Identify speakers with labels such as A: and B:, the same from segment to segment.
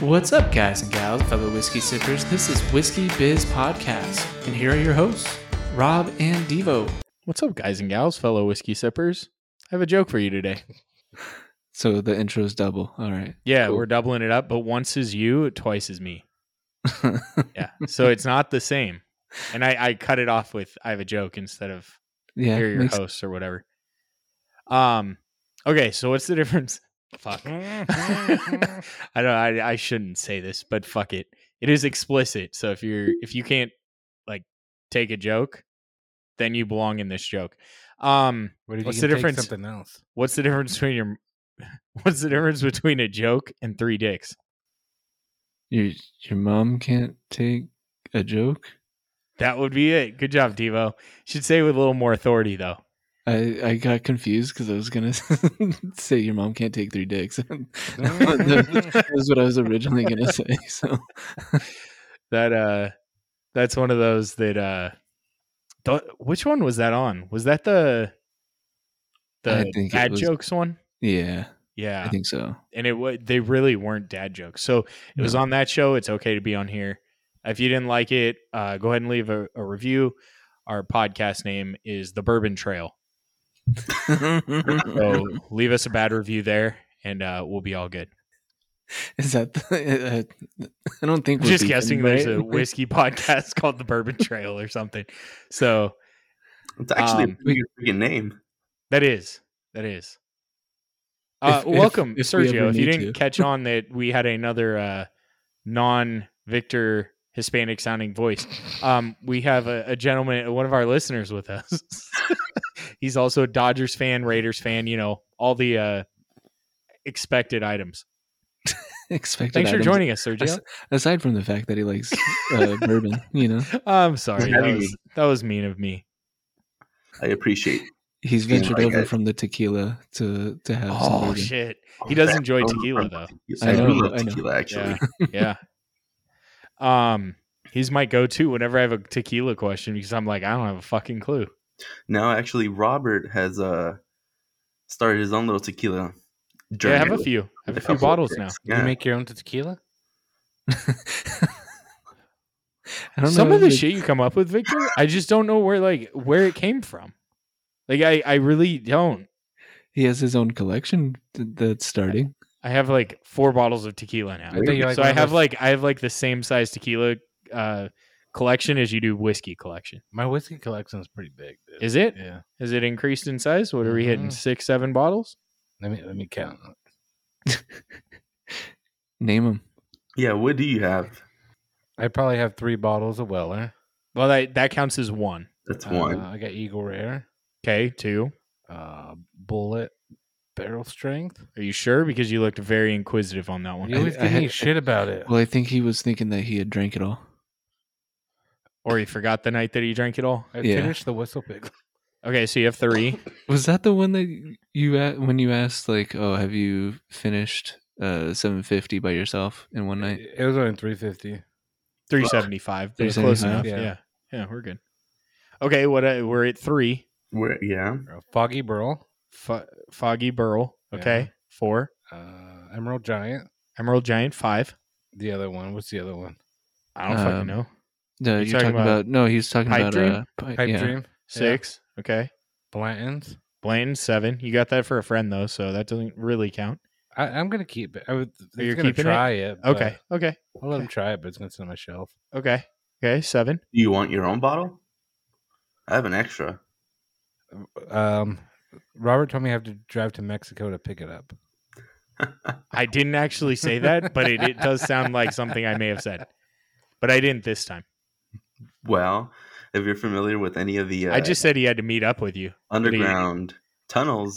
A: What's up, guys and gals, fellow whiskey sippers? This is Whiskey Biz Podcast, and here are your hosts, Rob and Devo.
B: What's up, guys and gals, fellow whiskey sippers? I have a joke for you today.
A: So the intro's double. All right.
B: Yeah,
A: Cool.
B: we're doubling it up, but once is you, twice is me. Yeah. so it's not the same. And I, I cut it off with I have a joke instead of
A: yeah.
B: here are your
A: makes-
B: hosts or whatever. Um okay, so what's the difference? Fuck. I don't I, I shouldn't say this, but fuck it. It is explicit. So if you're if you can't like take a joke, then you belong in this joke. Um
C: What if
B: What's
C: you can
B: the
C: take
B: difference?
C: Something else.
B: What's the difference between your What's the difference between a joke and three dicks?
A: your your mom can't take a joke.
B: That would be it. Good job, Devo. Should say with a little more authority though.
A: I, I got confused because I was gonna say your mom can't take three dicks. that was what I was originally gonna say. So
B: That uh that's one of those that uh th- which one was that on? Was that the
A: I
B: the
A: think it
B: dad
A: was-
B: jokes one?
A: yeah,
B: Yeah.
A: I think so.
B: and it was they really weren't dad jokes. So it was
A: No.
B: on that show. It's okay to be on here. If you didn't like it, uh, go ahead and leave a, a review. Our podcast name is The Bourbon Trail. So leave us a bad review there, and uh, we'll be all good.
A: Is that the, uh, I don't think
B: I'm
A: we're
B: just
A: beefing,
B: guessing there's
A: right?
B: a whiskey podcast called The Bourbon Trail or something. So
D: It's actually
B: Um,
D: a pretty good freaking name.
B: that is that is. Uh,
A: If- if-
B: welcome,
A: if we ever
B: Sergio. If you
A: need
B: didn't
A: to.
B: catch on that we had another uh, non-Victor Hispanic sounding voice, um, we have a, a gentleman, one of our listeners, with us. He's also a Dodgers fan, Raiders fan. You know all the uh, expected items.
A: Expected
B: Thanks for
A: items.
B: joining us, Sergio.
A: Aside from the fact that he likes uh, bourbon, you know,
B: I'm sorry. That
D: having
B: was,
D: me.
B: that was mean of me.
D: I appreciate.
A: he's
D: Yeah,
A: ventured
D: I
A: over
D: get-
A: from the tequila to to have. some
B: Oh
A: bourbon.
B: shit. He does enjoy tequila, though.
D: I,
A: I know, I
D: do love
A: know.
D: tequila actually.
B: Yeah. Yeah. um he's my go-to whenever I have a tequila question because I'm like I don't have a fucking clue.
D: Now actually Robert has uh started his own little tequila
B: Yeah, I
D: journey.
B: have a
D: with
B: few. I have a few
D: couple of
B: bottles now.
D: drinks.
C: Do
D: Yeah.
C: You make your own tequila?
A: I don't
B: Some
A: know
B: of the
A: if it-
B: shit you come up with, Victor, I just don't know where like where it came from. Like I I really don't.
A: He has his own collection th- that's starting.
B: I have like four bottles of tequila now.
D: Really?
C: you're like
B: so
C: one
B: I
C: of those-
B: have like I have like the same size tequila uh collection as you do whiskey collection.
C: my whiskey collection is pretty big. Dude.
B: Is it?
C: Yeah.
B: Has it increased in size? What are we hitting?
C: Mhm.
B: Six, seven bottles?
C: Let me let me count.
A: Name him.
D: Yeah, what do you have?
C: I probably have three bottles of Weller.
B: Well, that that counts as one.
D: That's
C: Uh,
D: one.
C: I got Eagle Rare,
B: Okay, two.
C: uh, Bullet, Barrel Strength.
B: Are you sure? Because you looked very inquisitive on that one.
C: You always
A: I
C: give me
A: had-
C: shit about it.
A: Well, I think he was thinking that he had drank it all.
B: Or you forgot the night that he drank it all.
C: I
A: yeah.
C: finished the whistle pig.
B: Okay, so you have three.
A: Was that the one that you a when you asked like, "Oh, have you finished uh 750 by yourself in one night?"
C: It was only three fifty.
B: 375. But it's close enough.
A: 375,
B: Yeah.
C: yeah.
B: yeah. we're good. Okay, what uh, we're at three.
D: Where, yeah.
C: Foggy Burl,
B: Fo- Foggy Burl. Okay.
C: Yeah.
B: Four.
C: uh, Emerald Giant.
B: Emerald Giant. Five.
C: The other one. What's the other one?
B: I don't fucking
A: Um,
B: know.
A: No,
B: you
A: you're
B: talking
A: talking,
B: about
A: about, no. He was talking
B: Pipe
A: about
B: Dream?
A: uh, pi-
C: Pipe
A: yeah.
C: Dream,
B: Six. Okay.
C: Blanton's.
B: Blanton. Seven. You got that for a friend, though, so that doesn't really count.
C: I, I'm gonna keep it. I would.
B: Are
C: he's
B: you
C: gonna
B: keeping it?
C: try it. but
B: Okay. Okay.
C: I'll let him try it, but it's gonna sit on my shelf.
B: Okay. Okay. Seven.
D: Do you want your own bottle? I have an extra.
C: Um, Robert told me I have to drive to Mexico to pick it up.
B: I didn't actually say that, but it, it does sound like something I may have said. But I didn't this time.
D: Well, if you're familiar with any of the uh,
B: I just said he had to meet up with you.
D: underground tunnels,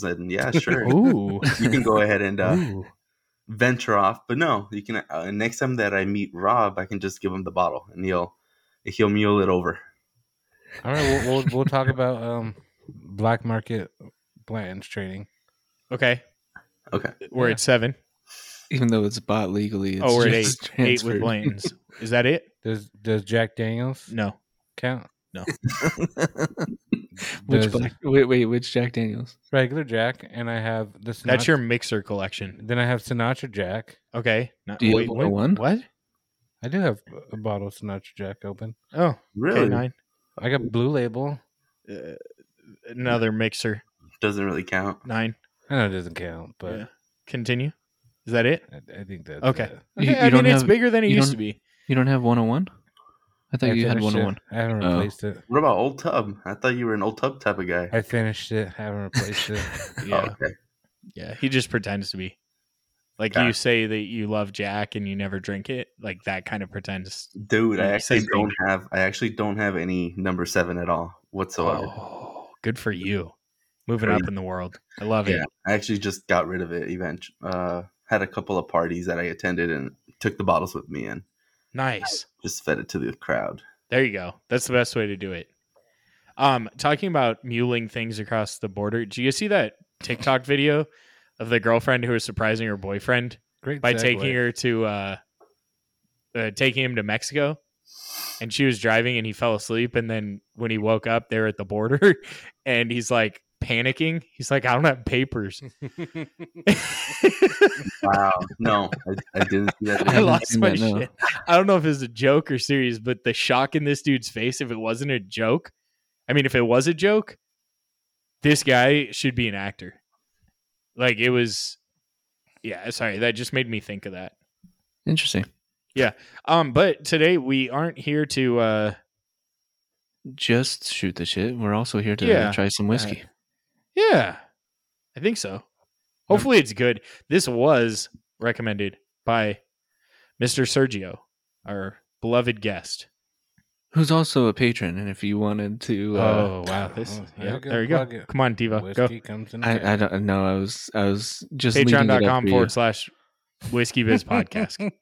D: then yeah, sure,
B: Ooh.
D: you can go ahead and uh,
C: Ooh.
D: venture off. But no, you can. Uh, next time that I meet Rob, I can just give him the bottle, and he'll he'll mule it over.
C: All right, we'll, we'll we'll talk about um black market Blanton's trading.
B: Okay.
D: Okay.
B: We're
C: Yeah.
B: at seven.
A: Even though it's bought legally, it's
B: oh, we're at eight.
A: just
B: Eight with
A: transferred.
B: Blanton's. Is that it?
C: Does does Jack Daniels
B: No.
C: count?
B: No.
A: Which
C: Does-
A: black, wait, wait, which Jack Daniels?
C: regular Jack, and I have the Sinatra.
B: That's your mixer collection.
C: Then I have Sinatra Jack.
B: Okay. Not,
A: Do you have
B: what-
A: one?
B: What?
C: I do have a bottle of Sinatra Jack open.
B: Oh,
D: Really?
B: okay, nine.
C: I got Blue Label.
B: Uh, another mixer.
D: Doesn't really count.
B: Nine.
C: I know it doesn't count, but
B: Yeah. Continue. Is that it?
C: I, I think that's uh,
B: Okay.
C: it.
A: You-
B: Okay,
A: you
B: I mean,
A: don't
B: it's
A: have-
B: bigger than it
A: you
B: used
A: don't-
B: to be.
A: You don't have 101? I thought
C: I
A: you had
C: finished
A: 101.
C: It. I haven't
A: Oh.
C: replaced it.
D: What about Old Tub? I thought you were an Old Tub type of guy.
C: I finished it. Haven't replaced it.
B: Yeah.
D: Oh, okay.
B: Yeah. He just pretends to be. Like
D: Yeah.
B: you say that you love Jack and you never drink it. Like that kind of pretends.
D: Dude, I
B: Yeah,
D: actually
B: same
D: don't have I actually don't have any number seven at all whatsoever.
B: Oh, good for you. Moving up in the world. I love
D: Yeah.
B: it.
D: I actually just got rid of it event uh had a couple of parties that I attended and took the bottles with me and
B: Nice.
D: just fed it to the crowd.
B: There you go. That's the best way to do it. Um, talking about muling things across the border. Did you see that TikTok video of the girlfriend who was surprising her boyfriend
C: Great
B: by
C: segue.
B: taking her to uh, uh, taking him to Mexico? And she was driving, and he fell asleep. And then when he woke up, they're at the border, and he's like panicking. He's like, "I don't have papers."
D: Wow. no, I, I didn't see that.
B: I
A: haven't
B: lost
A: seen
B: my
A: that, no.
B: shit. I don't know if it's a joke or serious, but the shock in this dude's face, if it wasn't a joke, I mean, if it was a joke, this guy should be an actor. Like it was, yeah, sorry. That just made me think of that.
A: Interesting.
B: Um, but today we aren't here to, uh,
A: Just shoot the shit. We're also here to
B: Yeah.
A: try some whiskey.
B: yeah, I think so. Hopefully it's good. This was recommended by Mr. Sergio, our beloved guest.
A: Who's also a patron, and if you wanted to, uh,
B: oh, wow. This,
C: Oh,
B: yeah,
C: you go,
B: there you go.
C: plug it.
B: Come on, Diva. Go.
C: Whiskey comes in.
A: I, I don't know. I was, I was just leaving it up
B: patreon.com
A: for you.
B: forward slash whiskey biz podcast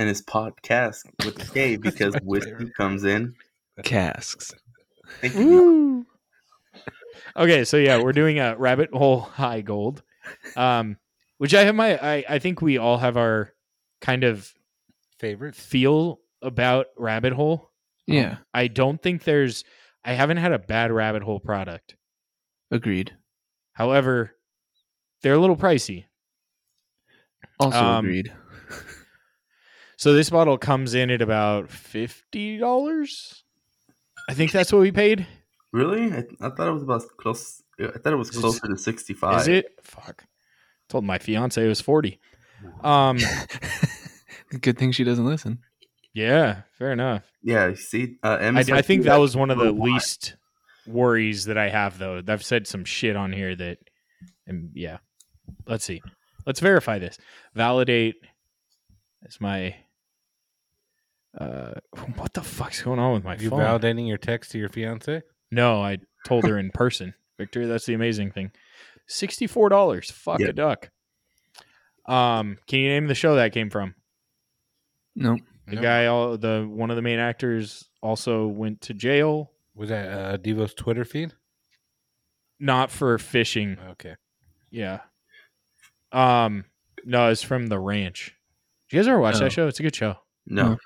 D: And it's podcast with a K because
C: my
D: whiskey
C: favorite.
D: comes in.
A: casks.
B: Oh.
D: Thank you.
B: Woo. okay so yeah we're doing a rabbit hole high gold um which i have my i i think we all have our kind of
C: favorites.
B: feel about rabbit hole
A: Yeah,
B: i don't think there's i haven't had a bad rabbit hole product
A: agreed.
B: however they're a little pricey
A: Also
B: Um,
A: agreed.
B: so this bottle comes in at about $50 i think that's what we paid
D: Really? I, I thought it was about close. I thought it was
B: Is-
D: closer to sixty-five.
B: Is it? Fuck. Told my fiance it was forty. Um. hmm.
A: Good thing she doesn't listen.
B: Yeah. Fair enough.
D: Yeah. you See, uh,
B: I,
D: Emma's
B: I
D: like,
B: think
D: "Yeah,
B: that was one of
D: for
B: the
D: a lot."
B: least worries that I have, though. I've said some shit on here that, and yeah. Let's see. Let's verify this. Validate. Is my. Uh, what the fuck's going on with my
C: You
B: phone?
C: validating your text to your fiance?
B: no, I told her in person, Victor. That's the amazing thing. Sixty-four dollars. Fuck
D: Yeah.
B: a duck. Um, can you name the show that came from?
A: No,
B: The
C: No.
B: guy, all the one of the main actors, also went to jail,
C: was that uh, Devo's Twitter feed.
B: not for fishing.
C: Okay,
B: Yeah. Um. No, it's from the ranch. Did you guys ever watch
A: No.
B: that show? It's a good show.
D: No.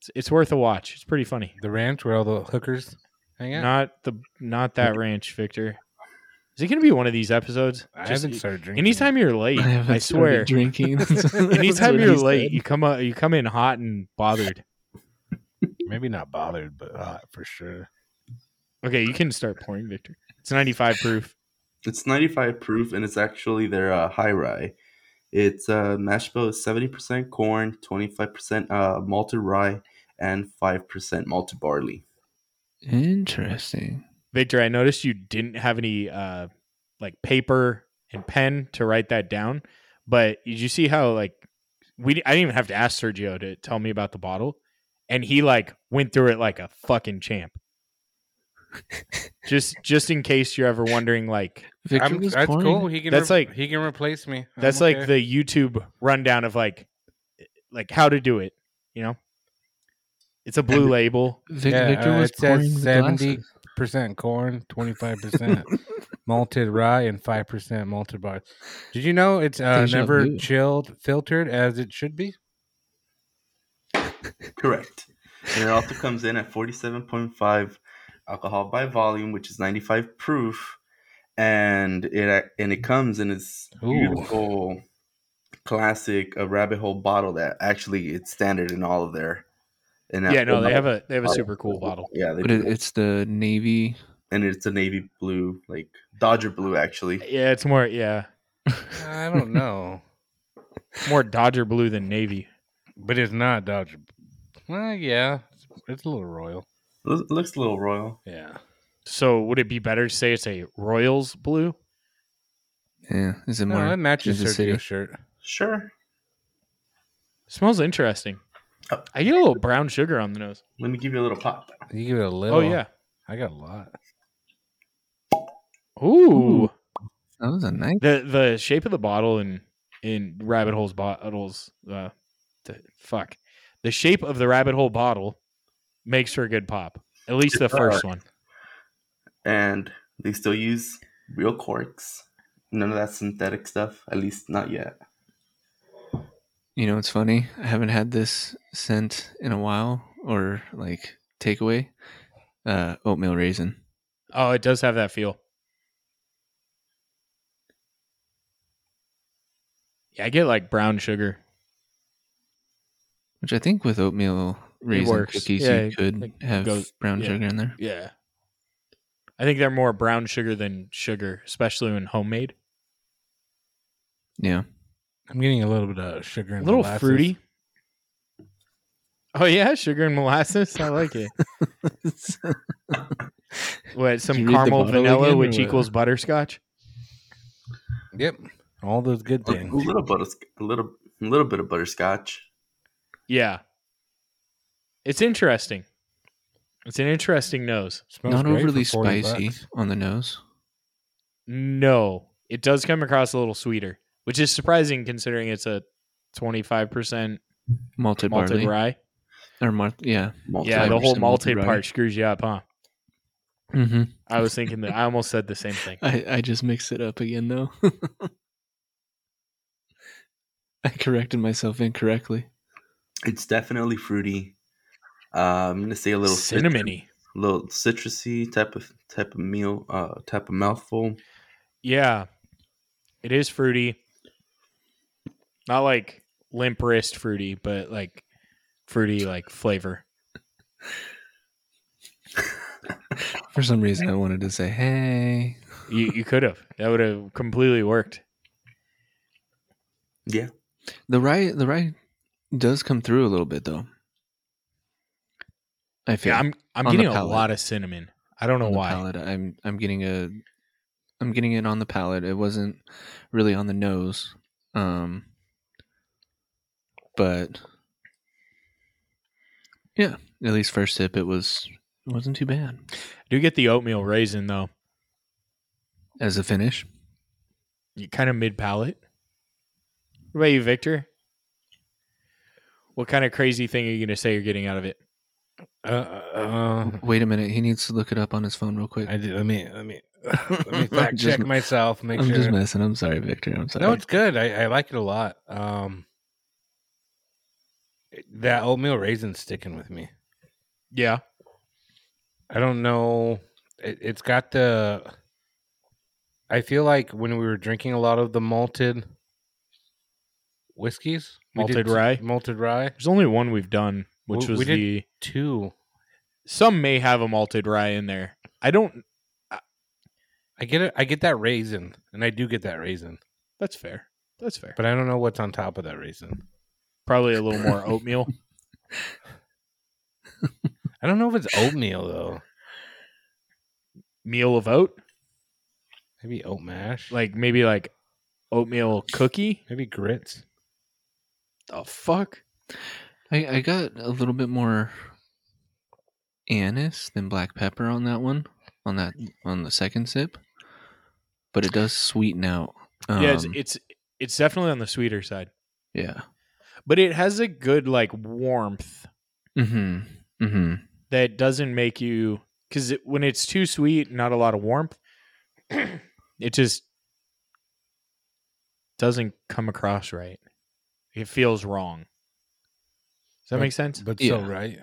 B: It's, it's worth a watch. It's pretty funny.
C: the ranch where all the hookers hang out.
B: Not the not that ranch, Victor. Is it going to be one of these episodes?
C: I
B: Just-
C: haven't started drinking.
B: anytime you're late,
A: I haven't
B: I,
A: started
B: swear.
A: drinking.
B: Anytime
A: That's
B: you're
A: what he
B: late,
A: said.
B: you come out, you come in hot and bothered.
C: maybe not bothered, but uh, for sure.
B: Okay, you can start pouring, Victor. It's 95 proof.
D: It's ninety-five proof, and it's actually their uh, high rye. It's uh, mashed bill is seventy percent corn, twenty-five percent uh, malted rye, and five percent malted barley.
A: Interesting.
B: Victor, I noticed you didn't have any uh like paper and pen to write that down, but did you see how like we I didn't even have to ask Sergio to tell me about the bottle and he like went through it like a fucking champ. just just in case you're ever wondering like
A: Victor
C: I'm-
A: was
C: that's
A: pouring.
C: cool. He can.
B: That's
C: re-
B: like-
C: he can replace me. I'm
B: that's
C: okay.
B: like the YouTube rundown of like like how to do it, you know? It's a blue label.
A: Vic-
C: Yeah,
A: Victor
C: uh,
A: was
C: it says
A: pouring the
C: 70.
A: glasses.
C: percent corn, twenty five percent malted rye, and five percent malted barley. Did you know it's uh,
A: Deja
C: never
A: vu.
C: chilled, filtered as it should be?
D: Correct. and it also comes in at 47.5 alcohol by volume, which is 95 proof, and it uh, and it comes in this
C: Ooh.
D: beautiful classic a rabbit hole bottle that actually it's standard in all of their. And
B: yeah, no, they have a they have a super cool bottle.
D: Yeah, they
A: But
D: do.
A: it, it's the navy.
D: and it's a navy blue, like Dodger blue, actually.
B: Yeah, it's more yeah
C: I don't know,
B: more Dodger blue than navy.
C: but it's not Dodger. Well, yeah, it's, it's a little royal.
D: Looks, looks a little royal.
C: Yeah,
B: So would it be better to say it's a Royals blue?
A: Yeah, is it
C: no,
A: more?
C: it matches
A: Kansas
C: Sergio's
A: City.
C: shirt.
D: Sure.
B: Smells interesting.
D: Oh.
B: I get a little brown sugar on the nose.
D: Let me give you a little pop.
C: You give it a little.
B: Oh yeah.
C: I got a lot.
B: Ooh.
A: That was a nice.
B: The the shape of the bottle in in rabbit holes bottles uh the, fuck. The shape of the rabbit hole bottle makes for a good pop. At least the first one.
D: And they still use real corks. None of that synthetic stuff, at least not yet.
A: You know, it's funny. I haven't had this scent in a while, or like takeaway, uh, oatmeal raisin.
B: Oh, it does have that feel. Yeah, I get like brown sugar.
A: Which I think with oatmeal raisin
B: works.
A: cookies,
B: Yeah,
A: you
B: it-
A: could
B: it
A: have
B: goes-
A: brown
B: yeah.
A: sugar in there.
B: Yeah. I think they're more brown sugar than sugar, especially when homemade.
A: Yeah.
C: I'm getting a little bit of sugar
B: A
C: and
B: little
C: molasses.
B: fruity. Oh yeah, sugar and molasses. I like it. What
A: you
B: some
A: read the bottle
B: caramel vanilla,
A: again, or
B: which
A: what?
B: equals butterscotch.
C: Yep, all those good
D: A, a
C: things.
D: little butter, a little, a little bit of butterscotch.
B: Yeah. It's interesting. It's an interesting nose.
C: Smells
A: Not
C: great for
A: overly
C: 40
A: spicy
C: bucks.
A: on the nose.
B: No, it does come across a little sweeter, which is surprising considering it's a twenty-five percent
A: Malted,
B: malted
A: barley.
B: rye.
A: Or mar- yeah.
D: Multi-
B: Yeah, the whole
A: 25% malted
B: malted
A: rye.
B: part screws you up, huh?
A: hmm
B: I was thinking that I almost said the same thing.
A: I, I just mixed it up again, though. I corrected myself incorrectly.
D: It's definitely fruity. Uh, I'm gonna say a little citru-
B: Cinnamony.
D: little citrusy type of type of meal, uh, type of mouthful.
B: Yeah. It is fruity. Not like limp wrist fruity, but like fruity like flavor.
A: For some reason, I wanted to say, hey.
B: You you could have. That would have completely worked.
D: Yeah,
A: The rye, the rye does come through a little bit, though. I feel
B: Yeah, I'm I'm
A: On the
B: getting a
A: palate.
B: lot of cinnamon. I don't know
A: on the
B: why.
A: palate. I'm I'm getting a I'm getting it on the palate. It wasn't really on the nose. Um but yeah, at least first sip it was it wasn't too bad.
B: I do get the oatmeal raisin though.
A: As a finish.
B: You kind of mid palate. What about you, Victor? What kind of crazy thing are you gonna say you're getting out of it?
C: Uh, uh, uh,
A: Wait a minute, he needs to look it up on his phone real quick.
C: I did. Let me let me let me
A: I'm
C: fact
A: just-
C: check myself. Make
A: I'm
C: sure.
A: just messing. I'm sorry, Victor. I'm sorry.
C: No, it's good. I, I like it a lot. Um, that oatmeal raisin's sticking with me.
B: Yeah.
C: I don't know. It, it's got the. I feel like when we were drinking a lot of the malted whiskeys, we did
B: Malted
C: t-
B: rye?
C: malted rye,
B: There's only one we've done, which
C: We-
B: was
C: we did-
B: the
C: two.
B: some may have a malted rye in there. I don't
C: I get it. I get that raisin, and I do get that raisin,
B: That's fair. That's fair.
C: but I don't know what's on top of that raisin.
B: Probably a little more oatmeal.
C: I don't know if it's oatmeal though.
B: Meal of oat,
C: Maybe oat mash.
B: like maybe like oatmeal cookie.
C: maybe grits.
B: The fuck?
A: I, I got a little bit more anise than black pepper on that one, on that on the second sip, but it does sweeten out. Um,
B: yeah, it's, it's it's definitely on the sweeter side,
A: yeah.
B: but it has a good like warmth
A: Mm-hmm. Mm-hmm.
B: that doesn't make you because it, when it's too sweet, not a lot of warmth. it just doesn't come across right. It feels wrong. Does that make sense?
C: But
A: Yeah.
C: so right.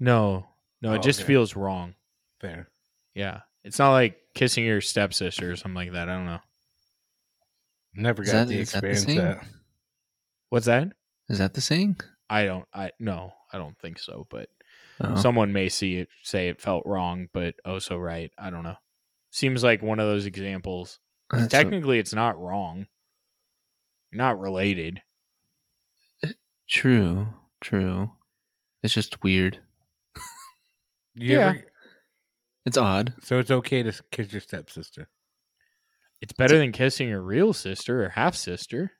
B: No, no, it
C: Oh,
B: just
C: okay.
B: feels wrong.
C: Fair.
B: Yeah, it's not like kissing your stepsister or something like that. I don't know.
C: Never
A: Is
C: got
A: that-
C: to
A: is that the
C: experience
A: same?
C: that.
B: What's that?
A: Is that the saying?
B: I don't. I no. I don't think so. But
A: Oh.
B: someone may see it, say it felt wrong, but oh so right. I don't know. Seems like one of those examples.
A: That's what-
B: Technically, it's not wrong. You're not related.
A: true. True. It's just weird.
C: You
B: Yeah.
C: ever-
A: It's odd.
C: so it's okay to kiss your stepsister.
B: It's better than kissing your real sister or half sister.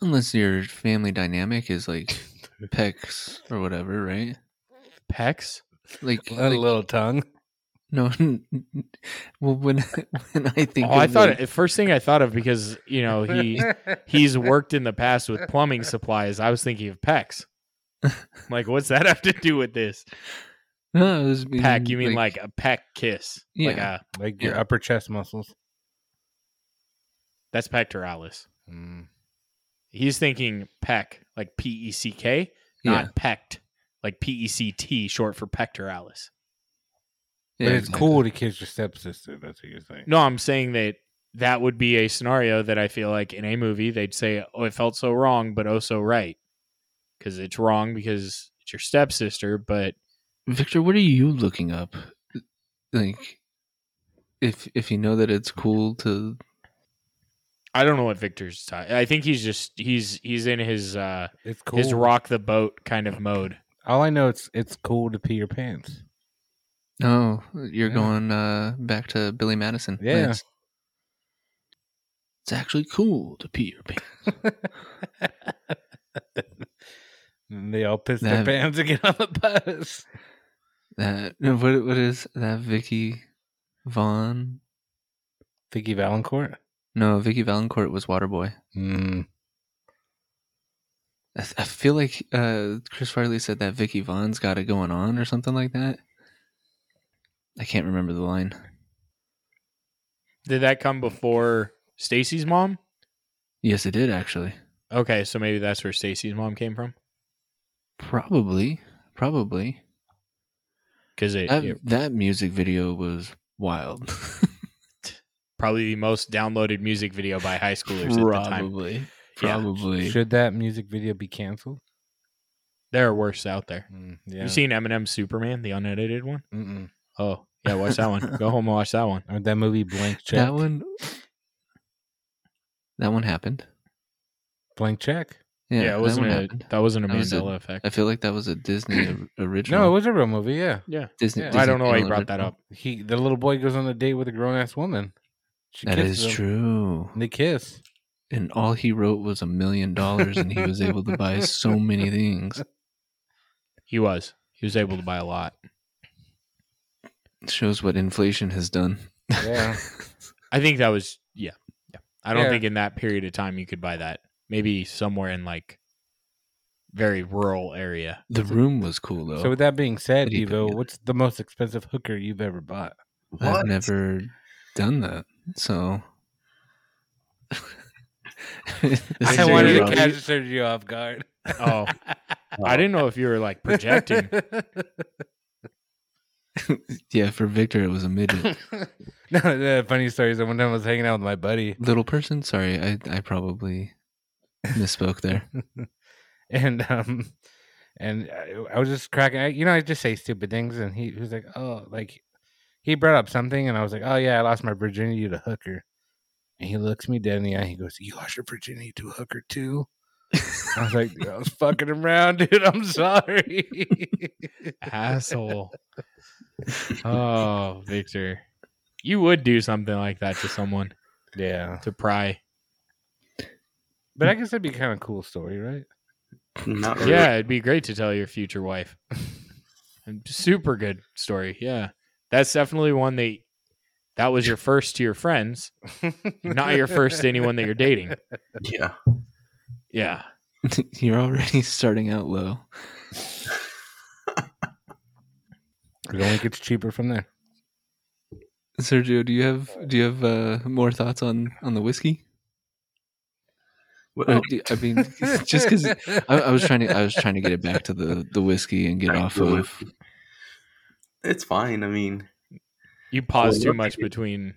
A: Unless your family dynamic is like pecs or whatever, right?
B: Pecs.
A: Like,
C: A
A: like-
C: little tongue.
A: no. well, when when I think,
B: Oh, I
A: of,
B: thought
A: like-
B: it, first thing I thought of because you know he he's worked in the past with plumbing supplies. I was thinking of pecs. I'm like, what's that have to do with this?
A: no, it was
B: Peck? You mean like, a peck kiss?
A: Mm,
B: Like uh,
A: Yeah.
B: a,
C: like your
A: Yeah.
C: upper chest muscles.
B: that's pectoralis.
C: Mm.
B: He's thinking peck, like P E C K, not pecked, like P E C T, short for pectoralis.
C: But it's cool to kiss your stepsister. That's what you're saying.
B: No, I'm saying that that would be a scenario that I feel like in a movie they'd say, "Oh, it felt so wrong, but oh so right," because it's wrong because it's your stepsister, but
A: Victor, what are you looking up? Like, if if you know that it's cool to,
B: I don't know what Victor's talking. I think he's just he's he's in his uh
C: It's cool.
B: his rock the boat kind of mode.
C: All I know it's it's cool to pee your pants.
A: oh, you're
C: Yeah.
A: going uh, back to Billy Madison.
C: Yeah.
A: Nice. It's actually cool to pee your pants.
C: And they all piss
A: That-
C: their pants and get on the bus.
A: That what what is that? Vicky Vaughn?
C: Vicky Valancourt.
A: No, Vicky Valancourt was Waterboy.
C: Mm.
A: I, I feel like uh, Chris Farley said that Vicky Vaughn's got it going on or something like that. I can't remember the line.
B: Did that come before Stacy's mom?
A: Yes, it did actually.
B: Okay, so maybe that's where Stacy's mom came from
A: Probably, probably.
B: because it,
A: That,
B: it-
A: that music video was wild.
B: probably the most downloaded music video by high schoolers at the time.
A: probably, probably.
C: Should that music video be canceled?
B: There are worse out there.
C: Mm, yeah.
B: You seen Eminem's Superman, the unedited one?
C: Mm-mm.
B: Oh yeah, watch that one. Go home and watch that one.
C: Or that movie Blank Check.
A: That one. That one happened.
C: Blank Check.
B: Yeah,
A: Yeah,
B: it
A: that
B: wasn't
A: one
B: a
A: happened.
B: that wasn't a
A: That was a-
B: Mandela effect.
A: I feel like that was a Disney or- original.
C: No, it was a real movie. Yeah.
B: yeah,
A: Disney,
C: yeah.
B: I
A: Disney
B: don't know why you
A: Channel
B: brought that
A: original.
B: up.
C: He the little boy goes on a date with a grown ass woman. She
A: That
C: kisses
A: is
C: him,
A: true.
C: and they kiss.
A: And all he wrote was a million dollars, and he was able to buy so many things.
B: He was he was able to buy a lot.
A: It shows what inflation has done.
C: Yeah.
B: I think that was yeah. Yeah. I don't
C: Yeah.
B: think in that period of time you could buy that. Maybe somewhere in like very rural area.
A: The room was cool though.
C: so with that being said,
A: What do you
C: Devo,
A: think?
C: what's the most expensive hooker you've ever bought?
A: I've never done that, so.
B: I wanted to
A: Zero.
B: catch-
C: you off guard.
B: Oh. I didn't know if you were like projecting.
A: Yeah, for Victor it was a midget.
C: no, the funny story is that one time I was hanging out with my buddy,
A: Little person, sorry, I I probably misspoke there.
C: and um, and I, I was just cracking. I, you know, I just say stupid things, and he, he was like, "Oh, like," he brought up something, and I was like, "Oh yeah, I lost my virginity to hooker." And he looks me dead in the eye. He goes, "You lost your virginity to a hooker too?" I was like, "I was fucking around, dude. I'm sorry."
B: Asshole. Oh, Victor. You would do something like that to someone
C: yeah,
B: to pry.
C: but I guess that'd be kind of cool story, right?
D: Not really.
B: Yeah, it'd be great to tell your future wife. Super good story. Yeah. That's definitely one that that was your first to your friends, not your first to anyone that you're dating.
D: Yeah.
B: Yeah.
A: You're already starting out low.
C: It only gets cheaper from there.
A: Sergio, do you have do you have uh, more thoughts on on the whiskey?
D: What-
A: Oh, dude, I mean, just because I, I was trying to, I was trying to get it back to the the whiskey and get
D: Back
A: off
D: to the
A: of.
D: whiskey. It's fine. I mean,
B: You pause
D: Well,
B: too
D: look-
B: much between.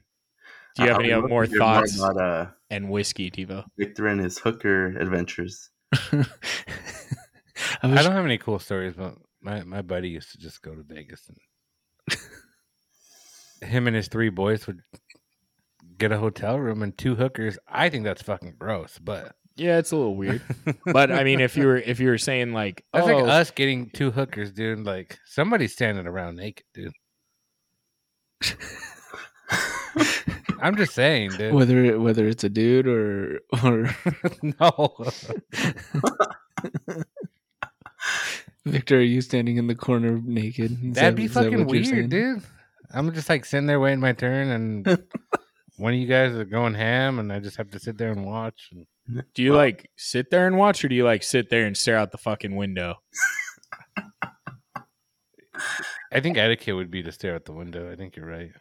B: Do you
D: I-
B: have
D: I
B: any
D: would love
B: more
D: to hear more
B: thoughts
D: about uh,
B: and whiskey, Devo?
D: Victor and his hooker adventures?
A: I
C: I
A: was,
C: don't have any cool stories, but my, my buddy used to just go to Vegas and him and his three boys would get a hotel room and two hookers. I think that's fucking gross, but
B: Yeah, it's a little weird, but I mean, if you were if you were saying like,
C: that's
B: oh,
C: like us getting two hookers, dude. Like somebody's standing around naked, dude. I'm just saying, dude.
A: whether it, whether it's a dude or or
C: no,
A: Victor, are you standing in the corner naked? Is
C: that'd be
A: is that
C: fucking
A: what you're
C: weird,
A: saying?
C: dude. I'm just like sitting there waiting my turn, and one of you guys are going ham, and I just have to sit there and watch. And
B: do you like sit there and watch, or do you like sit there and stare out the fucking window?
C: I think etiquette would be to stare out the window. I think you're right.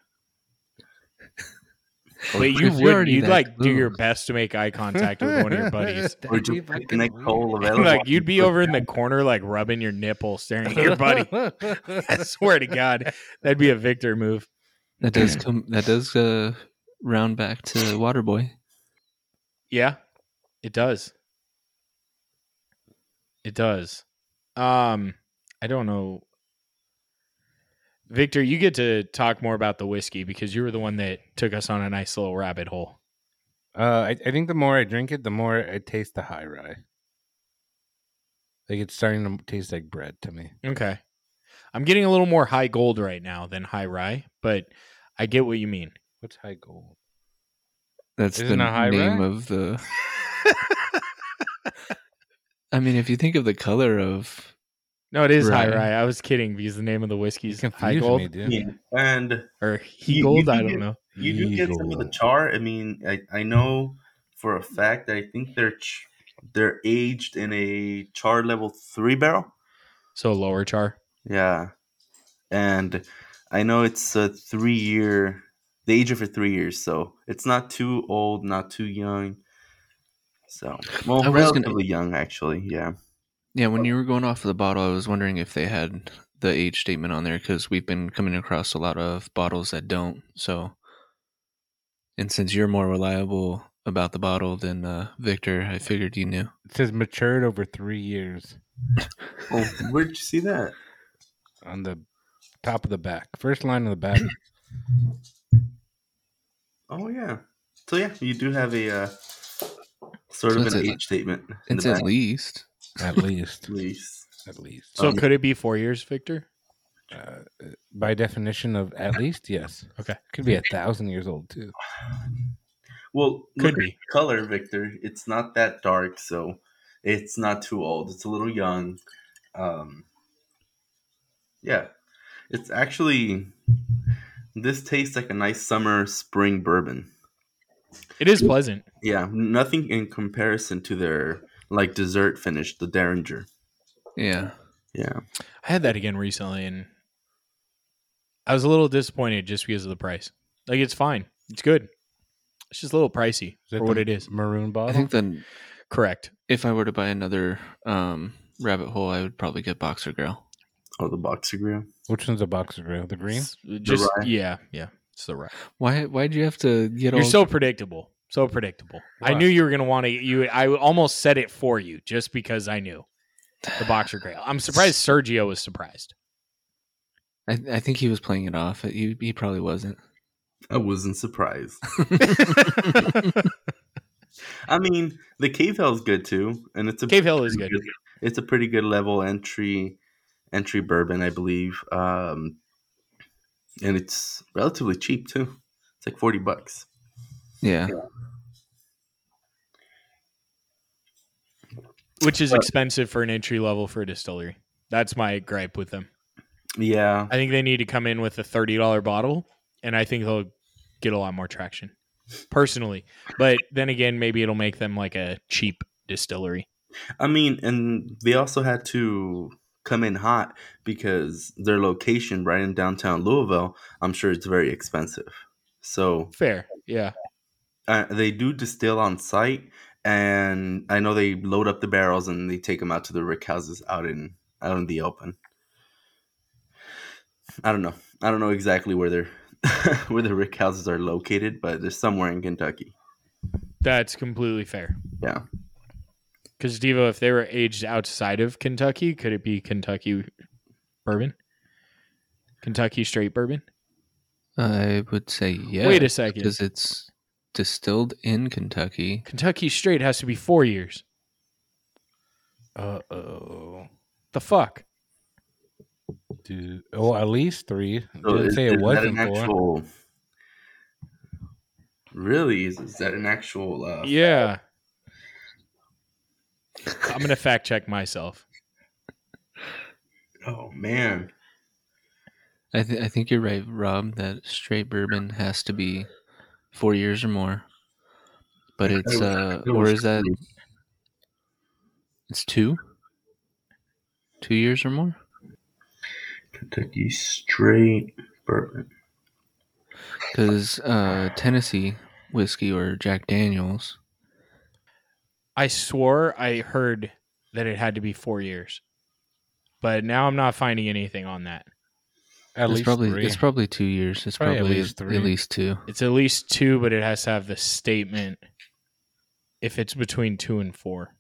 B: But you
A: if you're
B: would
A: already
B: you'd
A: that
B: like do your
A: close.
B: best to make eye contact with one of your buddies.
C: That'd
D: Or
C: be
D: just like the
C: fucking
D: next
C: weird.
D: hole available.
B: like you'd be over in the corner, like rubbing your nipple, staring at your buddy. I swear to God, that'd be a Victor move.
A: That does come. That does uh, round back to Waterboy.
B: Yeah, it does. It does. Um, I don't know. Victor, you get to talk more about the whiskey because you were the one that took us on a nice little rabbit hole.
C: Uh, I, I think the more I drink it, the more I taste the high rye. Like it's starting to taste like bread to me.
B: Okay. I'm getting a little more high gold right now than high rye, but I get what you mean.
C: What's high gold?
A: That's
C: Isn't
A: the
C: it high
A: name
C: rye?
A: of the. I mean, if you think of the color of
B: No, it is high
A: Right.
B: rye. I was kidding because the name of the whiskey
C: You
B: is high
C: confused
B: gold
C: me, dude.
D: Yeah. And
B: or
D: You-
B: he
D: you
B: gold. I
D: do
B: don't
D: get-
B: know.
D: you do get some of the char. I mean, I, I know for a fact that I think they're ch- they're aged in a char level three barrel.
B: So lower char.
D: Yeah, and I know it's a three year. They age it for three years, so it's not too old, not too young. So, well,
A: I was gonna-
D: relatively young, actually. Yeah,
A: yeah, when you were going off of the bottle, I was wondering if they had the age statement on there because we've been coming across a lot of bottles that don't. So, and since you're more reliable about the bottle than uh, Victor, I figured you knew.
C: It says matured over three years
D: well, Oh, where'd you see that?
C: on the top of the back, first line of the back.
D: Oh yeah. So yeah, you do have a uh, sort
A: So
D: of
A: it's
D: an
A: at-
D: age statement in
A: It's
D: the
A: at
D: back,
A: least.
C: at least,
D: at least.
C: at least.
B: So
D: Um,
B: could it be four years, Victor?
C: Uh, by definition of at least, yes.
B: Okay.
C: could be a thousand years old too.
D: Well,
B: Could
D: look at
B: be.
D: the color, Victor. It's not that dark, so it's not too old. It's a little young. Um, yeah, it's actually this tastes like a nice summer spring bourbon.
B: It is pleasant.
D: Yeah, nothing in comparison to their like dessert finish, the Derringer.
A: Yeah.
D: Yeah,
B: I had that again recently, and I was a little disappointed just because of the price. Like it's fine, it's good. It's just a little pricey
C: Is that
B: for what
C: the
B: it is.
C: Maroon
A: I
C: bottle.
A: think then
B: Correct.
A: if I were to buy another um, rabbit hole, I would probably get Boxer Grill.
D: oh, the Boxer Grill.
C: Which one's a boxer grill? The green.
B: It's just
D: rye.
B: yeah, yeah. It's the right.
A: Why? Why'd you have to get
B: You're
A: all?
B: so predictable. So predictable. I
C: Why?
B: knew you were gonna want to. You. I almost said it for you just because I knew the boxer grail. I'm surprised Sergio was surprised.
A: I, I think he was playing it off. He he probably wasn't.
D: I wasn't surprised. I mean, the Cave Hell's good too, and it's a
B: Cave Hill is good.
D: It's a pretty good level entry entry bourbon, I believe. Um, and it's relatively cheap too. It's like forty bucks.
A: Yeah.
B: which is
D: But-
B: expensive for an entry level for a distillery. That's my gripe with them.
D: Yeah,
B: I think they need to come in with a thirty dollar bottle, and I think they'll get a lot more traction, personally. But then again, maybe it'll make them like a cheap distillery.
D: I mean, and they also had to come in hot because their location right in downtown Louisville. I'm sure it's very expensive. So
B: Fair, yeah.
D: uh, they do distill on site and I know they load up the barrels and they take them out to the rick houses out in out in the open. I don't know. I don't know exactly where they're where the rick houses are located, but they're somewhere in Kentucky.
B: That's completely fair.
D: Yeah.
B: Because Devo, if they were aged outside of Kentucky, could it be Kentucky bourbon? Kentucky straight bourbon?
A: I would say yeah.
B: Wait a second.
A: because it's distilled in Kentucky.
B: Kentucky straight has to be four years.
C: Uh oh.
B: The fuck?
C: Dude. Well, at least three.
D: So
C: Didn't
D: is-
C: say
D: is
C: it
D: that
C: wasn't
D: an
C: four.
D: actual. Really, is, is that an actual? Uh,
B: Yeah. I'm gonna fact check myself.
D: Oh man,
A: I th- I think you're right, Rob. That straight bourbon has to be four years or more. But it's uh, or is that it's two? Two years or more?
D: Kentucky straight bourbon?
A: Because uh, Tennessee whiskey or Jack Daniels.
B: I swore I heard that it had to be four years, but now I'm not finding anything on that.
C: At
A: it's
C: least
A: probably
C: three.
A: it's probably two years. It's probably, at, least
C: three.
A: at least two.
B: It's at least two, but it has to have the statement if it's between two and four.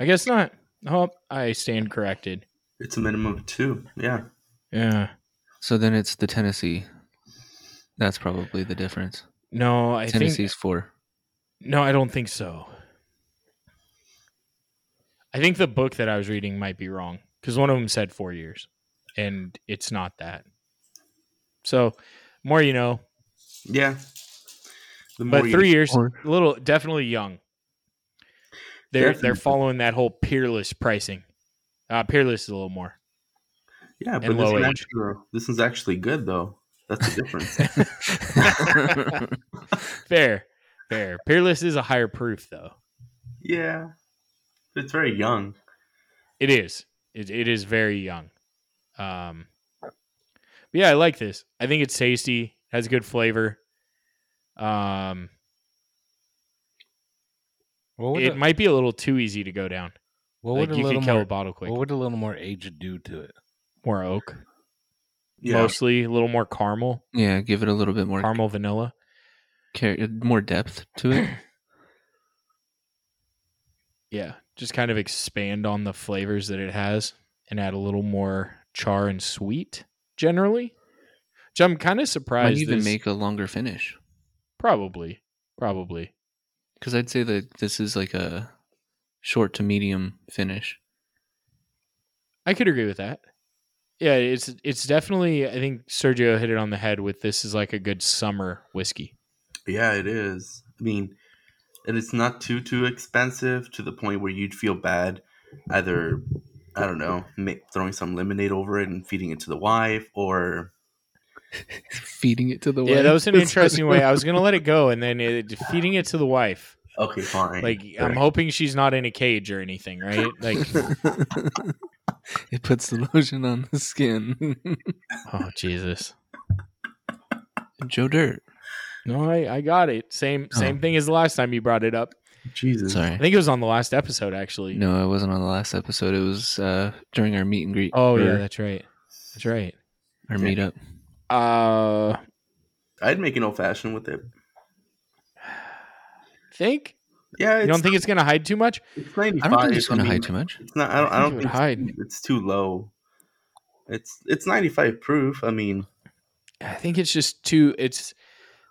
B: I guess not. Oh, I stand corrected.
D: It's a minimum of two. Yeah,
B: Yeah.
A: So then it's the Tennessee. That's probably the difference.
B: No, I
A: Tennessee's
B: think
A: four.
B: no, I don't think so. I think the book that I was reading might be wrong because one of them said four years, and it's not that. So, more you know,
D: yeah. The
B: but
D: more you-
B: three years,
A: Or-
B: a little definitely young. They're they're
D: Definitely.
B: following that whole peerless pricing. Uh, peerless is a little more.
D: yeah, but
B: and
D: this,
B: low
D: is
B: age.
D: actually, this one's actually good though. That's the difference.
B: Fair, fair. Peerless is a higher proof though.
D: yeah, it's very young.
B: It is. It, it is very young. Um, but yeah, I like this. I think it's tasty. Has good flavor. Um,
C: What would,
B: it
C: a,
B: might be a little too easy to go down.
C: what would
B: Like
C: a
B: you
C: little
B: can kill a
C: more?
B: bottle quick.
C: What would a little more age do to it?
B: more oak,
D: Yeah,
B: mostly a little more caramel,
A: yeah, give it a little bit more
B: caramel vanilla.
A: car- more depth to it.
B: yeah, just kind of expand on the flavors that it has and add a little more char and sweet generally. Which I'm kind of
A: Might
B: surprised.
A: even
B: this-
A: make a longer finish.
B: probably, probably.
A: Because I'd say that this is like a short to medium finish.
B: I could agree with that. Yeah, it's it's definitely. I think Sergio hit it on the head with this is like a good summer whiskey.
D: yeah, it is. I mean, and it's not too too expensive to the point where you'd feel bad, either. I don't know, ma- throwing some lemonade over it and feeding it to the wife, or
A: Feeding it to the
B: Yeah, that was an interesting way. I was gonna let it go, and then it, feeding it to the wife.
D: okay, fine.
B: Like I'm hoping she's not in a cage or anything, right? Like,
A: it puts the lotion on the skin.
B: oh Jesus.
A: Joe Dirt.
B: No, I, I got it. Same
A: Oh.
B: same thing as the last time you brought it up. I
D: Jesus,
A: Sorry.
B: think it was on the last episode actually.
A: No, it wasn't on the last episode. It was uh, during our meet and greet.
B: Oh yeah,
A: or
B: that's right. That's right.
A: Our meetup.
B: Uh
D: I'd make an old fashioned with it.
B: think
D: Yeah, it's,
B: you don't think it's gonna hide too much?
D: it's 95.
A: I don't think it's
D: I
A: going to
D: mean,
A: hide too much.
D: It's not. I don't. I
B: I
D: don't
B: think
D: think
B: it would
D: it's- It's too low. It's it's 95 proof. I mean,
B: I think it's just too it's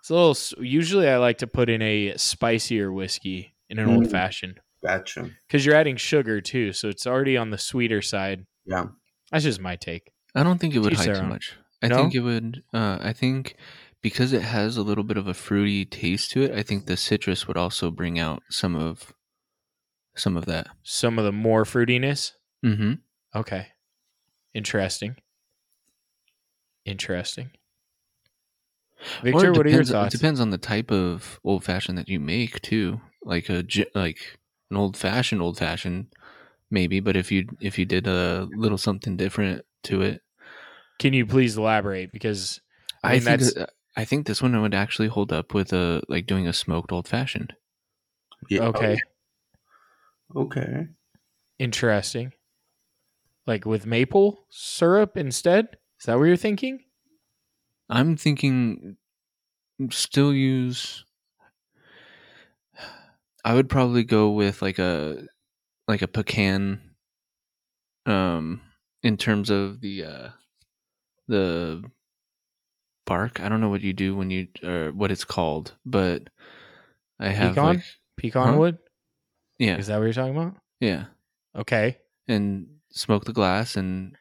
B: it's a little s- usually I like to put in a spicier whiskey in an
D: Mm.
B: old fashioned
D: gotcha.
B: cuz you're adding sugar too, so it's already on the sweeter side.
D: Yeah.
B: That's just my take.
A: I don't think it would hide
B: Jeez,
A: too
B: Aaron.
A: much. I
B: No?
A: think it would. Uh, I think because it has a little bit of a fruity taste to it. I think the citrus would also bring out some of some of that.
B: Some of the more fruitiness.
A: Mm-hmm.
B: Okay. Interesting. Interesting. Victor, what are your thoughts?
A: It depends on the type of old fashioned that you make too. Like a ge- like an old fashioned, old fashioned, maybe. But if you if you did a little something different to it,
B: Can you please elaborate? Because
A: I,
B: I mean,
A: think
B: that's-
A: uh, I think this one would actually hold up with a like doing a smoked old fashioned.
D: Yeah.
B: Okay.
D: Oh, Okay.
B: Interesting. Like with maple syrup instead? Is that what you're thinking?
A: I'm thinking still use I would probably go with like a like a pecan um in terms of the uh the bark. I don't know what you do when you or what it's called, but I have
B: Pecan?
A: like-
B: Pecan
A: Huh?
B: wood?
A: yeah.
B: Is that what you're talking about?
A: Yeah.
B: Okay.
A: And smoke the glass and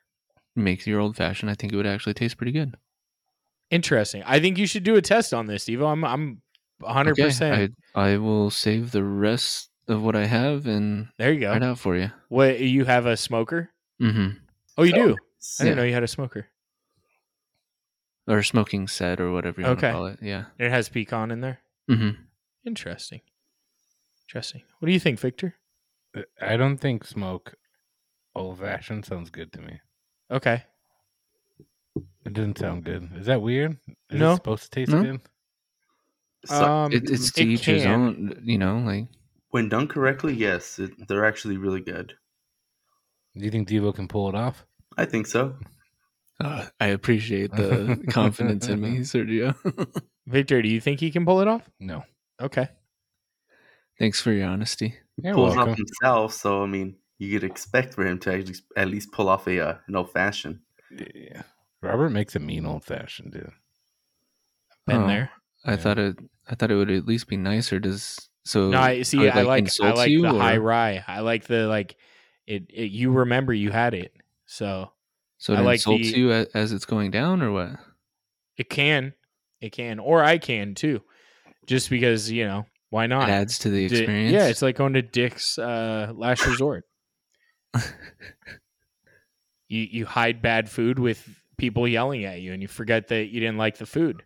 A: make your old fashioned. I think it would actually taste pretty good.
B: Interesting. I think you should do a test on this, Evo. I'm I'm 100%.
A: Okay, I, I will save the rest of what I have and
B: there you go.
A: right out for you.
B: What you have a smoker?
A: Mm-hmm.
B: Oh, you do. I
A: Yeah.
B: didn't know you had a smoker.
A: Or smoking set or whatever you
B: Okay.
A: want to call it. Yeah.
B: It has pecan in there.
A: Mm-hmm.
B: Interesting. Interesting. What do you think, Victor?
C: Uh, I don't think smoke old fashioned sounds good to me.
B: Okay.
C: It doesn't sound good. Is that weird? Is
B: No.
C: it supposed to taste
A: No.
C: good?
D: So
B: um,
A: It, it's to
B: it
A: each his
B: can.
A: own, you know, like,
D: when done correctly, yes, it, they're actually really good.
C: Do you think Devo can pull it off?
D: I think so.
A: uh, I appreciate the confidence in me, Sergio.
B: Victor, do you think he can pull it off?
C: No.
B: Okay.
A: Thanks for your honesty.
C: You're
D: Pulls
C: welcome.
D: off himself, so I mean, you could expect for him to actually at least pull off a uh, an old fashioned.
C: Yeah. Robert makes a mean old fashioned, dude.
B: Been
A: Oh,
B: there.
A: I
C: Yeah.
A: thought it. I thought it would at least be nicer. Does so?
B: No, I see.
A: would,
B: I like. I
A: insult
B: like the
A: or-
B: high rye. I like the like. It, it. You remember you had it, so
A: So
B: I
A: it
B: like
A: insults
B: the-
A: you as, as it's going down, or what?
B: it can, it can, or I can too, just because you know why
A: It
B: not?
A: adds to the
B: Di-
A: experience.
B: yeah, it's like going to Dick's uh, Last Resort. you you hide bad food with people yelling at you, and you forget that you didn't like the food.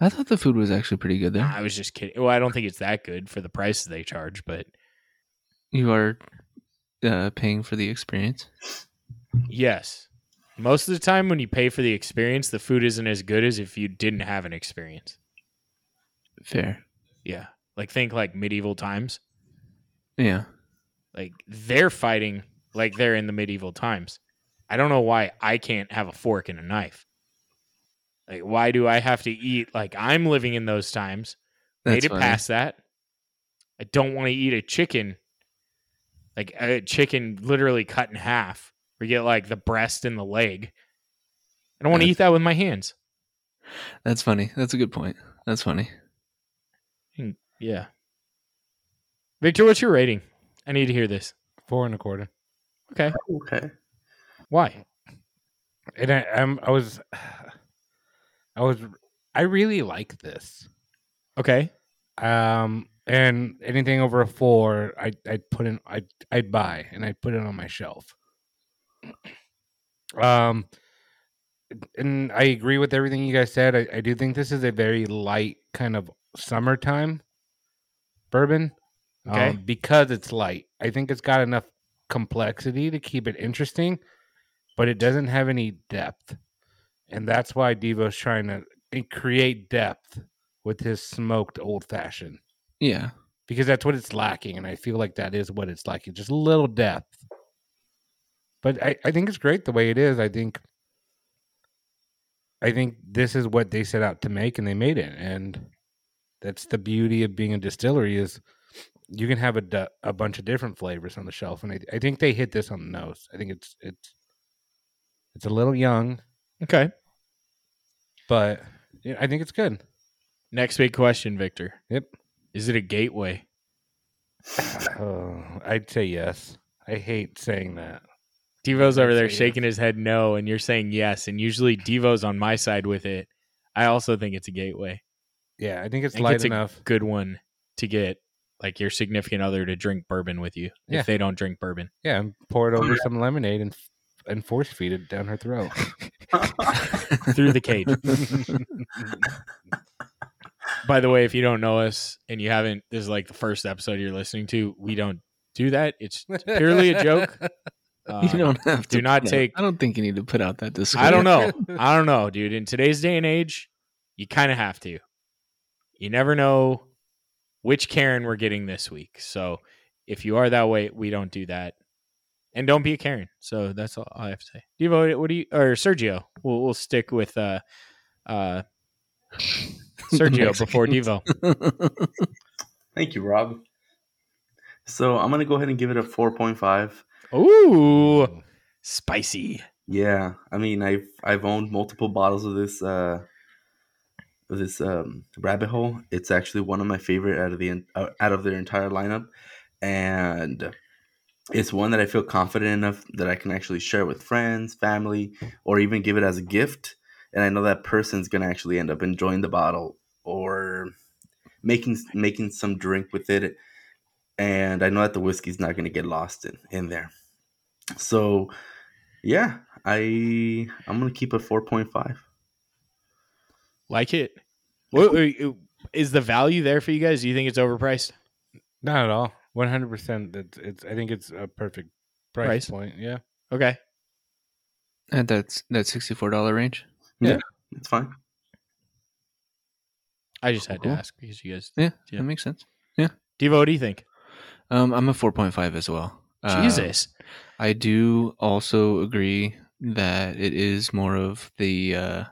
A: I thought the food was actually pretty good there.
B: I was just kidding. Well, I don't think it's that good for the prices they charge, but
A: You are uh, paying for the experience.
B: Yes. Most of the time, when you pay for the experience, the food isn't as good as if you didn't have an experience.
A: Fair.
B: Yeah. Like, think like medieval times.
A: Yeah.
B: Like, they're fighting like they're in the medieval times. I don't know why I can't have a fork and a knife. Like, why do I have to eat like I'm living in those times?
A: That's
B: Made it
A: funny.
B: past that. I don't want to eat a chicken, like a chicken literally cut in half. We get like the breast and the leg. I don't want to
A: That's-
B: eat that with my hands.
A: That's funny. That's a good point. That's funny.
B: Yeah. Victor, what's your rating? I need to hear this.
C: Four and a quarter.
B: Okay.
D: Okay.
B: Why?
C: And I, I'm I was I was I really like this.
B: Okay.
C: Um and anything over a four, I I'd put in I I'd buy and I'd put it on my shelf. Um and I agree with everything you guys said. I, I do think this is a very light kind of summertime bourbon.
B: Okay.
C: um, because it's light. I think it's got enough complexity to keep it interesting, but it doesn't have any depth. And that's why Devo's trying to eh, create depth with his smoked old fashioned
A: Yeah.
C: because that's what it's lacking. And I feel like that is what it's lacking just a little depth. But I, I think it's great the way it is. I think. I think this is what they set out to make and they made it and that's the beauty of being a distillery is you can have a, du- a bunch of different flavors on the shelf and I, I think they hit this on the nose. I think it's it's it's a little young,
B: Okay.
C: but yeah, I think it's good.
B: Next big question, Victor.
C: Yep.
B: Is it a gateway?
C: Oh, I'd say yes. I hate saying that.
B: Devo's over
C: I'd
B: there
C: say
B: shaking his head no, and you're saying yes. And usually Devo's on my side with it. I also think it's a gateway.
C: Yeah, I think it's
B: I think
C: light
B: it's a-
C: enough.
B: Good one to get like your significant other to drink bourbon with you
C: Yeah.
B: if they don't drink bourbon.
C: Yeah, and pour
B: Oh,
C: it over
D: yeah.
C: some lemonade and and force feed it down her throat.
B: Through the cage. By the way, if you don't know us and you haven't, this is like the first episode you're listening to. We don't do that. It's purely a joke. Uh,
A: you don't have to.
B: do not
A: put out-
B: take-
A: I don't think you need to put out that disclaimer.
B: I don't know. I don't know, dude. In today's day and age, you kind of have to. You never know which Karen we're getting this week. So if you are that way, we don't do that. And don't be a Karen. So that's all I have to say. Devo, what do you or Sergio? We'll we'll stick with uh uh Sergio before Devo.
D: Thank you, Rob. So I'm gonna go ahead and give it a four point five.
B: Ooh, spicy.
D: Yeah, I mean, I've I've owned multiple bottles of this uh, of this um, rabbit hole. It's actually one of my favorite out of the en- uh, out of their entire lineup, and it's one that I feel confident enough that I can actually share with friends, family, or even give it as a gift. And I know that person's gonna actually end up enjoying the bottle or making making some drink with it. And I know that the whiskey's not gonna get lost in, in there. So yeah, I I'm gonna keep it four point five.
B: Like it. What, wait, wait, is the value there for you guys? Do you think it's overpriced?
C: Not at all. One hundred percent. That it's. I think it's a perfect price,
B: Price?
C: point. Yeah.
B: Okay.
A: At that that sixty four dollar range.
D: It's fine.
B: I just had to
A: Cool.
B: ask because you guys.
A: Yeah,
B: Yeah.
A: that makes sense.
B: Devo, what do you think?
A: Um, I'm a four point five as well. Uh,
B: Jesus.
A: I do also agree that it is more of the uh,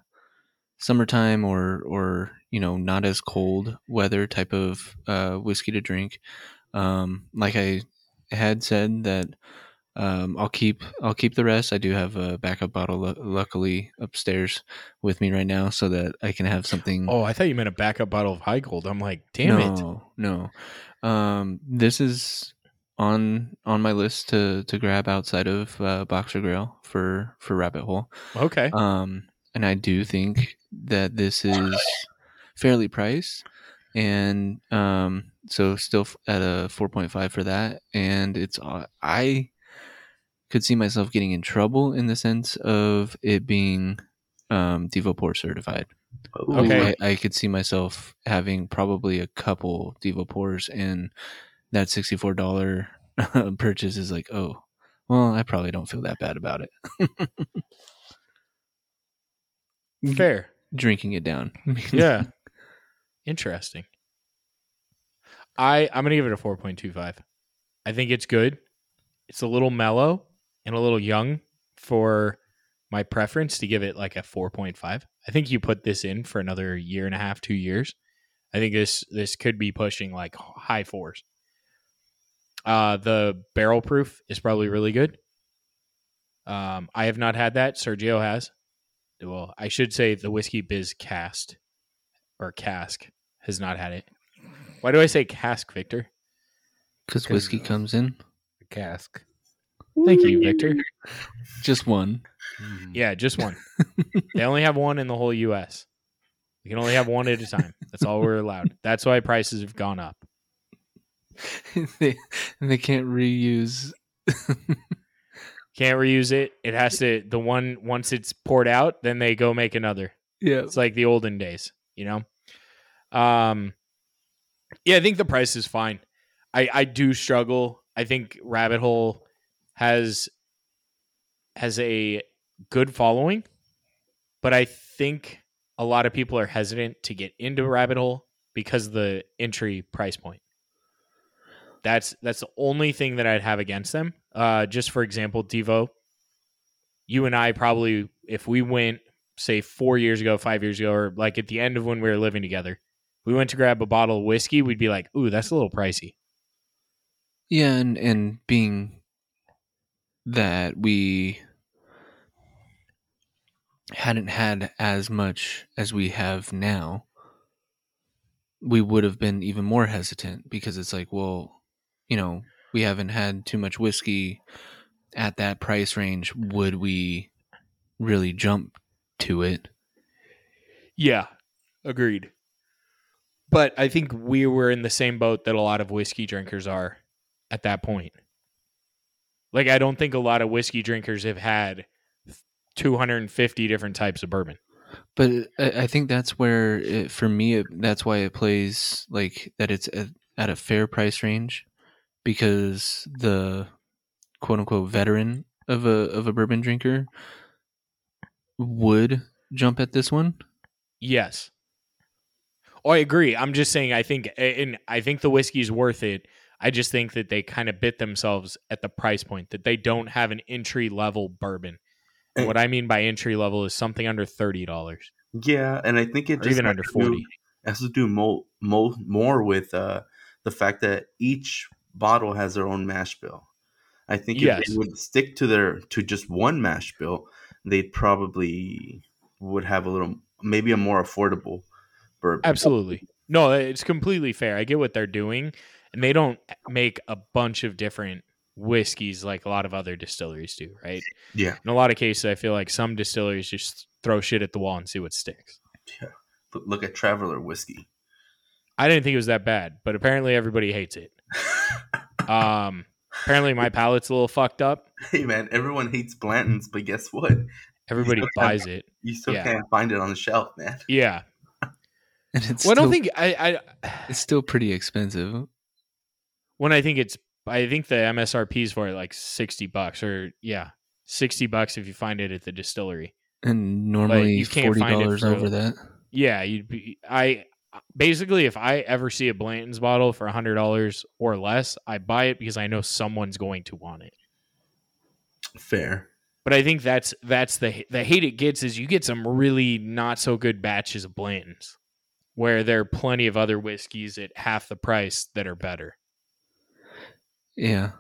A: summertime or or you know not as cold weather type of uh, whiskey to drink. Um, like I had said that um, I'll keep I'll keep the rest. I do have a backup bottle, lu- luckily upstairs with me right now, so that I can have something.
B: Oh, I thought you meant a backup bottle of high gold. I'm like, damn it.
A: no, No, Um, this is on on my list to to grab outside of uh, Boxer Grill for for Rabbit Hole.
B: Okay.
A: Um, and I do think that this is fairly priced, and um, so still f- at a four point five for that. And it's uh, I could see myself getting in trouble in the sense of it being um, DevoPort certified.
D: Ooh,
B: Okay.
A: I, I could see myself having probably a couple Devo pours, and that sixty-four dollar purchase is like, oh, well, I probably don't feel that bad about it.
B: Fair.
A: Drinking it down.
B: Yeah. Interesting. I I'm gonna give it a four point two five. I think it's good. It's a little mellow and a little young for my preference to give it like a four point five. I think you put this in for another year and a half, two years. I think this this could be pushing like high fours. Uh, the barrel proof is probably really good. Um, I have not had that. Sergio has. Well, I should say the whiskey biz cast or cask has not had it. Why do I say cask, Victor?
A: Because whiskey comes in
C: The cask.
B: Thank you, Victor.
A: just one.
C: Mm.
B: Yeah, just one. they only have one in the whole U.S. We can only have one at a time. That's all we're allowed. That's why prices have gone up.
A: they, they can't reuse.
B: Can't reuse it. It has to the one once it's poured out, then they go make another.
A: Yeah.
B: It's like the olden days, you know. Um, yeah, I think the price is fine. I I do struggle. I think Rabbit Hole has has a good following, but I think a lot of people are hesitant to get into Rabbit Hole because of the entry price point. That's that's the only thing that I'd have against them. Uh, just for example, Devo, you and I probably if we went say four years ago, five years ago, or like at the end of when we were living together, we went to grab a bottle of whiskey, we'd be like, ooh, that's a little pricey.
A: Yeah, and and being that we hadn't had as much as we have now, we would have been even more hesitant because it's like, well, you know, we haven't had too much whiskey at that price range. Would we really jump to it?
B: Yeah, agreed. But I think we were in the same boat that a lot of whiskey drinkers are at that point. Like, I don't think a lot of whiskey drinkers have had 250 different types of bourbon.
A: But I, I think that's where, it, for me, it, that's why it plays like that. It's at, at a fair price range because the quote unquote veteran of a of a bourbon drinker would jump at this one.
B: Yes. Oh, I agree. I'm just saying. I think, and I think the whiskey's worth it. I just think that they kind of bit themselves at the price point that they don't have an entry level bourbon. And what I mean by entry level is something under thirty dollars,
D: Yeah, and I think it
B: or
D: just
B: even
D: has
B: under
D: to do-
B: forty.
D: has to do mo- mo- more with uh, the fact that each bottle has their own mash bill. I think if
B: Yes.
D: they would stick to their to just one mash bill, they probably would have a little maybe a more affordable bourbon.
B: Absolutely. No, it's completely fair. I get what they're doing, and they don't make a bunch of different whiskeys like a lot of other distilleries do, right?
D: Yeah.
B: In a lot of cases, I feel like some distilleries just throw shit at the wall and see what sticks.
D: But look at Traveler whiskey.
B: I didn't think it was that bad, but apparently everybody hates it. Um, apparently my palate's a little fucked up.
D: hey man, everyone hates Blanton's, but guess what?
B: Everybody buys it.
D: You still
B: Yeah.
D: can't find it on the shelf, man.
B: Yeah.
A: And it's
B: Well,
A: still,
B: I don't think I, I
A: it's still pretty expensive.
B: when I think it's I think the MSRP is for it like sixty bucks or yeah, sixty bucks if you find it at the distillery.
A: And normally
B: you can't
A: forty
B: find it
A: dollars
B: for-
A: over that.
B: Yeah, you'd be I basically if I ever see a Blanton's bottle for hundred dollars or less, I buy it because I know someone's going to want it.
D: Fair.
B: But I think that's that's the the hate it gets is you get some really not so good batches of Blanton's where there are plenty of other whiskeys at half the price that are better.
A: Yeah.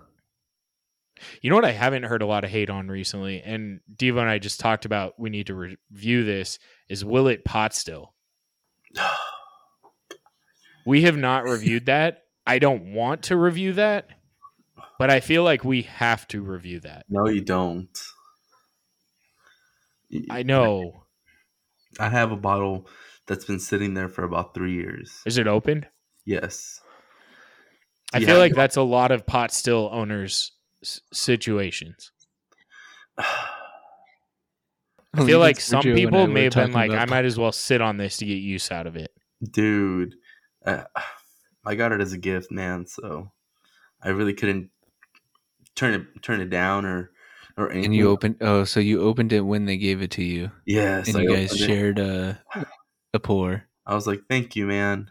B: You know what I haven't heard a lot of hate on recently, and Devo and I just talked about we need to re- review this is Will It Pot Still. We have not reviewed that. I don't want to review that, but I feel like we have to review that.
D: No, you don't.
B: I know.
D: I have a bottle that's been sitting there for about three years.
B: Is it open?
D: Yes.
B: I
D: Yeah.
B: feel like that's a lot of pot still owners s- situations. I feel like some people may have been like, I might as well sit on this to get use out of it.
D: dude uh, i got it as a gift man so i really couldn't turn it turn it down or or anything
A: And you opened. Oh, so you opened it when they gave it to you,
D: yes
A: and
D: I,
A: you guys
D: opened it.
A: shared a a pour.
D: I was like thank you man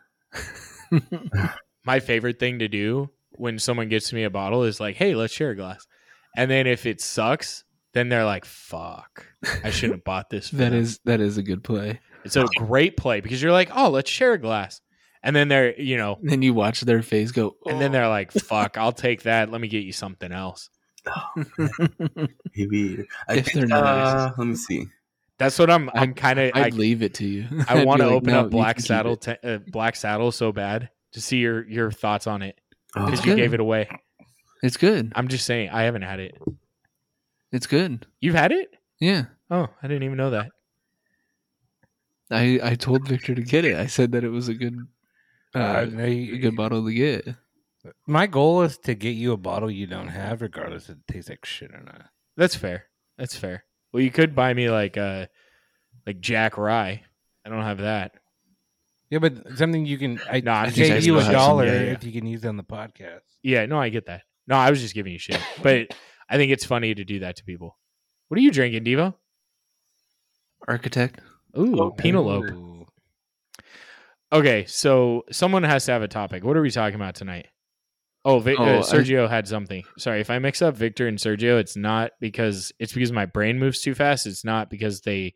B: my favorite thing to do when someone gets me a bottle is like, hey, let's share a glass. And then if it sucks, then they're like, fuck, I shouldn't have bought this. for
A: That
B: them."
A: is that is a good play.
B: it's a great play because you're like, oh, let's share a glass. And then they're, you know,
A: Then you watch their face go,
B: and then they're like, fuck, I'll take that. Let me get you something else.
D: Oh,
A: "Oh,
D: Hey, we- I
A: If
D: think,
A: they're nice.
D: uh, let me see
B: That's what I'm, I'm
A: I'd-
B: kind of,
A: I'd
B: I,
A: leave it to you.
B: I
A: I'd
B: want
A: be
B: to
A: like,
B: open
A: "No, you
B: up Black
A: can keep
B: Saddle,
A: it."
B: te- uh, Black Saddle so bad to see your, your thoughts on it
D: oh,
B: because
A: good.
B: you gave it away.
A: It's good.
B: I'm just saying, I haven't had it.
A: It's good.
B: You've had it?
A: Yeah.
B: Oh, I didn't even know that.
A: I I told Victor to get it. I said that it was a good uh,
C: Uh, no,
A: a
C: you-
A: good bottle to get.
C: My goal is to get you a bottle you don't have, regardless if it tastes like shit or not.
B: That's fair. That's fair. Well, you could buy me like uh like Jack Rye. I don't have that.
C: Yeah, but something you can. I,
B: No,
C: no,
B: I
C: I
B: think
A: I
C: gave
A: still
C: you a
A: have some.
C: dollar
B: Yeah, yeah.
C: if you can use it on the podcast.
B: Yeah, no, I get that. No, I was just giving you shit. But I think it's funny to do that to people. What are you drinking, Devo?
A: Architect.
B: Ooh,
C: Oh,
B: Penelope.
C: Ooh.
B: Okay, so someone has to have a topic. What are we talking about tonight? Oh, Vi-
A: Oh, I-
B: uh, Sergio had something. Sorry, if I mix up Victor and Sergio, it's not because it's because my brain moves too fast. It's not because they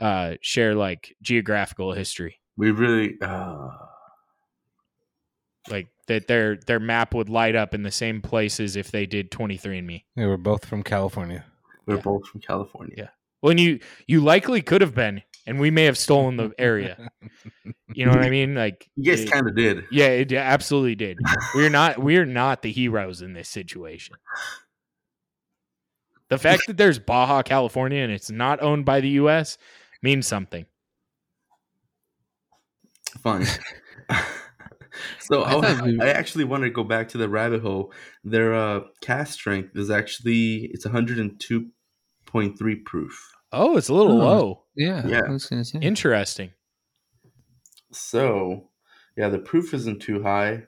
B: uh, share like geographical history.
D: we really uh,
B: like that their their map would light up in the same places if they did 23andme
C: They were both from California.
D: we're
B: Yeah.
D: both from california
B: Yeah. well and you you likely could have been and we may have stolen the area you know what i mean like
D: you guys
B: it-
D: kind of did
B: yeah it absolutely did we're not we're not the heroes in this situation the fact that there's baja california and it's not owned by the us means something
D: fun so
A: I
D: I, was-
A: thought we-
D: I actually want to go back to the rabbit hole their uh, cast strength is actually it's 102.3 proof
B: oh it's a little
A: Oh.
B: low
A: Yeah.
D: Yeah.
A: I was gonna say.
B: interesting
D: So, yeah, the proof isn't too high.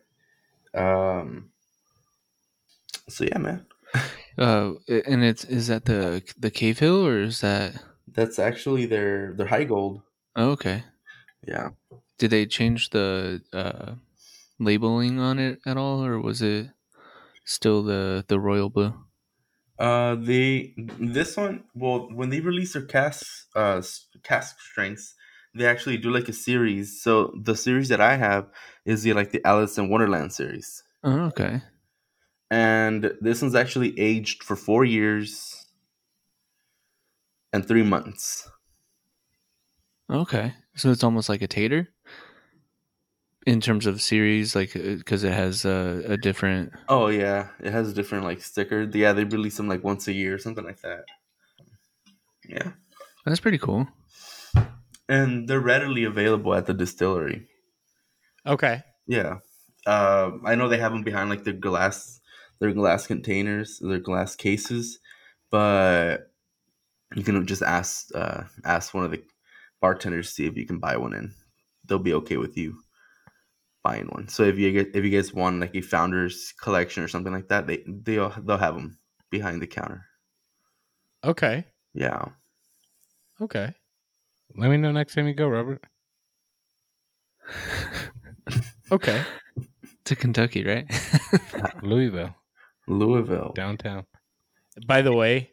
D: Um, so yeah, man,
A: Uh, and it's is that the the cave hill or is that
D: that's actually their their high gold.
A: oh, okay?
D: Yeah,
A: Did they change the uh, labeling on it at all, or was it still the the royal blue?
D: Uh, they this one well when they release their cask uh s- cask strengths, they actually do like a series. So the series that I have is the like the Alice in Wonderland series,
A: Oh, okay.
D: and this one's actually aged for four years and three months.
A: Okay. So it's almost like a tater in terms of series, like because it has uh, a, a different.
D: Oh yeah, it has a different like sticker. Yeah, they release them like once a year or something like that. Yeah,
A: That's pretty cool.
D: and they're readily available at the distillery.
B: Okay.
D: Yeah, uh, I know they have them behind like their glass, their glass containers, their glass cases, but you can just ask uh, ask one of the bartenders to see if you can buy one in. They'll be okay with you buying one. So if you get if you guys want like a founder's collection or something like that, they they'll they'll have them behind the counter.
B: Okay.
D: Yeah.
B: Okay.
C: Let me know next time you go, Robert.
B: Okay.
A: to Kentucky, right?
C: Louisville,
D: Louisville.
C: downtown.
B: By the way,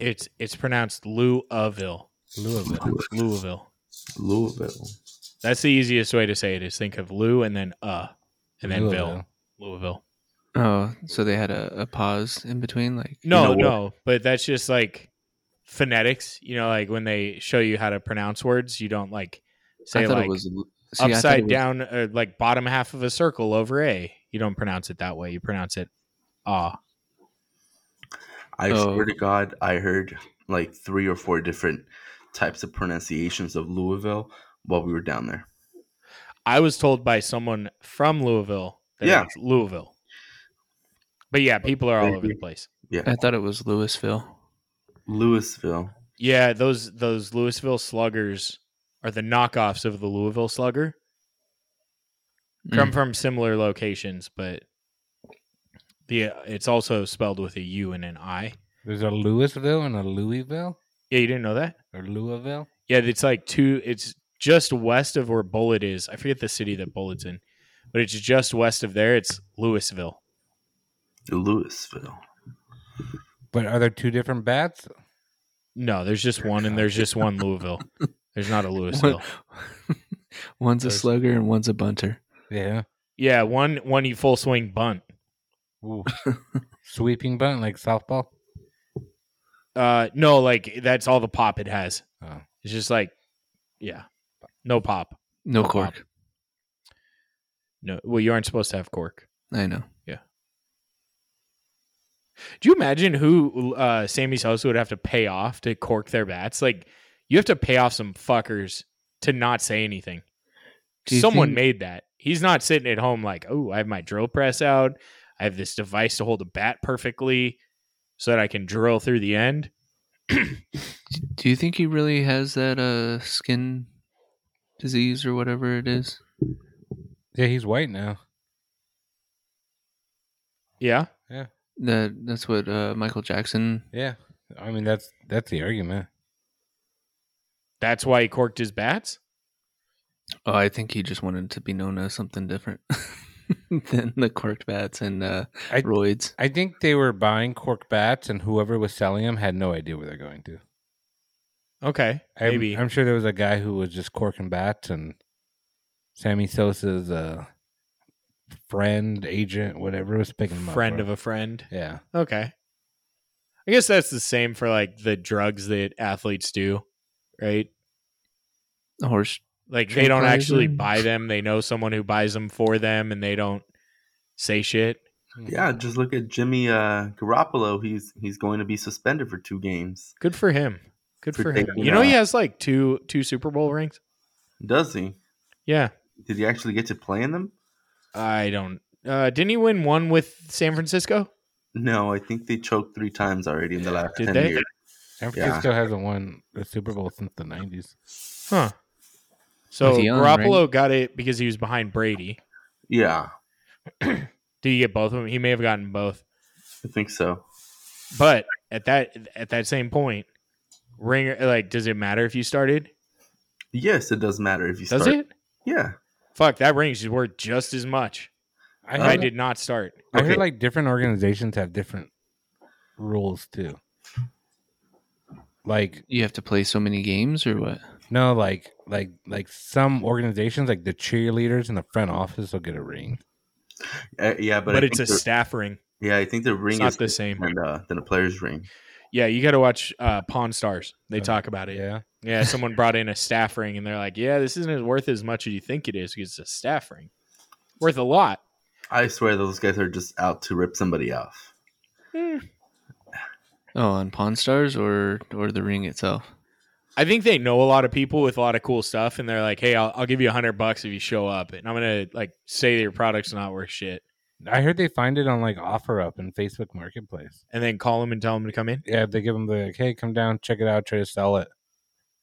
B: it's it's pronounced Louisville.
C: Louisville.
B: Louisville.
D: Louisville.
B: That's the easiest way to say it is think of Lou and then uh and then Ville. Louisville.
A: Oh, so they had a, a pause in between, like
B: No,
D: know what-
B: no, but that's just like phonetics. You know, like when they show you how to pronounce words, you don't like say
A: I thought
B: like
A: it was see, I thought it
B: upside
A: was-
B: down or like bottom half of a circle over a. You don't pronounce it that way. You pronounce it ah.
D: I
A: Oh.
D: swear to God, I heard like three or four different types of pronunciations of Louisville while we were down there.
B: I was told by someone from Louisville that
D: Yeah.
B: it's Louisville. But yeah, people are all over the
D: Maybe.
B: place.
A: I thought it was Louisville.
D: Louisville.
B: Yeah, those those Louisville sluggers are the knockoffs of the Louisville slugger. Come from similar locations, but the it's also spelled with a U and an I.
C: There's a Louisville and a Louisville
B: Yeah, you didn't know that?
C: or Louisville.
B: Yeah, it's like two. It's just west of where Bullet is. I forget the city that Bullet's in, but it's just west of there. It's Louisville.
D: Louisville.
C: But are there two different bats?
B: No, there's just one, and there's just one Louisville. There's not a Louisville.
A: One- one's a
B: There's-
A: slugger and one's a bunter.
C: Yeah.
B: Yeah, one one you full swing bunt.
C: Ooh. Sweeping bunt like softball.
B: Uh, no, like that's all the pop it has.
C: Oh.
B: It's just like, yeah, no pop.
A: No
B: No
A: cork.
B: No, well, you aren't supposed to have cork.
A: I know.
B: Do you imagine who uh, Sammy Sosa would have to pay off to cork their bats? Like, you have to pay off some fuckers to not say anything.
A: Do you
B: Someone
A: think-
B: made that. He's not sitting at home like, oh, I have my drill press out. I have this device to hold a bat perfectly so that I can drill through the end.
A: Do you think he really has that uh skin disease or whatever it is?
C: Yeah, he's white now.
B: Yeah.
A: That that's what uh, Michael Jackson.
C: Yeah. I mean that's that's the argument.
B: That's why he corked his bats.
A: Oh, I think he just wanted to be known as something different than the corked bats and uh,
C: I-
A: roids.
C: I think they were buying cork bats and whoever was selling them had no idea where they're going to.
B: Okay.
C: I'm,
B: Maybe.
C: I'm sure there was a guy who was just corking bats and Sammy Sosa's uh, friend, agent, whatever was picking him up.
B: friend of a friend.
C: Yeah.
B: Okay. I guess that's the same for like the drugs that athletes do, right?
A: Horse.
B: Like they don't actually
A: Tranquilizer.
B: buy them. They know someone who buys them for them and they don't say shit.
D: Yeah, just look at Jimmy uh, Garoppolo. He's he's going to be suspended for two games.
B: Good for him. Good
D: For
B: for him.
D: taking
B: You know he
D: that.
B: has like two two Super Bowl rings?
D: Does he?
B: Yeah.
D: Did he actually get to play in them?
B: I don't uh didn't he win one with San Francisco?
D: No, I think they choked three times already in the last
B: Did
D: ten
B: they?
D: years.
C: San
D: Yeah.
C: Francisco hasn't won the Super Bowl since the 90s.
B: Huh. So
A: With Young,
B: Garoppolo got it because he was behind Brady.
D: Yeah,
B: Did he get both of them? He may have gotten both.
D: I think so.
B: But at that at that same point, ringer like, does it matter if you started?
D: Yes, it does matter if you
B: Does
D: start.
B: it?
D: Yeah,
B: Fuck, that range is worth just as much.
C: I,
B: I
C: heard-
B: did not start.
C: I heard
D: Okay.
C: like different organizations have different rules too. Like
A: You have to play so many games or what?
C: no, like like like some organizations, like the cheerleaders in the front office will get a ring.
D: Uh, yeah, but,
B: But,
D: I
B: it's a
D: think the-
B: staff ring.
D: yeah. I think the
B: It's
D: ring
B: not
D: is
B: the same.
D: than, uh, than a player's ring.
B: Yeah, you got to watch uh, Pawn Stars. They
C: Oh,
B: talk about it. Yeah.
C: Yeah,
B: someone brought in a staff ring, and they're like, "Yeah, this isn't as worth as much as you think it is because it's a staff ring, worth a lot."
D: I swear those guys are just out to rip somebody off.
A: Oh, on Pawn Stars or or the ring itself?
B: I think they know a lot of people with a lot of cool stuff, and they're like, "Hey, I'll, I'll give you a hundred bucks if you show up," and I'm gonna like say that your product's not worth shit,
C: I heard they find it on like OfferUp and Facebook Marketplace.
B: and then call them and tell them to come in.
C: Yeah, they give them the like, hey, come down, check it out, try to sell it.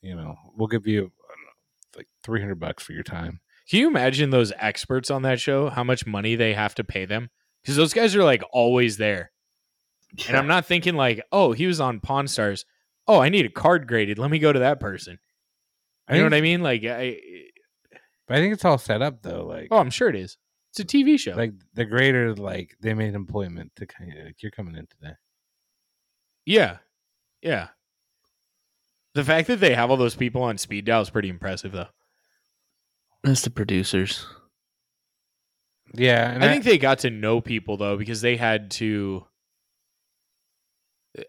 C: You know, we'll give you I don't know, like three hundred bucks for your time.
B: Can you imagine those experts on that show? How much money they have to pay them? Because those guys are like always there. And I'm not thinking like, oh, he was on Pawn Stars. Oh, I need a card graded. Let me go to that person. You know
C: think-
B: what I mean? Like, I eh,
C: But I think it's all set up though. Like
B: oh, I'm sure it is. It's a TV show.
C: like the grader, like they made employment to kind of like, you're coming in today.
B: yeah, yeah. The fact that they have all those people on speed dial is pretty impressive, though.
A: That's the producers.
C: Yeah, and
B: I think they got to know people though because they had to.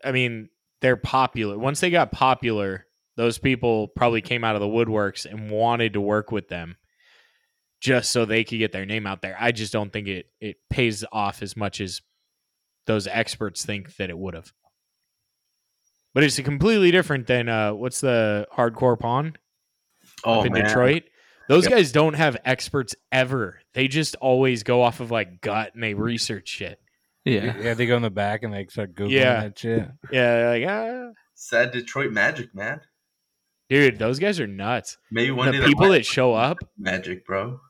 B: I mean, they're popular. Once they got popular, those people probably came out of the woodworks and wanted to work with them, just so they could get their name out there. I just don't think it it pays off as much as those experts think that it would have. But it's completely different than uh, what's the hardcore pawn?
D: oh,
B: up in
D: man.
B: Detroit. Those
D: Yeah.
B: guys don't have experts ever. They just always go off of like gut and they research shit.
A: Yeah.
C: yeah, they go in the back and like start googling
B: Yeah.
C: that shit.
B: Yeah, like ah.
D: Sad Detroit magic, man.
B: dude, those guys are nuts.
D: Maybe one day
B: the
D: the
B: people
D: white
B: that show up,
D: magic, bro.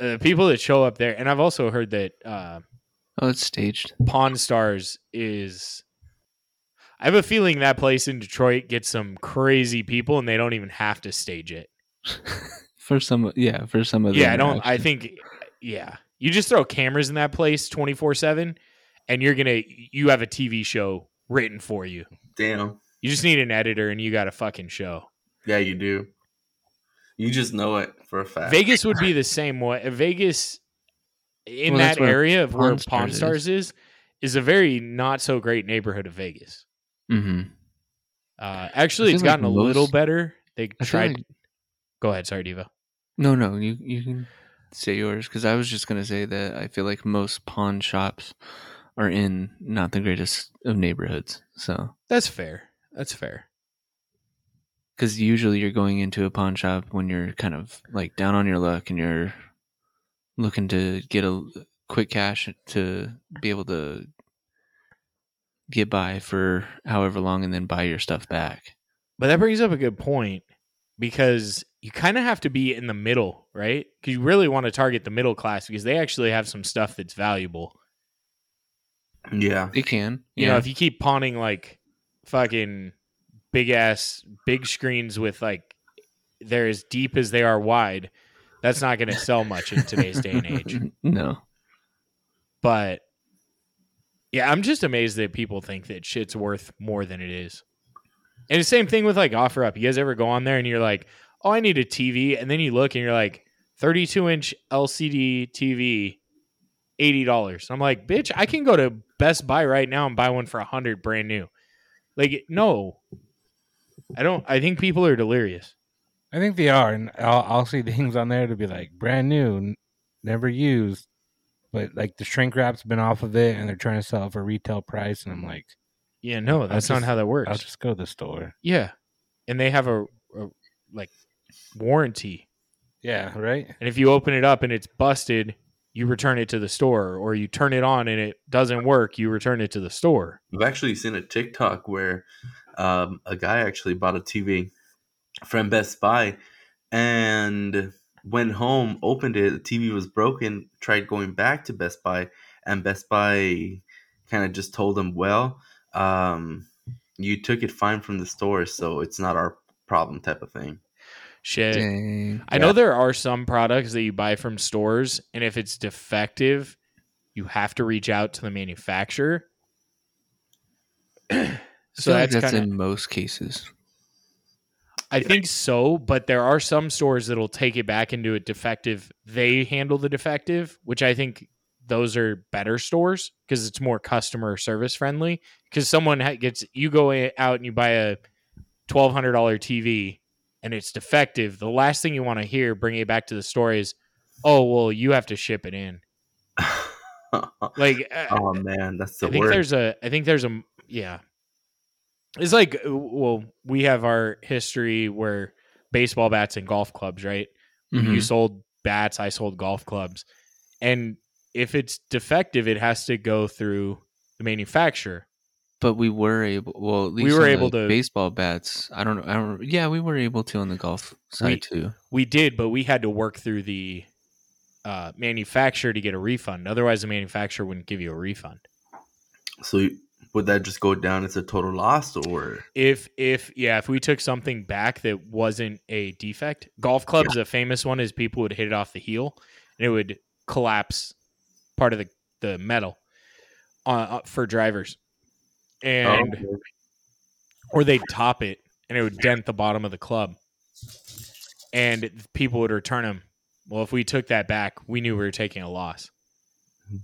B: uh, the people that show up there, and I've also heard that uh,
A: Oh, it's staged.
B: Pawn Stars is. I have a feeling that place in Detroit gets some crazy people, and they don't even have to stage it.
A: For some, yeah, for some of
B: yeah, I
A: them,
B: don't. I
A: actually.
B: think, yeah, you just throw cameras in that place twenty four seven, and you're gonna you have a TV show written for you.
D: Damn.
B: You just need an editor and you got a fucking show.
D: Yeah, you do. You just know it for a fact.
B: Vegas would be the same way. Vegas in
A: Well, that's
B: that
A: where
B: area of where
A: Pawn Stars
B: Pawn Stars is is a very not so great neighborhood of Vegas.
A: Mhm.
B: Uh, actually,
A: feel
B: it's
A: like
B: gotten a little
A: most-
B: better. They
A: I feel
B: tried.
A: like-
B: Go ahead, sorry, Diva.
A: No, no, you you can say yours because I was just gonna say that I feel like most pawn shops are in not the greatest of neighborhoods. So
B: That's fair. That's fair.
A: because usually you're going into a pawn shop when you're kind of like down on your luck and you're looking to get a quick cash to be able to get by for however long and then buy your stuff back.
B: But that brings up a good point because you kind of have to be in the middle, right? Because you really want to target the middle class because they actually have some stuff that's valuable.
D: Yeah.
A: You can,
B: You know, if you keep pawning like fucking big ass big screens with like they're as deep as they are wide, that's not going to sell much in today's day and age.
A: no,
B: But yeah, I'm just amazed that people think that shit's worth more than it is. And the same thing with like offer up. You guys ever go on there and you're like, "Oh, I need a TV," and then you look and you're like, "32 inch LCD TV, eighty dollars." I'm like, "Bitch, I can go to Best Buy right now and buy one for a hundred brand new." Like, no, I don't. I think people are delirious.
C: I think they are, and I'll, I'll see things on there to be like brand new, n- never used, but like the shrink wrap's been off of it, and they're trying to sell it for retail price, and I'm like,
B: Yeah, no, that's not
C: just-
B: how that works.
C: I'll just go to the store.
B: yeah, and they have a, a like warranty.
C: Yeah, right.
B: And if you open it up and it's busted, you return it to the store, or you turn it on and it doesn't work, you return it to the store.
D: I've actually seen a TikTok where um, a guy actually bought a TV from Best Buy and went home, opened it, the TV was broken, tried going back to Best Buy, and Best Buy kind of just told him, well, um, you took it fine from the store, so it's not our problem type of thing.
B: shit.
A: Dang.
B: I know there are some products that you buy from stores, and if it's defective, you have to reach out to the manufacturer.
A: I
B: so
A: feel like
B: that's,
A: that's
B: kind of,
A: in most cases.
B: I think so, but there are some stores that'll take it back into a defective. They handle the defective, which I think those are better stores because it's more customer service friendly. Because someone ha- gets you go i- out and you buy a twelve hundred dollar TV and it's defective. The last thing you want to hear bringing it back to the store is, "Oh well, you have to ship it in." Like uh,
D: oh man, that's the
B: I think
D: word.
B: there's a. I think there's a. Yeah, it's like uh, well, we have our history where baseball bats and golf clubs, right?
D: Mm-hmm.
B: You
A: Mhm.
B: sold bats, I sold golf clubs, and if it's defective, it has to go through the manufacturer.
A: But we were able. Well, at
B: We
A: least
B: were
A: on
B: able
A: the
B: to-
A: baseball bats. I don't know. I don't, yeah, we were able to on the golf side
B: We-
A: too.
B: We did, but we had to work through the uh, manufacturer to get a refund. Otherwise, the manufacturer wouldn't give you a refund.
D: So you- would that just go down as a total loss, or
B: if if yeah if we took something back that wasn't a defect golf clubs a famous one is people would hit it off the heel and it would collapse part of the the metal uh, for drivers and
D: Oh,
B: or they'd top it and it would dent the bottom of the club and people would return them well if we took that back we knew we were taking a loss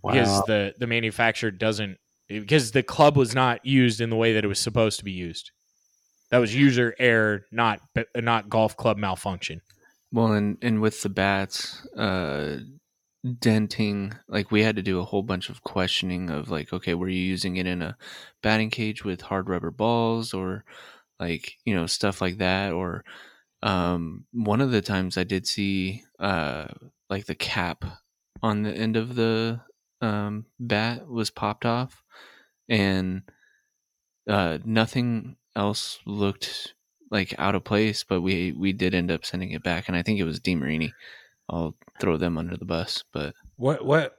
B: because
D: wow.
B: the the manufacturer doesn't because the club was not used in the way that it was supposed to be used. That was user error, not but- not golf club malfunction.
A: Well, and and with the bats, uh, denting, like we had to do a whole bunch of questioning of like, okay, were you using it in a batting cage with hard rubber balls or like you know stuff like that? Or um, one of the times I did see uh, like the cap on the end of the um, bat was popped off, and uh, nothing else looked like out of place, but we we did end up sending it back, and I think it was DeMarini. I'll throw them under the bus, but
C: What? What?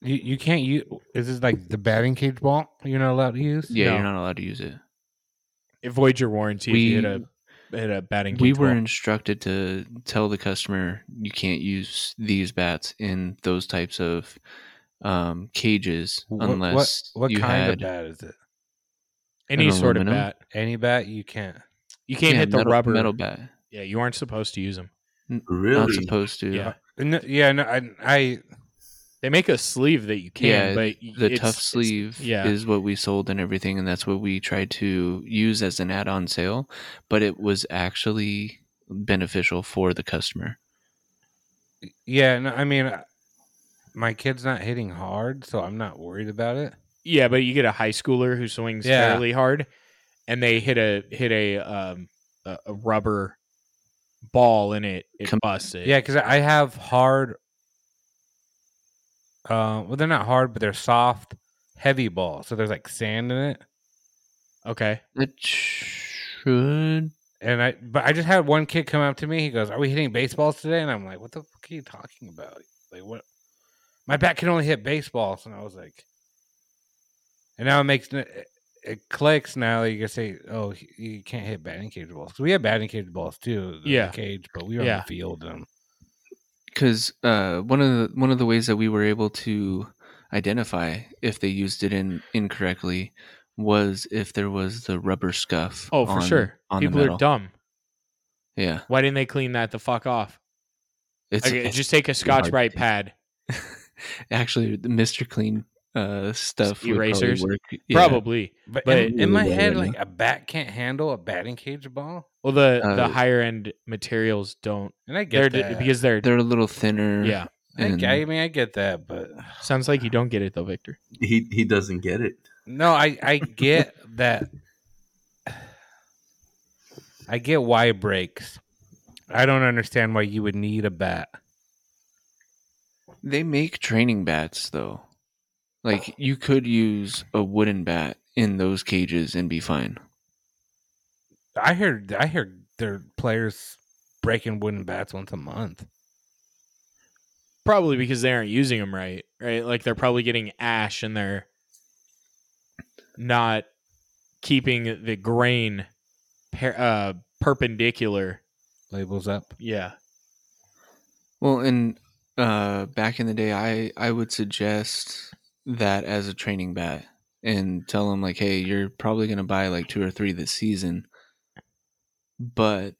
C: You, you can't use. Is this like the batting cage ball? You're not allowed to use.
A: yeah, you're
B: No.
A: not allowed to use it.
B: It void your warranty
A: We-
B: if you hit a hit a batting.
A: We
B: cage
A: were
B: ball.
A: instructed to tell the customer you can't use these bats in those types of um, cages
C: Wh- what-
A: unless
C: what, what
A: you
C: kind
A: had
C: of bat is it?
B: any
A: an
B: sort of
A: aluminum.
B: bat.
C: Any bat you can't.
B: You can't
A: yeah,
B: hit the
A: metal,
B: rubber.
A: metal bat.
B: Yeah, you aren't supposed to use them.
A: Not
D: really?
A: supposed to.
B: Yeah.
C: No, yeah, no, I, I
B: They make a sleeve that you can,
A: Yeah,
B: but y-
A: the
B: it's-
A: tough
B: it's-
A: sleeve
B: yeah.
A: is what we sold and everything and that's what we tried to use as an add-on sale but it was actually beneficial for the customer
C: yeah, no, I mean, I- my kid's not hitting hard, so I'm not worried about it.
B: Yeah, but you get a high schooler who swings
C: Yeah.
B: fairly hard, and they hit a hit a um a, a rubber ball and it. It
A: Com-
B: busts it.
C: Yeah, because I have hard. Uh, well, they're not hard, but they're soft, heavy balls. So there's like sand in it,
B: Okay.
A: it should
C: and I. But I just had one kid come up to me. He goes, "Are we hitting baseballs today?" And I'm like, "What the fuck are you talking about? Like what? My bat can only hit baseballs." And I was like, and now it makes n- it, it clicks. Now you can say, "Oh, he- you can't hit batting cage balls." 'Cause we have batting cage balls too. the
B: Yeah.
C: cage, but we were on
B: Yeah.
C: the field um, and
A: because uh, one of the one of the ways that we were able to identify if they used it in incorrectly was if there was the rubber scuff
B: Oh, for
A: on-
B: sure.
A: on
B: People
A: the
B: are
A: metal.
B: dumb.
A: yeah
B: Why didn't they clean that the fuck off?
A: it's
B: Okay, just take a Scotch
A: hard
B: Brite
A: to-
B: pad.
A: actually the mr clean uh stuff would probably
B: Erasers?
A: work. Yeah.
B: Probably.
C: But,
B: But-
C: in, in my
D: Yeah,
C: head,
D: yeah.
C: like a bat can't handle a batting cage ball,
B: Well, the the
A: Uh,
B: higher end materials don't.
C: and I
B: They're
C: get
B: d-
C: that.
B: because they're
A: they're a little thinner
B: yeah.
C: I,
A: and-
C: g- I mean, I get that, but
B: Sounds like you don't get it though, Victor.
D: He he doesn't get it.
C: no, I I get that. I get why it breaks. I don't understand why you would need a bat.
A: They make training bats though. Like you could use a wooden bat in those cages and be fine.
C: I heard I heard their players breaking wooden bats once a month.
B: Probably because they aren't using them right, right? Like they're probably getting ash and they're not keeping the grain per, uh, perpendicular
C: labels up.
B: Yeah.
A: Well, and uh, back in the day, I I would suggest that as a training bat and tell them like, hey, you're probably gonna buy like two or three this season, but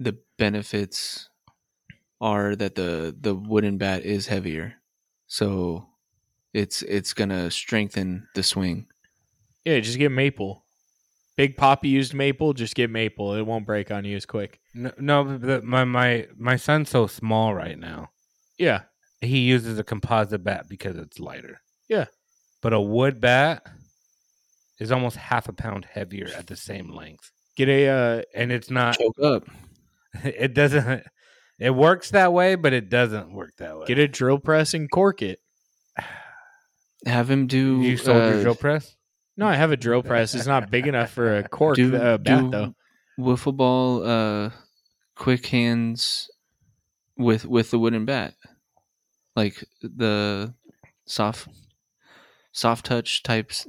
A: the benefits are that the the wooden bat is heavier, so it's it's gonna strengthen the swing.
B: Yeah, just get maple. Big Poppy used maple, just get maple. It won't break on you as quick.
C: No, no but the, my my my son's so small right now.
B: Yeah.
C: He uses a composite bat because it's lighter.
B: Yeah.
C: but a wood bat is almost half a pound heavier at the same length,
B: Get a uh
C: and it's not.
A: Choke up.
C: It doesn't. It works that way, but it doesn't work that way.
B: get a drill press and cork it.
A: Have him do
C: You sold your
A: uh,
C: drill press.
B: No, I have a drill press. It's not big enough for a cork
A: do,
B: uh, bat
A: do
B: though.
A: wiffle ball uh quick hands with with the wooden bat like the soft soft touch types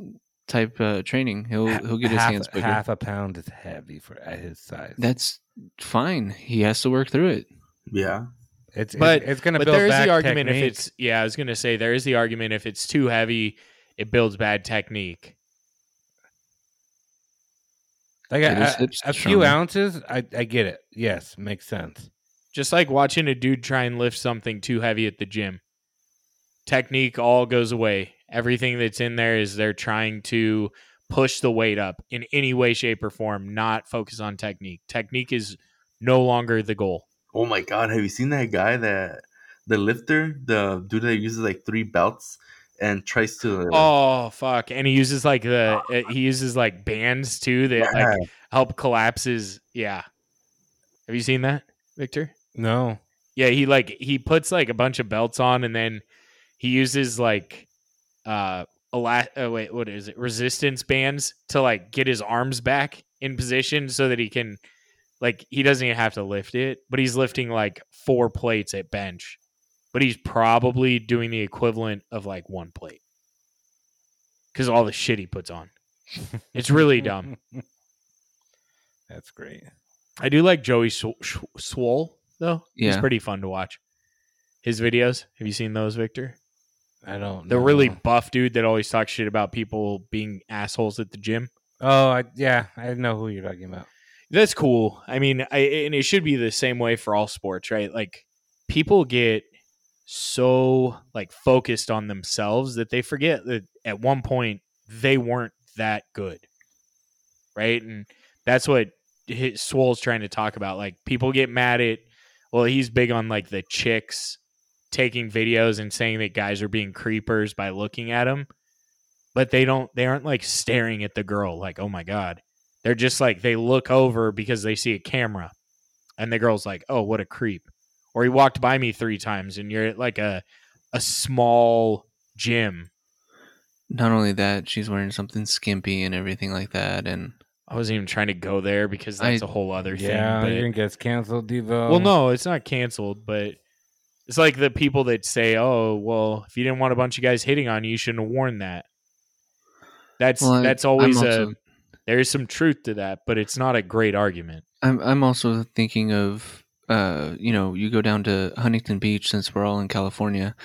A: type uh training he'll he'll get his
C: half,
A: hands quicker
C: Half a pound is heavy for at his size.
A: that's fine he has to work through it
D: Yeah.
C: it's
B: But-
C: it's, it's going to
B: But
C: build
B: there is
C: back
B: the argument
C: technique.
B: if it's yeah, I was gonna say there is the argument if it's too heavy, it builds bad technique.
C: like
A: Get
C: a,
A: his
C: a-
A: hips
C: a few
A: stronger.
C: ounces. I I get it. Yes, makes sense.
B: Just like watching a dude try and lift something too heavy at the gym. Technique all goes away. Everything that's in there is they're trying to push the weight up in any way, shape, or form, not focus on technique. Technique is no longer the goal.
D: Oh my god, have you seen that guy that the lifter, the dude that uses like three belts and tries to
B: Oh fuck! And he uses like the uh, he uses like bands too that like help collapse his yeah. Have you seen that, Victor?
C: No,
B: Yeah, he like he puts like a bunch of belts on and then he uses like uh ela- oh, wait, what is it? Resistance bands to like get his arms back in position so that he can like he doesn't even have to lift it, but he's lifting like four plates at bench. But he's probably doing the equivalent of like one plate. Cuz all the shit he puts on. It's really dumb.
C: That's great.
B: I do like Joey Sw- Sh- Swole though. He's
A: Yeah.
B: pretty fun to watch. His videos, have you seen those, Victor?
C: I don't.
B: The
C: know.
B: really buff dude that always talks shit about people being assholes at the gym.
C: Oh, I, yeah. I know who you're talking about.
B: That's cool. I mean, I and it should be the same way for all sports, right? Like people get so like focused on themselves that they forget that at one point they weren't that good. Right? And that's what his, Swole's trying to talk about. Like people get mad at well, he's big on like the chicks taking videos and saying that guys are being creepers by looking at them, but they don't they aren't like staring at the girl like, "Oh my god." They're just like they look over because they see a camera, and the girl's like, "Oh, what a creep!" Or he walked by me three times, and you're at like a a small gym.
A: not only that she's wearing something skimpy and everything like that and
B: I wasn't even trying to go there because
A: I-
B: that's a whole other
C: Yeah,
B: thing.
C: you're
B: but-
C: gonna get us canceled, Devo.
B: Well, no, it's not canceled, but it's like the people that say, "Oh, well, if you didn't want a bunch of guys hitting on you, you shouldn't have worn that." That's
A: Well, I-
B: that's always
A: I'm
B: a there is some truth to that, but it's not a great argument.
A: I'm I'm also thinking of uh you know you go down to Huntington Beach since we're all in California,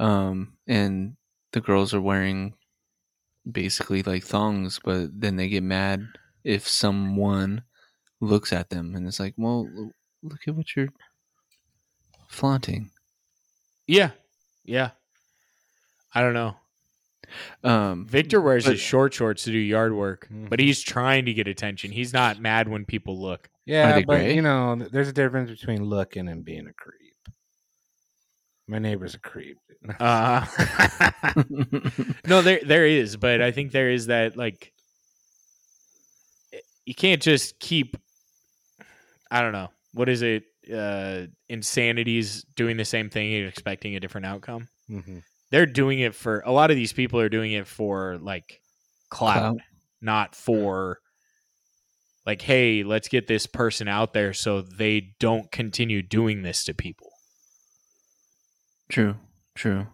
A: um and the girls are wearing basically like thongs, but then they get mad if someone looks at them and it's like, well, l- look at what you're flaunting.
B: Yeah, yeah. I don't know.
A: Um,
B: Victor wears
A: But-
B: his short shorts to do yard work,
C: Mhm.
B: but he's trying to get attention. He's not mad when people look.
A: Are
C: Yeah,
A: they
C: but
A: gray?
C: you know, th- there's a difference between looking and being a creep. My neighbor's a creep.
B: Uh, no, there there is, but I think there is that like eh, you can't just keep. I don't know what is it. Uh, insanities doing the same thing and expecting a different outcome.
C: Mhm.
B: They're doing it for a lot of these people are doing it for like clout.
A: clout.
B: not for like hey let's get this person out there so they don't continue doing this to people
A: True, true.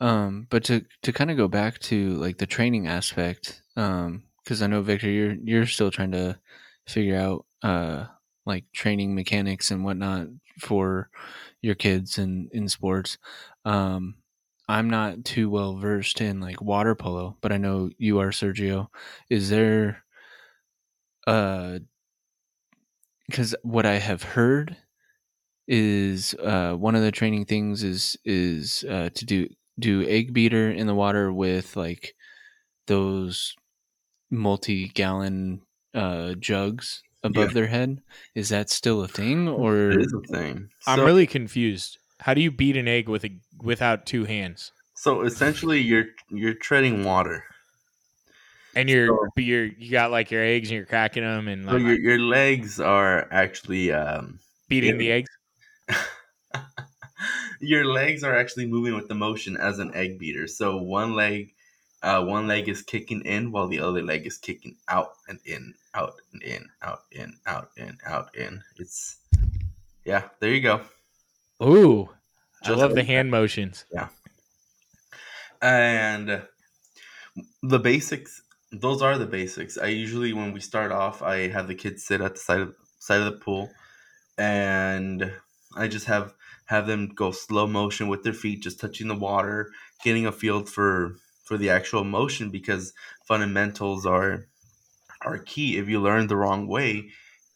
A: Um, but to to kind of go back to like the training aspect, um, because I know Victor, you're you're still trying to figure out uh like training mechanics and whatnot for your kids and in sports. Um, I'm not too well versed in like water polo, but I know you are, Sergio. Is there, uh, because what I have heard is uh, one of the training things is is uh, to do do egg beater in the water with like those multi gallon uh, jugs above
D: Yeah.
A: their head. Is that still a thing, or
D: It is a thing.
B: I'm
D: So-
B: really confused. How do you beat an egg with a without two hands?
D: So essentially, you're you're treading water.
B: And you're
D: So-
B: but you're you got like your eggs and you're cracking them and
D: So
B: like,
D: your your legs are actually um,
B: beating
D: yeah.
B: the eggs.
D: your legs are actually moving with the motion as an egg beater. So one leg, uh, one leg is kicking in while the other leg is kicking out and in, out and in, out in, out in, out in. It's yeah. There you go.
B: Ooh, I
D: Just
B: love the
D: like
B: hand motions.
D: and the basics those are the basics i usually when we start off i have the kids sit at the side of side of the pool and i just have have them go slow motion with their feet just touching the water getting a feel for for the actual motion because fundamentals are are key if you learn the wrong way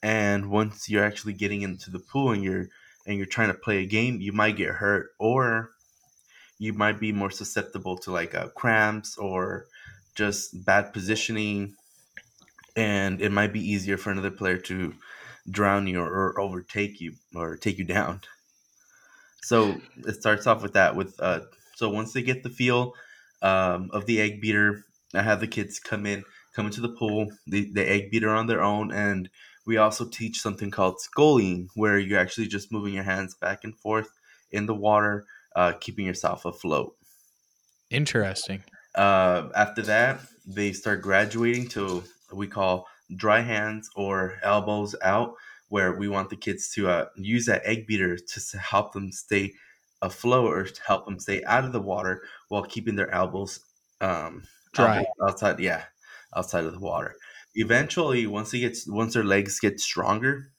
D: and once you're actually getting into the pool and you're and you're trying to play a game you might get hurt or you might be more susceptible to like uh, cramps or just bad positioning and it might be easier for another player to drown you or, or overtake you or take you down so it starts off with that with uh, so once they get the feel um, of the egg beater i have the kids come in come into the pool the, the egg beater on their own and we also teach something called sculling where you're actually just moving your hands back and forth in the water uh, keeping yourself afloat.
B: Interesting.
D: Uh, after that, they start graduating to what we call dry hands or elbows out, where we want the kids to uh, use that egg beater to s- help them stay afloat or to help them stay out of the water while keeping their elbows um,
B: Dry.
D: elbows outside. Yeah, outside of the water. Eventually, once it gets once their legs get stronger,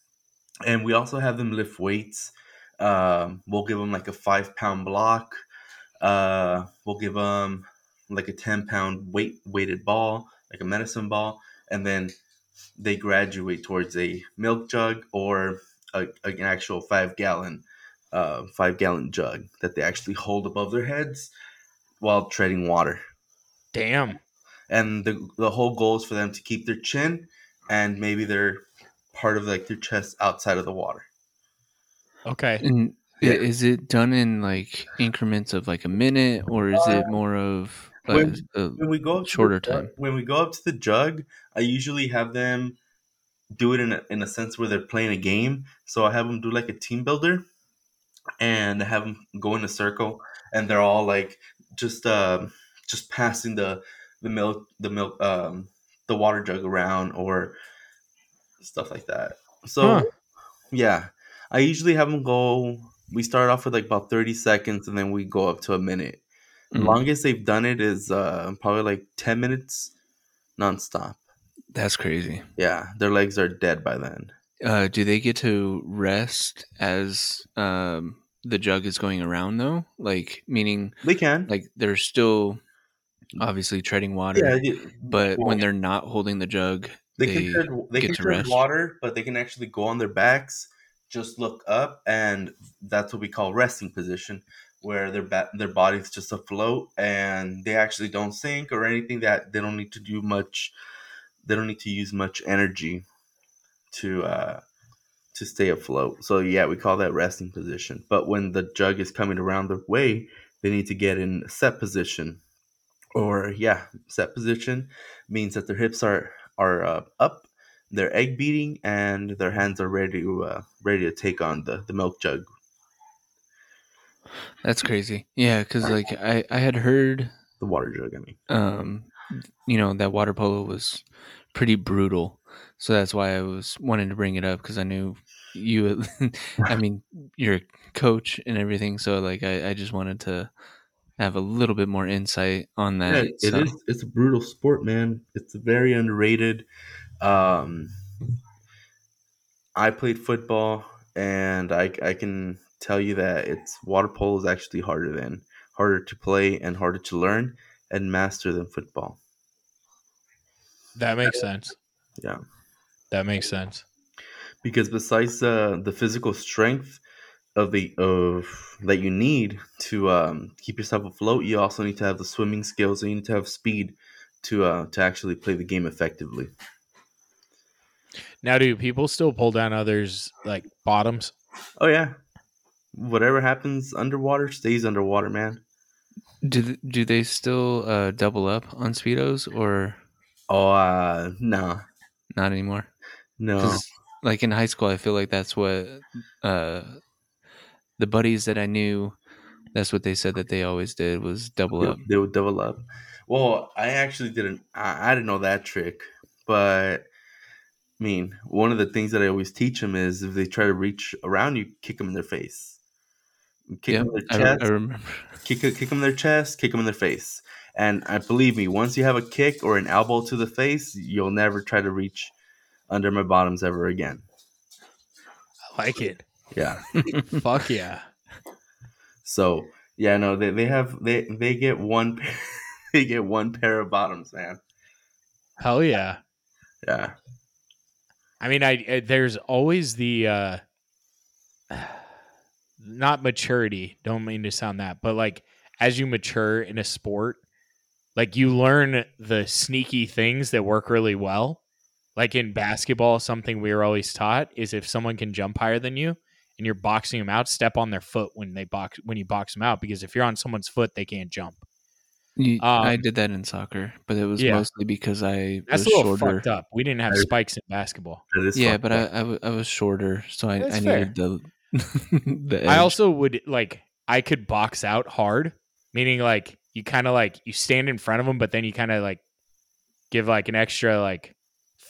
D: and we also have them lift weights. Um, we'll give them like a five pound block. Uh, we'll give them like a 10 pound weight weighted ball like a medicine ball and then they graduate towards a milk jug or a, an actual five gallon uh, five gallon jug that they actually hold above their heads while treading water
B: Damn.
D: and the, the whole goal is for them to keep their chin and maybe their part of like their chest outside of the water
B: Okay.
A: and Mm, i-
D: Yeah.
A: is it done in like increments of like a minute, or is it more of uh,
D: when-
A: a-
D: when we go up to the
A: shorter
D: jug-
A: time.
D: When we go up to the jug, I usually have them do it in a, in a sense where they're playing a game. So I have them do like a team builder, and I have them go in a circle, and they're all like just um just passing the the milk the milk um, the water jug around or stuff like that. So
B: Huh.
D: yeah, I usually have them go. We start off with like about thirty seconds, and then we go up to a minute.
A: Mhm.
D: Longest they've done it is uh, probably like ten minutes nonstop.
A: that's crazy?
D: Yeah, their legs are dead by then.
A: Uh, do they get to rest as um, the jug is going around though? Like meaning
D: They can.
A: like they're still obviously treading water,
D: yeah, you-
A: but
D: well,
A: when they're not holding the jug,
D: they,
A: they
D: can tread, they
A: get
D: can
A: to
D: tread
A: rest.
D: water, but they can actually go on their backs, just look up, and that's what we call resting position, where their ba- their body's just afloat and they actually don't sink or anything. That they don't need to do much. They don't need to use much energy to uh, to stay afloat. So yeah, we call that resting position. But when the jug is coming around their way, they need to get in set position. Or yeah, set position means that their hips are are uh, up, they're egg beating, and their hands are ready to uh, ready to take on the, the milk jug.
A: that's crazy. Yeah, because like I I had heard
D: The water jug, I mean.
A: um, you know, that water polo was pretty brutal. So that's why I was wanting to bring it up because I knew you, I mean, you're a coach and everything. So, like, I, I just wanted to have a little bit more insight on
D: Yeah,
A: that.
D: it
A: so,
D: is- It's a brutal sport, man. It's very underrated. Um, I played football, and I I can tell you that it's water polo is actually harder than harder to play and harder to learn and master than football.
B: That makes sense.
D: Yeah.
B: That makes sense.
D: because besides uh, the physical strength of the of that you need to um, keep yourself afloat, you also need to have the swimming skills. and You need to have speed to uh, to actually play the game effectively.
B: Now, do people still pull down others like bottoms?
D: Oh yeah, whatever happens underwater stays underwater, man.
A: Do th- do they still uh, double up on speedos or
D: Oh uh, nah,
A: not anymore?
D: no,
A: 'Cause, like in high school, I feel like that's what uh, the buddies that I knew. That's what they said that they always did was double up.
D: they would double up. Well, I actually didn't. I, I didn't know that trick, but. I mean, one of the things that I always teach them is if they try to reach around you, kick them in their face. Kick
A: Yep,
D: them in
A: I,
D: their
A: re-
D: chest.
A: I remember.
D: kick kick them in their chest, kick them in their face. And I believe me, once you have a kick or an elbow to the face, you'll never try to reach under my bottoms ever again.
B: I like it.
D: Yeah.
B: Fuck yeah.
D: So yeah, no, they, they have they they get one pair, they get one pair of bottoms, man.
B: Hell yeah.
D: Yeah.
B: I mean, I, I there's always the uh not maturity. Don't mean to sound that, but like as you mature in a sport, like you learn the sneaky things that work really well. Like in basketball, something we were always taught is if someone can jump higher than you and you're boxing them out, step on their foot when they box when you box them out because if you're on someone's foot, they can't jump.
A: You, I
B: Um,
A: did that in soccer, but it was
B: yeah.
A: mostly because I
B: That's
A: was
B: a little
A: shorter.
B: fucked up. We didn't have
D: I-
B: spikes in basketball.
D: That is
A: Yeah,
D: fucked
A: but I,
D: up.
A: I, w- I was shorter, so I,
B: That's
A: I
B: fair.
A: needed the the edge.
B: I also would like I could box out hard, meaning like you kind of like you stand in front of them, but then you kind of like give like an extra like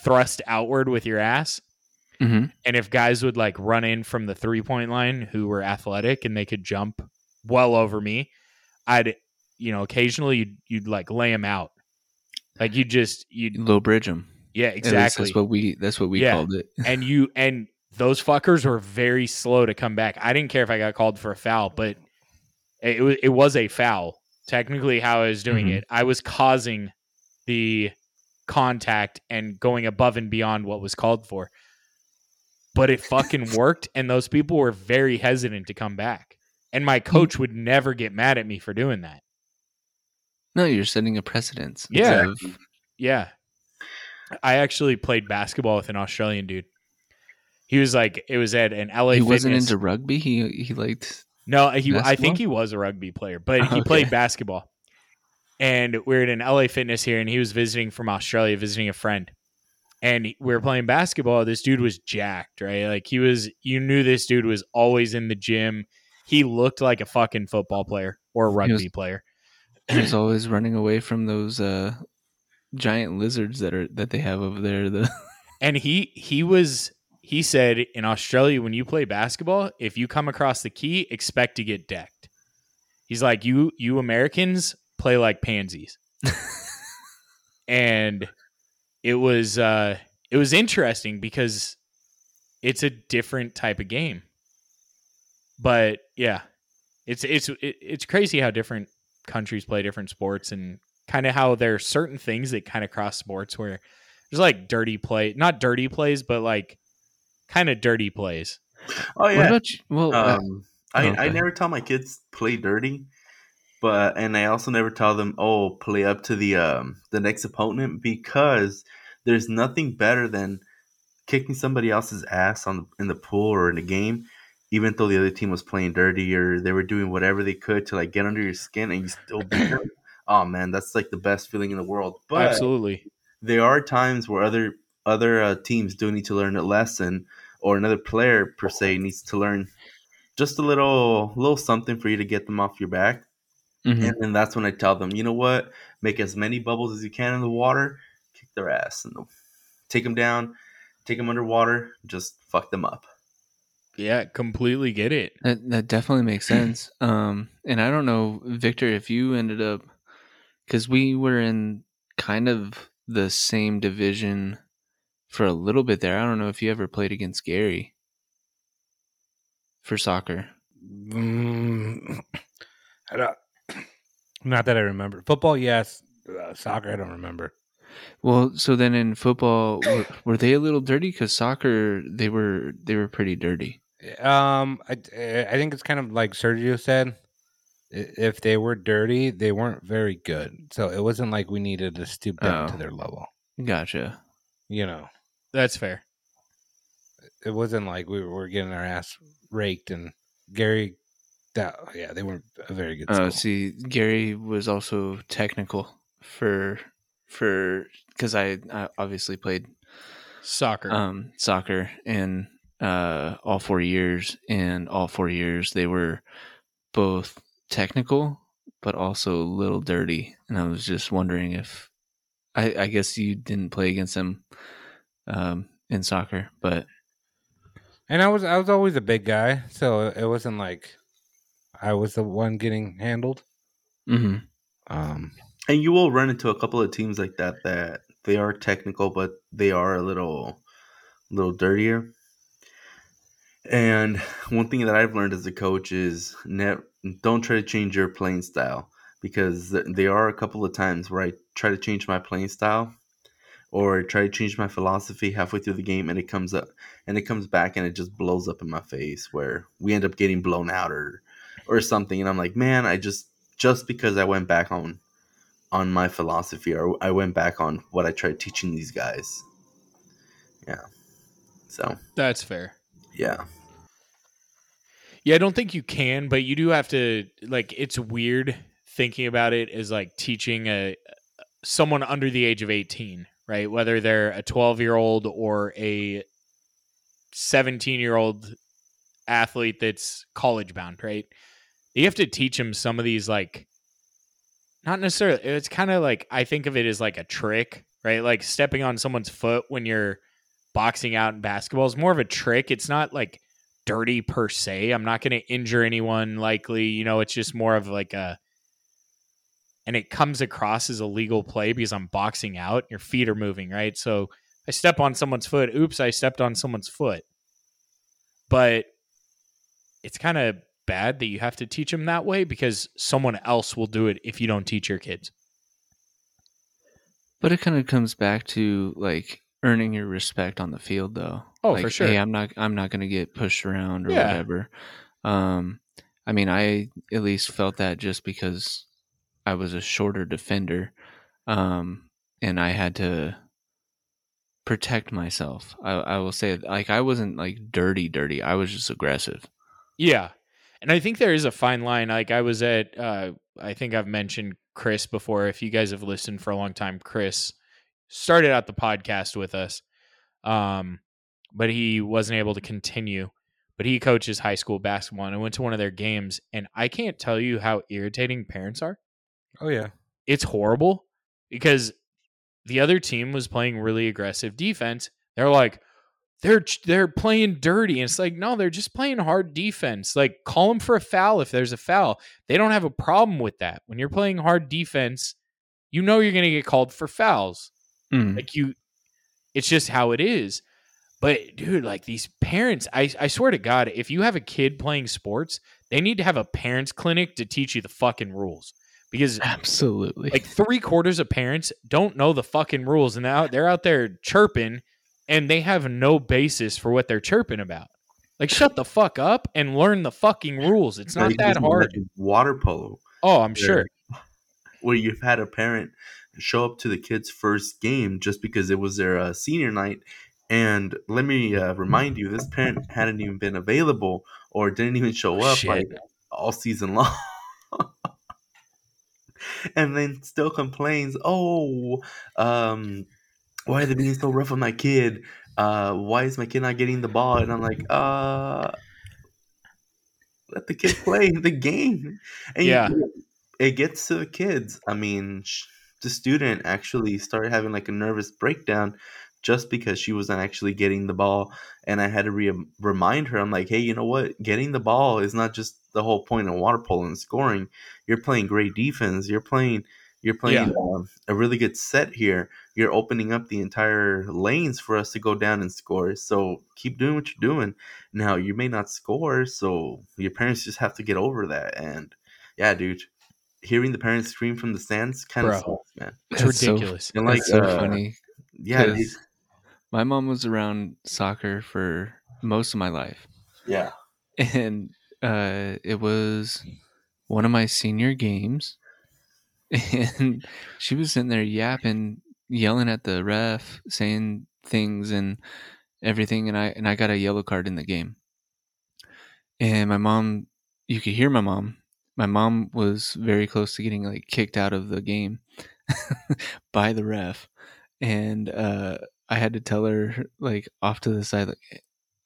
B: thrust outward with your ass.
A: Mhm.
B: And if guys would like run in from the three point line who were athletic and they could jump well over me, I'd you know occasionally you'd, you'd like lay them out, like you just you
A: low bridge 'em.
B: yeah
A: At least
B: exactly
A: That's what we that's what we
B: Yeah.
A: called it.
B: and you and those fuckers were very slow to come back. I didn't care if I got called for a foul, but it was it was a foul. Technically, how I was doing
A: Mhm.
B: it, I was causing the contact and going above and beyond what was called for. But it fucking worked, and those people were very hesitant to come back. And my
A: Mm-hmm.
B: coach would never get mad at me for doing that.
A: No, you're setting a precedence.
B: Yeah.
A: of-
B: Yeah. I actually played basketball with an Australian dude. He was like, it was at an LA.
A: he wasn't
B: Fitness.
A: into rugby. He he liked
B: No, uh, he. I
A: Basketball?
B: think he was a rugby player, but he
A: Okay.
B: played basketball. And we are at an LA Fitness here, and he was visiting from Australia, visiting a friend. And we were playing basketball. This dude was jacked, right? Like he was. You knew this dude was always in the gym. He looked like a fucking football player or a
A: He
B: rugby
A: was-
B: player.
A: he was always running away from those uh giant lizards that are that they have over there. The
B: And he he was. He said in Australia, when you play basketball, if you come across the key, expect to get decked. He's like, you you Americans play like pansies. and it was uh it was interesting because it's a different type of game but yeah it's it's it, it's crazy how different countries play different sports and kind of how there are certain things that kind of cross sports where there's like dirty play not dirty plays but like kind of dirty plays
D: Oh
A: What
D: yeah.
A: about you? Well, uh,
D: Um, I, I
A: okay.
D: never tell my kids play dirty, but and I also never tell them oh play up to the um, the next opponent because there's nothing better than kicking somebody else's ass on in the pool or in a game, even though the other team was playing dirty or they were doing whatever they could to like get under your skin and you still beat them. Oh man, that's like the best feeling in the world. But
B: absolutely
D: there are times where other other uh, teams do need to learn a lesson, or another player per se needs to learn just a little little something for you to get them off your back.
A: mhm.
D: And then that's when I tell them, you know what, make as many bubbles as you can in the water, kick their ass, and they'll take them down, take them underwater, just fuck them up.
B: yeah completely get it
A: That that definitely makes sense. Um, and I don't know, Victor, if you ended up because we were in kind of the same division for a little bit there. I don't know if you ever played against Gary for soccer. Mm-hmm.
C: Mm, I don't, not that I remember. Football, yes. Uh, soccer, I don't remember.
A: Well, so then in football, were, were they a little dirty? Because soccer, they were they were pretty dirty.
C: Um, I, I think it's kind of like Sergio said. i- If they were dirty, they weren't very good. So it wasn't like we needed to stoop down
A: Oh.
C: to their level.
A: Gotcha.
C: You know,
B: That's fair.
C: it wasn't like we were getting our ass raked and Gary. That oh, yeah, they weren't a very good.
A: Oh,
C: School.
A: see, Gary was also technical for for because I, I obviously played
B: Soccer.
A: um, soccer in uh, all four years, and all four years they were both technical but also a little dirty. And I was just wondering if I, I guess you didn't play against them um, in soccer, but
C: And I was I was always a big guy, so it wasn't like I was the one getting handled.
A: mhm.
C: Um,
D: And you will run into a couple of teams like that that they are technical, but they are a little, little dirtier. And one thing that I've learned as a coach is ne- don't try to change your playing style because th- there are a couple of times where I try to change my playing style or try to change my philosophy halfway through the game and it comes up and it comes back and it just blows up in my face where we end up getting blown out or or something and I'm like man I just just because I went back on on my philosophy or I went back on what I tried teaching these guys. Yeah. So,
B: That's fair.
D: yeah.
B: Yeah, I don't think you can, but you do have to like it's weird thinking about it as like teaching a someone under the age of 18, right? Whether they're a 12-year-old or a 17-year-old athlete that's college bound, right? You have to teach them some of these like not necessarily it's kind of like I think of it as like a trick, right? Like stepping on someone's foot when you're boxing out in basketball is more of a trick. It's not like dirty per se. I'm not going to injure anyone likely. You know, it's just more of like a and it comes across as a legal play because I'm boxing out, your feet are moving, right? So I step on someone's foot. Oops, I stepped on someone's foot. But it's kind of bad that you have to teach them that way because someone else will do it if you don't teach your kids.
A: but it kind of comes back to like earning your respect on the field, though.
B: Oh,
A: Like,
B: for sure.
A: Hey, I'm not I'm not gonna get pushed around or
B: Yeah.
A: whatever. Um, I mean, I at least felt that just because I was a shorter defender, um, and I had to protect myself. I, I will say, like, I wasn't like dirty, dirty. I was just aggressive.
B: Yeah. And I think there is a fine line. Like I was at uh I think I've mentioned Chris before. If you guys have listened for a long time, Chris started out the podcast with us. Um but he wasn't able to continue. But he coaches high school basketball and I went to one of their games and I can't tell you how irritating parents are
C: oh yeah,
B: it's horrible because the other team was playing really aggressive defense. They're like, they're they're playing dirty. And it's like, no, they're just playing hard defense. Like, call them for a foul if there's a foul. They don't have a problem with that. When you're playing hard defense, you know you're going to get called for fouls.
A: Mm-hmm.
B: Like you, it's just how it is. But dude, like these parents, I, I swear to God, if you have a kid playing sports, they need to have a parents clinic to teach you the fucking rules because
A: Absolutely.
B: like three quarters of parents don't know the fucking rules and they're out, they're out there chirping and they have no basis for what they're chirping about like shut the fuck up and learn the fucking rules it's not
D: Like,
B: that
D: it's more
B: hard
D: like water polo
B: oh i'm sure
D: where you've had a parent show up to the kid's first game just because it was their uh, senior night and let me uh, remind you this parent hadn't even been available or didn't even show up
B: Shit.
D: like all season long and then still complains oh um why are they being so rough on my kid uh why is my kid not getting the ball and i'm like uh let the kid play the game and you-
B: Yeah.
D: it gets to the kids i mean sh- the student actually started having like a nervous breakdown just because she wasn't actually getting the ball and i had to re- remind her i'm like hey you know what getting the ball is not just the whole point of water polo and scoring you're playing great defense you're playing You're playing um, a really good set here. You're opening up the entire lanes for us to go down and score. So keep doing what you're doing. Now you may not score, so your parents just have to get over that. And yeah, dude, hearing the parents scream from the stands kind
B: Bro.
D: of sucks, man.
B: It's
A: That's so-
B: ridiculous.
D: And like,
A: That's so
D: uh,
A: funny.
D: yeah,
A: 'cause-
D: dude,
A: My mom was around soccer for most of my life.
D: yeah.
A: and uh, it was one of my senior games, and she was sitting there yapping, yelling at the ref, saying things and everything, and I and I got a yellow card in the game, and my mom, you could hear my mom. My mom was very close to getting like kicked out of the game by the ref, and uh, I had to tell her like off to the side, like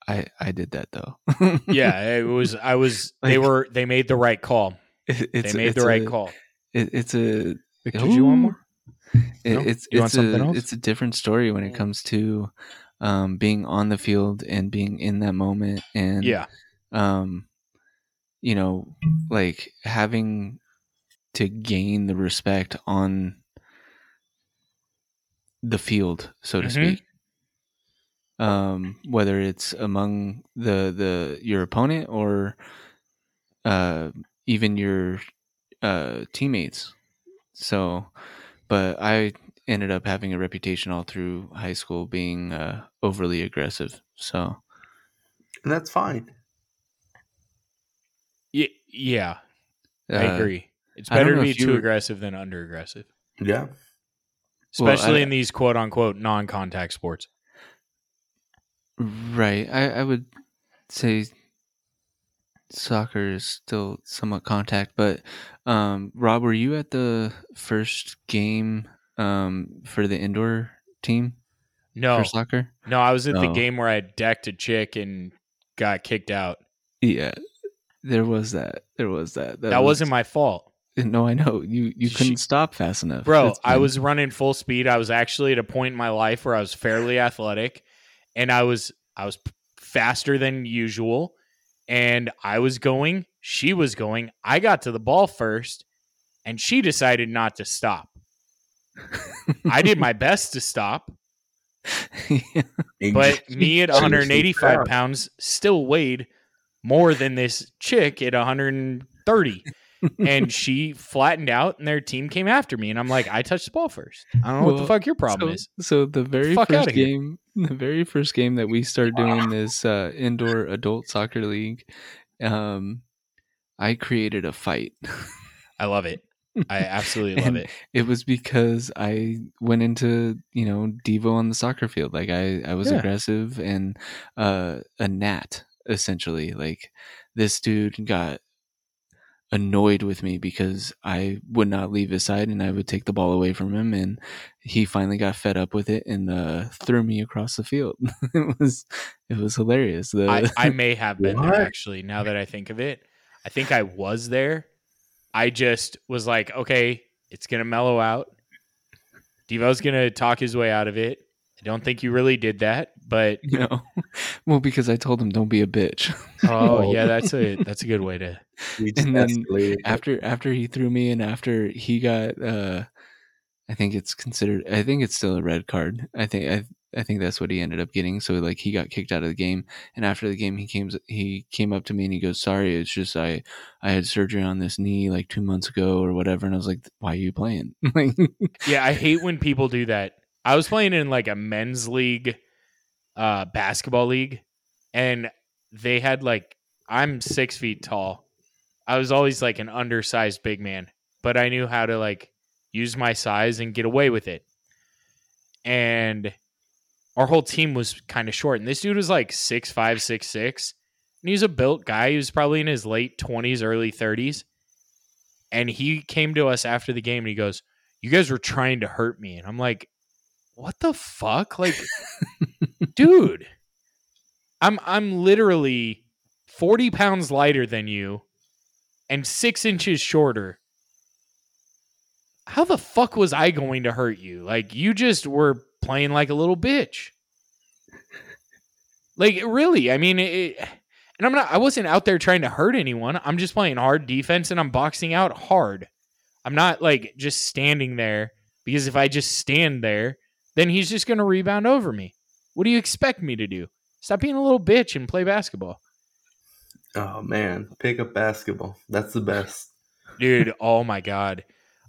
A: I I did that though.
B: yeah, it was. I was. They
A: Like-
B: were. They made the right call.
A: It- it's,
B: they
A: it's
B: made the right
A: a-
B: call.
A: It, it's a.
B: Victor, do you want
A: Ooh.
B: more?
A: it-
B: No?
A: It's
B: You want
A: it's
B: something
A: a
B: else?
A: it's a different story when it comes to um, being on the field and being in that moment and
B: Yeah,
A: um, you know, like having to gain the respect on the field, so to
B: Mhm.
A: speak. Um, whether it's among the the your opponent or uh, even your uh, teammates. So, but I ended up having a reputation all through high school being uh, overly aggressive. So
D: And that's fine.
B: yeah, yeah. I
A: uh,
B: agree. It's
A: I don't
B: better to
A: know
B: be
A: if you
B: too
A: were-
B: aggressive than under aggressive,
D: Yeah.
A: Well, I-
B: especially in these quote unquote non contact sports.
A: Right. I, I would say soccer is still somewhat contact, but um, Rob, were you at the first game um, for the indoor team
B: No,
A: for soccer?
B: no. I was at the
A: No.
B: game where I decked a chick and got kicked out.
A: Yeah. There was that. There was that.
B: That wasn't my fault,
A: No, I know. You you
B: She-
A: couldn't stop fast enough.
B: bro.
A: That's
B: I
A: fine.
B: was running full speed. I was actually at a point in my life where I was fairly athletic, and I was I was p- faster than usual, and I was going. She was going. I got to the ball first, and she decided not to stop. I did my best to stop,
D: And
B: but me at
D: Seriously,
B: 185
D: yeah.
B: pounds still weighed more than this chick at 130. and she flattened out, and their team came after me. And I'm like, I touched the ball first. I don't know what the
A: Well,
B: fuck your problem
A: so,
B: is.
A: so the very
B: Fuck
A: first
B: outta here.
A: game, the very first game that we started doing this uh, indoor adult soccer league, um, I created a fight.
B: I love it. I absolutely love
A: And-
B: it.
A: It was because I went into you know Devo on the soccer field. Like I, I was
B: Yeah.
A: aggressive and uh, a gnat essentially. Like this dude got annoyed with me because I would not leave his side and I would take the ball away from him and he finally got fed up with it and uh, threw me across the field. it was it was hilarious. The
B: I, I may have been
D: What?
B: there actually. Now that I think of it, I think I was there. I just was like, okay, it's gonna mellow out. Devo's gonna talk his way out of it. I don't think you really did that, but
A: you know well because I told him don't be a bitch.
B: oh yeah, that's a that's a good way to.
D: we just
A: and then
D: escalated.
A: after after he threw me and after he got uh i think it's considered i think it's still a red card i think i i think that's what he ended up getting so like he got kicked out of the game and after the game he came he came up to me and he goes sorry it's just i i had surgery on this knee like two months ago or whatever and i was like why are you playing like
B: Yeah, I hate when people do that. I was playing in like a men's league, uh, basketball league, and they had like I'm six feet tall. I was always like an undersized big man, but I knew how to like use my size and get away with it. And our whole team was kind of short, and this dude was like six five, six six, and he was a built guy. He was probably in his late twenties, early thirties, and he came to us after the game and he goes you guys were trying to hurt me and i'm like what the fuck like dude i'm i'm literally 40 pounds lighter than you and six inches shorter how the fuck was i going to hurt you like you just were playing like a little bitch like really i mean it, and i'm not i wasn't out there trying to hurt anyone i'm just playing hard defense and i'm boxing out hard I'm not like just standing there because if I just stand there, then he's just going to rebound over me. What do you expect me to do? Stop being a little bitch and play basketball.
D: Oh man, pick up basketball. That's the best.
B: Dude, oh my god.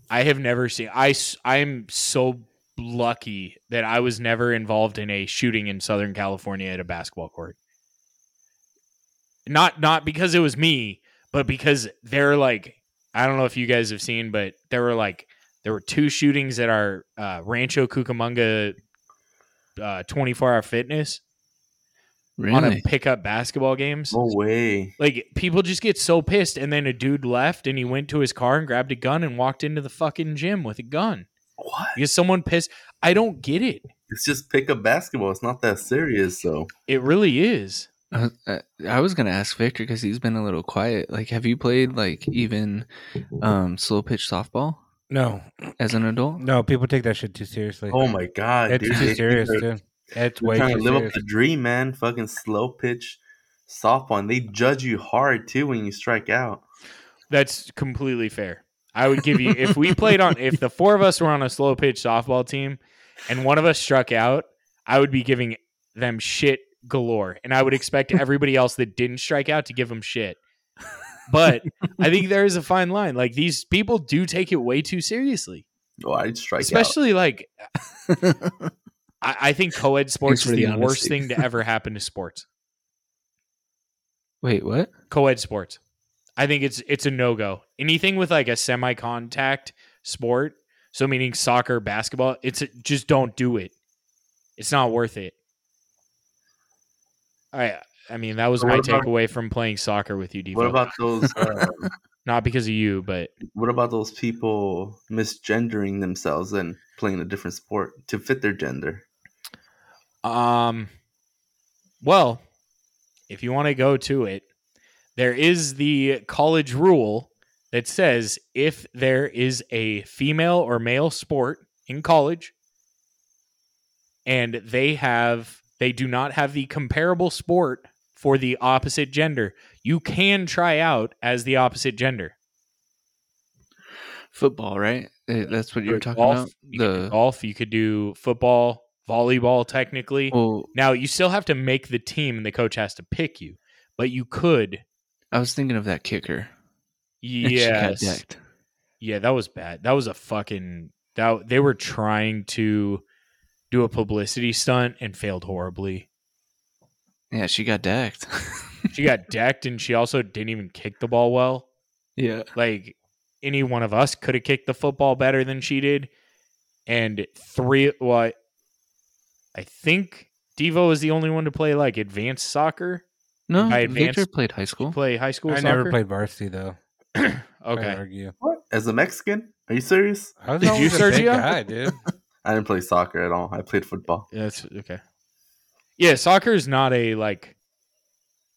B: I have never seen I s- I'm so lucky that I was never involved in a shooting in Southern California at a basketball court. Not not because it was me, but because they're like I don't know if you guys have seen, but there were like there were two shootings at our uh, Rancho Cucamonga uh, 24 hour fitness on a
A: Really?
B: pickup basketball games.
D: No way.
B: Like people just get so pissed, and then a dude left, and he went to his car and grabbed a gun and walked into the fucking gym with a gun
D: What?
B: because someone pissed. I don't get it.
D: It's just pick up basketball. It's not that serious, so
B: It really is.
A: I was- I I was gonna ask Victor because he's been a little quiet. Like, have you played like even um, slow pitch softball
C: No,
A: as an adult?
C: no, people take that shit too seriously.
D: Oh my god,
C: it's
D: dude.
C: too
D: They-
C: serious,
D: they're-
C: dude. It's
D: they're
C: way
D: trying
C: too
D: to live
C: serious.
D: up the dream, man. Fucking slow pitch softball, and they judge you hard too when you strike out.
B: That's completely fair. I would give you if we played on if the four of us were on a slow pitch softball team, and one of us struck out, I would be giving them shit galore, and I would expect everybody else that didn't strike out to give them shit. But I think there is a fine line. Like these people do take it way too seriously.
D: Oh, I'd strike out.
B: especially like I, I think co-ed sports
A: for
B: is the,
A: the
B: worst
A: honesty.
B: thing to ever happen to sports.
A: Wait, what?
B: Co-ed sports, I think it's it's a no go. Anything with like a semi-contact sport, so meaning soccer, basketball, it's a, just don't do it. It's not worth it. I I mean that was
D: So
B: my
D: what about-
B: takeaway from playing soccer with you, Devo.
D: What about those? Uh,
B: not because of you, but
D: what about those people misgendering themselves and playing a different sport to fit their gender?
B: Um, well, if you want to go to it, there is the college rule that says if there is a female or male sport in college and they have they do not have the comparable sport for the opposite gender, you can try out as the opposite gender.
A: Football, right? Eh, That's what you were
B: Could
A: talking
B: golf,
A: about.
B: You could do
A: The
B: golf, you could do football, volleyball technically.
A: well,
B: Now you still have to make the team, and the coach has to pick you, but you could.
A: I was thinking of that kicker. and she got
B: Yes.
A: decked.
B: Yeah, that was bad. That was a fucking. That they were trying to do a publicity stunt and failed horribly.
A: Yeah, she got decked.
B: She got decked, and she also didn't even kick the ball well.
A: yeah.
B: Like any one of us could have kicked the football better than she did. And three, well, I- I think Devo is the only one to play like advanced soccer,
A: No,
B: By
A: Victor
B: advanced-
A: played high school.
B: play high school.
C: I
B: soccer.
C: never played varsity though.
B: okay,
C: I'd argue.
D: What? As a Mexican? Are you serious?
C: I was
B: Did you,
C: always a big
B: Sergio?
C: guy, dude.
D: I didn't play soccer at all. I played football.
B: Yeah, That's okay. Yeah, soccer is not a like.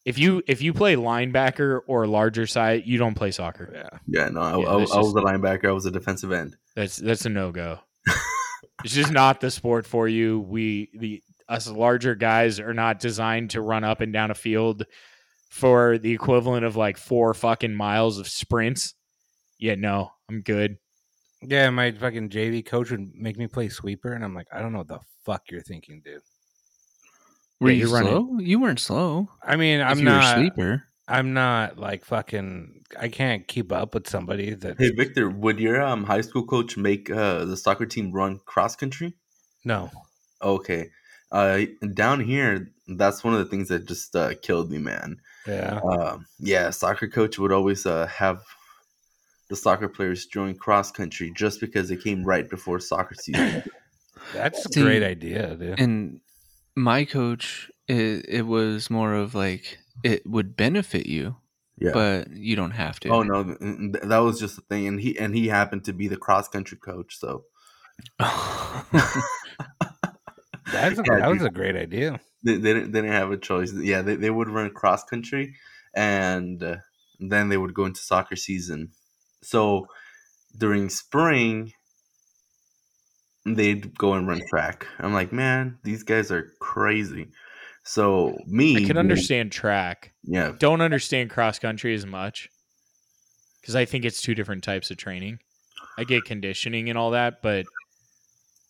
B: If you if you play linebacker or larger side, you don't play soccer.
C: yeah.
D: Yeah, no, I,
B: Yeah,
D: I,
B: that's
D: I was
B: just-
D: a linebacker. I was a defensive end.
B: That's that's a no go. it's just not the sport for you. We the us larger guys are not designed to run up and down a field for the equivalent of like four fucking miles of sprints. Yeah, no, I'm good.
C: Yeah, my fucking JV coach would make me play sweeper, and I'm like, I don't know what the fuck you're thinking, dude.
A: Were
B: Yeah,
A: you
B: you're running.
A: slow? You weren't slow.
C: I mean,
A: If
C: I'm
A: you
C: not.
A: were a sleeper.
C: I'm not like fucking. I can't keep up with somebody that.
D: Hey, Victor, would your um, high school coach make uh, the soccer team run cross country?
C: No,
D: Okay. Uh, down here, that's one of the things that just uh, killed me, man.
C: yeah,
D: Um, yeah, soccer coach would always uh, have the soccer players join cross country just because it came right before soccer season.
C: that's a
A: See,
C: great idea, dude.
A: And my coach, it, it was more of like it would benefit you,
D: Yeah.
A: but you don't have to.
D: oh no, th- th- that was just the thing, and he and he happened to be the cross country coach. So
C: That's a,
D: Yeah,
C: that was
D: dude.
C: a great idea.
D: they, they, didn't, they didn't have a choice. Yeah, they, they would run cross country, and uh, then they would go into soccer season. So during spring, they'd go and run track. I'm like, man, these guys are crazy. So me,
B: I can understand track.
D: Yeah,
B: Don't understand cross country as much because I think it's two different types of training. I get conditioning and all that, but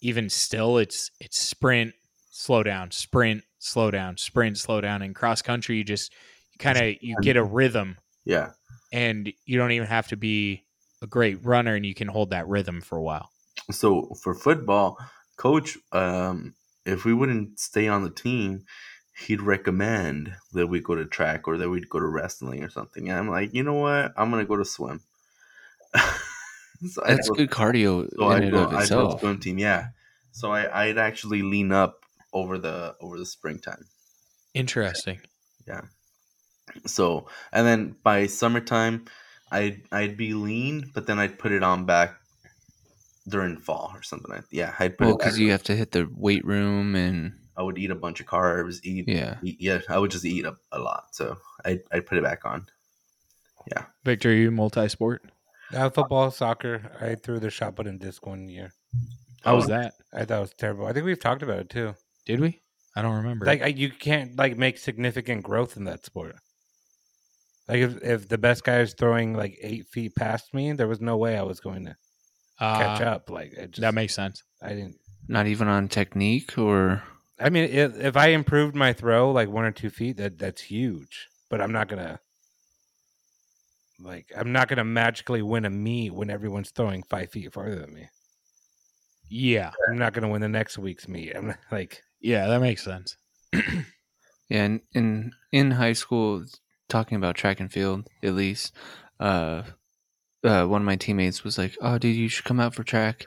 B: even still, it's it's sprint, slow down, sprint, slow down, sprint, slow down. In cross country, you just you kind of you get a rhythm,
D: Yeah.
B: and you don't even have to be a great runner, and you can hold that rhythm for a while.
D: So for football, coach, um, if we wouldn't stay on the team, he'd recommend that we go to track or that we'd go to wrestling or something. And I'm like, you know what? I'm gonna go to swim. so I
A: That's
D: go-
A: good cardio
D: So
A: in
D: I
A: and
D: go,
A: of
D: I go
A: itself.
D: swim team. Yeah. So I I'd actually lean up over the over the springtime.
B: Interesting.
D: So and then by summertime, I'd I'd be lean, but then I'd put it on back during fall or something. Like yeah, I'd put
A: Well,
D: it back.
A: because you have to hit the weight room and
D: I would eat a bunch of carbs. Eat
A: yeah.
D: eat- yeah, I would just eat a, a lot. So I I put it back on.
B: Victor, are you multi-sport?
C: Uh, football, soccer. I threw the shot put in disc one year.
B: How
C: Oh.
D: Um,
B: was that?
C: I thought it was terrible. I think we've talked about it too.
B: Did we? I don't remember.
C: Like I, you can't like make significant growth in that sport. Like if, if the best guy is throwing like eight feet past me, there was no way I was going to
B: Uh,
C: catch up. Like it just,
B: That makes sense.
C: I didn't.
A: Not even on technique or
C: I mean, if, if I improved my throw like one or two feet, that that's huge. But I'm not gonna like I'm not gonna magically win a meet when everyone's throwing five feet farther than me.
B: Yeah,
C: I'm not gonna win the next week's meet. I'm not- like
B: yeah, that makes sense.
A: yeah. And in in high school, talking about track and field at least, uh, uh, one of my teammates was like, "Oh, dude, you should come out for track."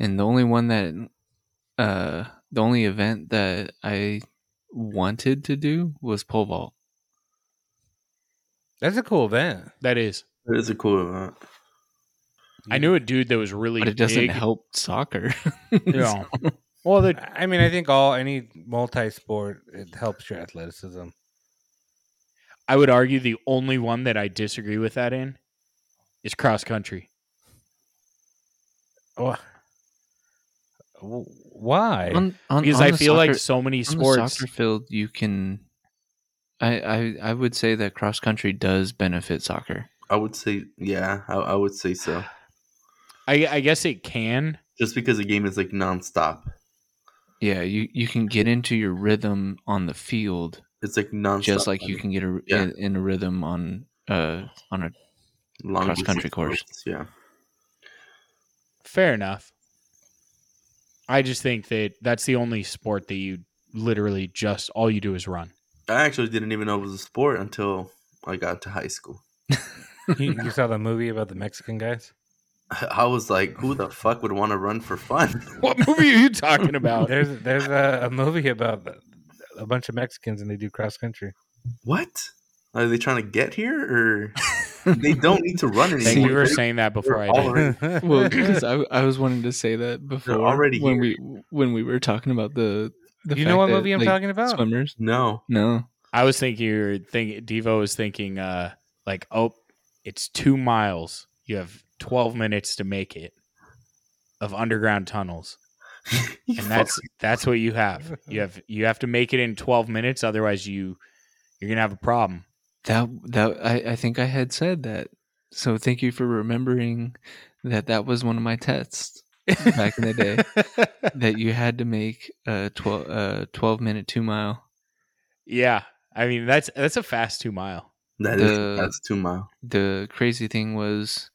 A: And the only one that, uh, the only event that I wanted to do was pole vault.
C: that's a cool event.
B: That is.
D: It is a cool event.
B: I knew a dude that was really
A: but it doesn't
B: big.
A: help soccer.
B: Yeah. well, the,
C: I mean, I think all any multi sport it helps your athleticism.
B: I would argue the only one that I disagree with that in is cross country.
C: Oh, w- why?
A: on, on,
B: Because
A: on
B: I
A: the
B: feel like
A: soccer-
B: so many
A: on the
B: sports.
A: soccer field, you can. I, I I would say that cross country does benefit soccer.
D: I would say yeah, I, I would say so.
B: I, I guess it can.
D: Just because the game is like nonstop.
A: Yeah, you, you can get into your rhythm on the field
D: It's like nonstop.
A: just like you can get a,
D: Yeah.
A: in, in a rhythm on uh on a
D: Long
A: cross country
D: distance
A: course.
D: sports, Yeah.
B: Fair enough. I just think that that's the only sport that you literally just all you do is run.
D: I actually didn't even know it was a sport until I got to high school.
C: you, you saw the movie about the Mexican guys?
D: I was like, who the fuck would want to run for fun?
B: What movie are you talking about?
C: There's there's a, a movie about the- a bunch of Mexicans and they do cross country.
D: what? Are they trying to get here or they don't need to run anymore?
B: Thank you for
D: They're-
B: saying that before I
D: all
C: Oh,
B: did.
D: right.
A: well because I, I was wanting to say that before
D: already
A: when we when we were talking about the, the
C: you
A: fact
C: know what
A: that,
C: movie I'm
A: like,
C: talking about?
A: swimmers
D: No.
A: no
B: I was thinking you're thinking Devo was thinking uh like oh it's two miles. You have twelve minutes to make it of underground tunnels. And that's that's what you have. You have you have to make it in twelve minutes, otherwise you you're gonna have a problem.
A: That that I, I think I had said that. So thank you for remembering that that was one of my tests back in the day that you had to make a 12 uh 12 minute 2 mile.
B: Yeah. I mean that's that's a fast two mile.
D: That is
A: The-
D: that's two mile.
A: The crazy thing was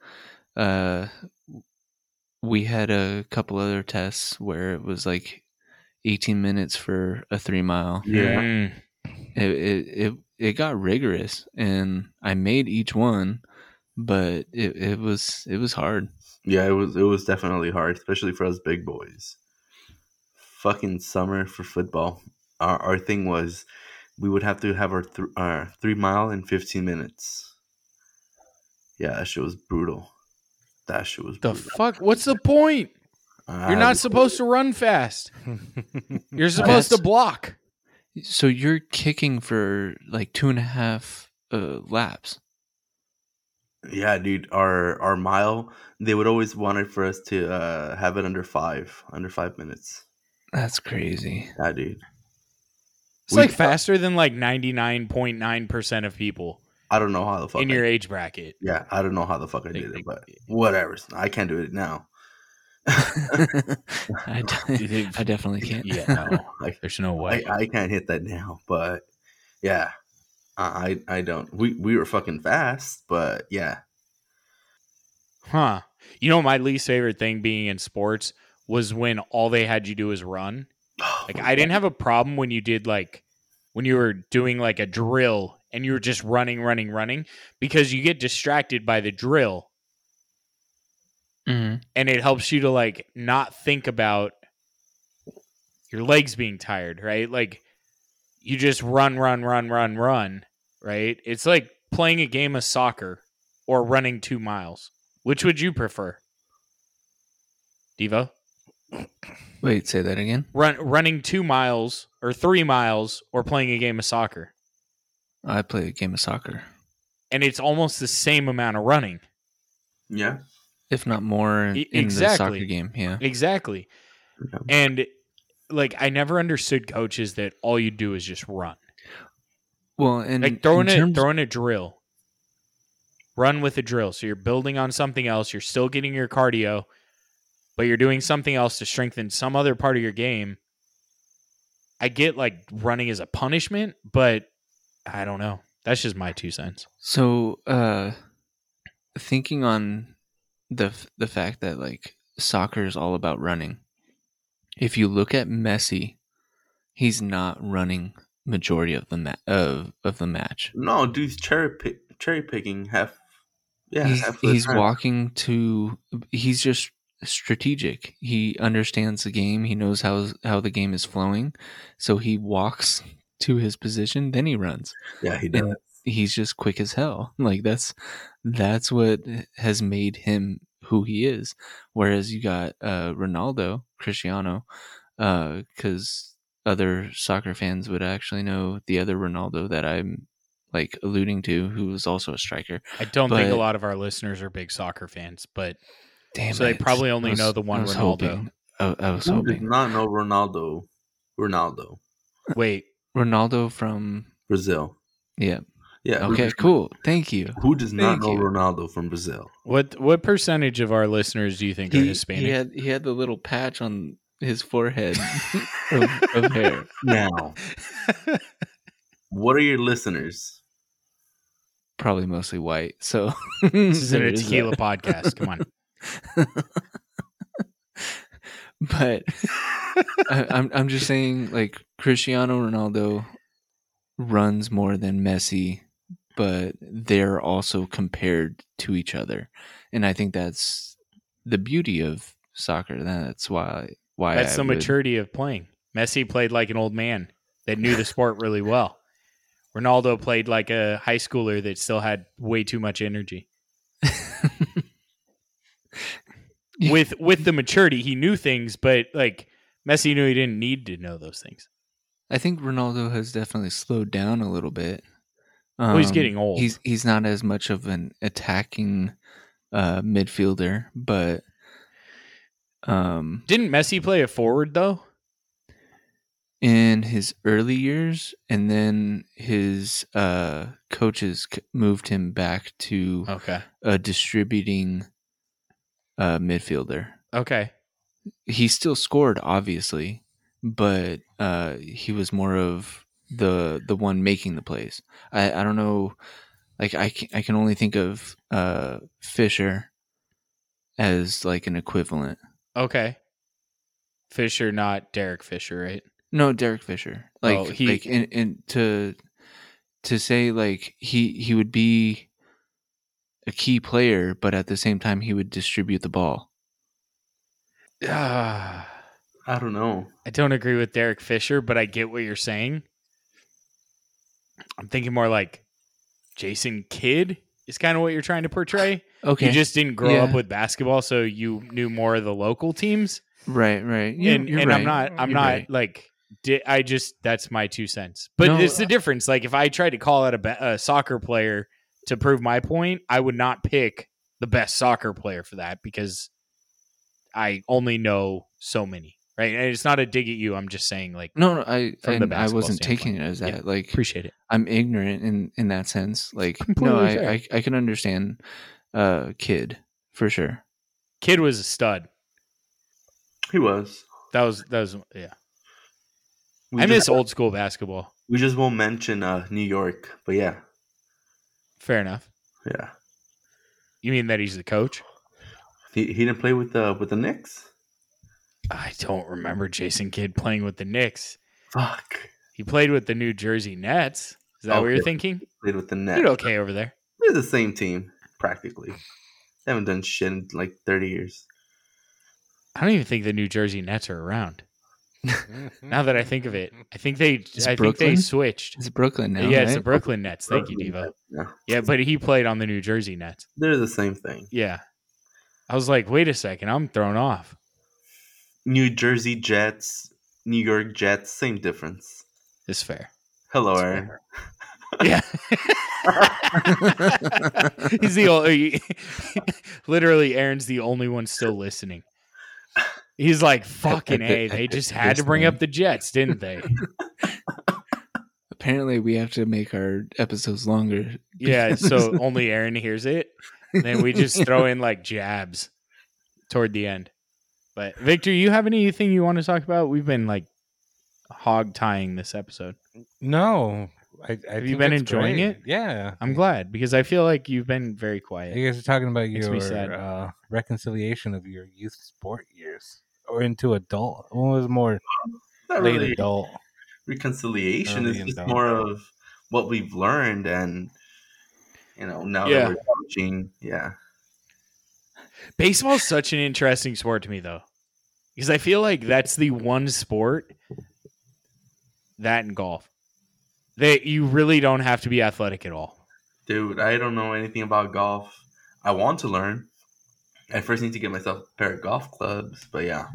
A: uh we had a couple other tests where it was like 18 minutes for a 3 mile.
D: Yeah.
B: Mm.
A: It it it, it got rigorous and I made each one but it, it was it was hard.
D: Yeah, it was it was definitely hard, especially for us big boys. Fucking summer for football. Our our thing was we would have to have our, th- our three mile in fifteen minutes. Yeah, that shit was brutal. That shit was
B: The
D: brutal.
B: fuck what's the point?
D: Uh,
B: You're not supposed to run fast. You're supposed to
A: That's-
B: block.
A: So you're kicking for like two and a half uh, laps.
D: Yeah, dude, our our mile they would always wanted for us to uh, have it under five, under five minutes.
A: That's crazy.
D: Yeah, dude.
B: It's
D: We-
B: like faster than like ninety nine point nine percent of people.
D: I don't know how the fuck.
B: in
D: I-
B: your age bracket.
D: yeah, I don't know how the fuck I
B: Like,
D: did it,
B: like-
D: but whatever. I can't do it now.
A: I, de- I definitely can't.
B: Yeah,
D: No, I,
B: There's no
D: I,
B: way.
D: I can't hit that now. But yeah, I I I don't. We we were fucking fast, but yeah,
B: Huh. You know, my least favorite thing being in sports was when all they had you do is run.
A: Oh,
B: Like, I didn't have a problem when you did, like, when you were doing, like, a drill and you were just running, running, running, because you get distracted by the drill
A: Mhm.
B: and it helps you to, like, not think about your legs being tired, right? Like, you just run, run, run, run, run, right? It's like playing a game of soccer or running two miles. Which would you prefer? Devo?
A: Wait, say that again.
B: Run running two miles or three miles or playing a game of soccer.
A: I play a game of soccer,
B: And it's almost the same amount of running.
D: yeah.
A: if not more, in
B: E-
A: the
B: exactly.
A: soccer game. Yeah.
B: Exactly.
D: Yeah.
B: And like I never understood coaches that all you do is just run.
A: Well, and
B: like throwing
A: in
B: a
A: terms-
B: throwing a drill. Run with a drill. So you're building on something else. You're still getting your cardio, but you're doing something else to strengthen some other part of your game. I get like running is a punishment, but I don't know. That's just my two cents.
A: So, uh, thinking on the f- the fact that like soccer is all about running. If you look at Messi, he's not running majority of the ma- of of the match.
D: No, dude's cherry pick, cherry picking half. Yeah, half
A: he's
D: of the
A: he's
D: time.
A: walking to. He's just strategic. He understands the game. He knows how how the game is flowing, so he walks to his position. Then he runs.
D: Yeah, he does.
A: and he's just quick as hell. Like that's that's what has made him who he is. Whereas you got uh, Ronaldo, Cristiano, because other soccer fans would actually know the other Ronaldo that I'm like alluding to, who was also a striker.
B: I don't think a
A: But-
B: lot of our listeners are big soccer fans, but
A: Damn,
B: So they
A: it.
B: probably only
A: I was-
B: know the one
A: I was
B: Ronaldo.
A: hoping- I, I was
D: Who does
A: hoping
D: not know Ronaldo? Ronaldo,
B: wait,
A: Ronaldo from
D: Brazil.
A: yeah.
D: Yeah. who
A: Okay,
D: does-
A: cool. Thank you.
D: Who does not
A: Thank
D: know
A: you.
D: Ronaldo from Brazil?
B: what what percentage of our listeners do you think are
A: He,
B: Hispanic?
A: he had he had the little patch on his forehead of, of hair.
D: Now, what are your listeners?
A: probably mostly white. So
B: this isn't a tequila podcast. Come on.
A: but I, I'm I'm just saying, like Cristiano Ronaldo runs more than Messi, but they're also compared to each other, and I think that's the beauty of soccer. That's why why
B: That's
A: I
B: the
A: would-
B: maturity of playing. Messi played like an old man that knew the sport really well. Ronaldo played like a high schooler that still had way too much energy. with with the maturity, he knew things, but like Messi knew he didn't need to know those things.
A: I think Ronaldo has definitely slowed down a little bit.
B: he's
A: Um,
B: getting old.
A: He's he's not as much of an attacking uh, midfielder, but um,
B: Didn't Messi play a forward though?
A: in his early years, and then his uh, coaches c- moved him back to
B: Okay.
A: a distributing uh, midfielder.
B: Okay.
A: He still scored, obviously, but uh, he was more of the the one making the plays. I, I don't know, like I can, I can only think of uh, Fisher as like an equivalent.
B: Okay. Fisher, not Derek Fisher, right?
A: No, Derek Fisher. Like
B: Oh, he-
A: like in, in to to say like he he would be a key player, but at the same time he would distribute the ball.
B: Ah,
D: I don't know.
B: I don't agree with Derek Fisher, but I get what you're saying. I'm thinking more like Jason Kidd is kind of what you're trying to portray.
A: Okay.
B: You just didn't grow up
A: Yeah.
B: with basketball, so you knew more of the local teams.
A: right, right. You-
B: and
A: you're
B: and I'm
A: right.
B: not, I'm
A: You're
B: not
A: right.
B: like, di- I just that's my two cents. But
A: No, uh
B: it's the difference. Like if I tried to call out a, ba- a soccer player to prove my point, I would not pick the best soccer player for that because I only know so many. right? And it's not a dig at you. I'm just saying, like,
A: No, no, I
B: From
A: I,
B: the
A: I
B: basketball
A: wasn't taking it
B: standpoint.
A: as that.
B: Yeah.
A: Like
B: appreciate it.
A: I'm ignorant in in that sense. Like no,
B: completely fair.
A: I, I I can understand uh kid for sure.
B: Kid was a stud.
D: He was.
B: That was that was yeah.
D: We
B: I
D: just,
B: miss old school basketball.
D: We just won't mention uh, New York, but yeah,
B: Fair enough.
D: yeah.
B: You mean that he's the coach?
D: He, he didn't play with the with the Knicks.
B: I don't remember Jason Kidd playing with the Knicks.
D: Fuck,
B: He played with the New Jersey Nets. Is that what
D: Okay.
B: you're thinking?
D: played with the Nets.
B: Did okay over there.
D: They're the same team practically. They haven't done shit in like thirty years.
B: I don't even think the New Jersey Nets are around. Now that I think of it, I think they
A: Is
B: I think
A: Brooklyn?
B: they switched.
A: It's Brooklyn now.
B: yeah, it's
A: right?
B: the Brooklyn Nets. Thank you,
D: Brooklyn
B: Devo.
D: Yeah,
B: Yeah, but he played on the New Jersey Nets.
D: they're the same thing.
B: Yeah. I was like, wait a second, I'm thrown off.
D: New Jersey Jets, New York Jets, same difference.
B: It's fair.
D: Hello,
B: It's
D: Aaron.
B: fair. Yeah. He's the only literally Aaron's the only one still listening. He's like, fucking
A: I- I-
B: A, they
A: I-
B: just
A: I-
B: had to
A: this
B: bring
A: man.
B: up the Jets, didn't they?
A: Apparently, we have to make our episodes longer.
B: Yeah,
A: because-
B: so only Aaron hears it. And then we just throw in like jabs toward the end. But Victor, you have anything you want to talk about? We've been like hog tying this episode.
C: no, I, I
B: Have you
C: think
B: been
C: it's
B: enjoying
C: great.
B: it?
C: Yeah,
B: I'm glad because I feel like you've been very quiet.
C: You guys are talking about
B: Makes me sad.
C: your uh, reconciliation of your youth sport years or into adult. One was more
D: Not
C: late
D: really.
C: adult.
D: reconciliation
C: Early
D: is
C: and
D: just
C: dark.
D: more of what we've learned and you know now
B: Yeah.
D: that we're coaching yeah
B: Baseball's such an interesting sport to me though. Because I feel like that's the one sport that and golf that you really don't have to be athletic at all.
D: dude i don't know anything about golf i want to learn i first need to get myself a pair of golf clubs but yeah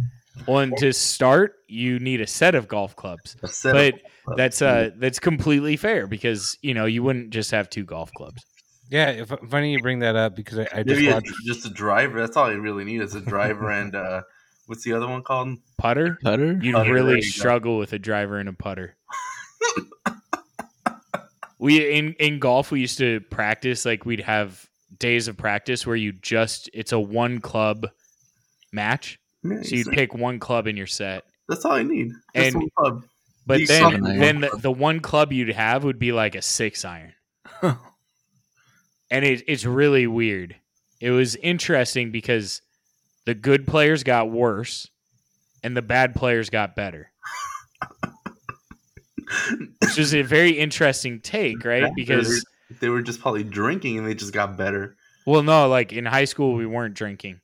B: Well, and to start, you need a set of golf clubs.
D: a set of
B: but
D: clubs.
B: that's uh that's completely fair because you know you wouldn't just have two golf clubs.
C: Yeah, if, funny you bring that up because I, I just
D: maybe a-
C: watched.
D: just a driver that's all you really need is a driver and uh what's the other one called
B: Putter,
A: putter.
B: you'd
D: Putter, Oh, there
B: really
D: you go.
B: struggle with a driver and a putter. we in in golf we used to practice like we'd have days of practice where you just it's a one club match, so you'd pick one club in your set.
D: that's all i need just
B: And-
D: one club.
B: But
D: You
B: then,
A: suck, man.
B: then the, the one club you'd have would be like a six iron. and it, it's really weird. It was interesting because the good players got worse and the bad players got better. Which is a very interesting take, right? Because
D: they were just probably drinking and they just got better
B: well, no, like in high school we weren't drinking,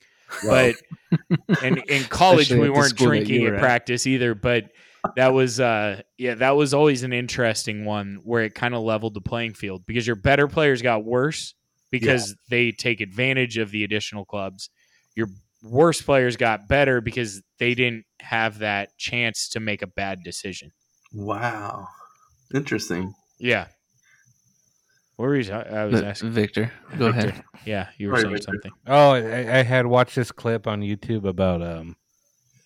B: but and in college
A: Especially at
B: we
A: the
B: weren't
A: school that you
B: drinking
A: were
B: at
A: at.
B: practice either. But that was, uh, yeah, that was always an interesting one where it kind of leveled the playing field because your better players got worse because they take advantage of the additional clubs. Your worse players got better because they didn't have that chance to make a bad decision.
D: wow interesting
B: Yeah. What were you? ta- I was
A: But mm.
B: asking.
A: Victor, go
B: Victor.
A: ahead.
B: Yeah, you were
D: Sorry,
B: saying
D: Victor.
B: something.
C: Oh, I, I had watched this clip on YouTube about um,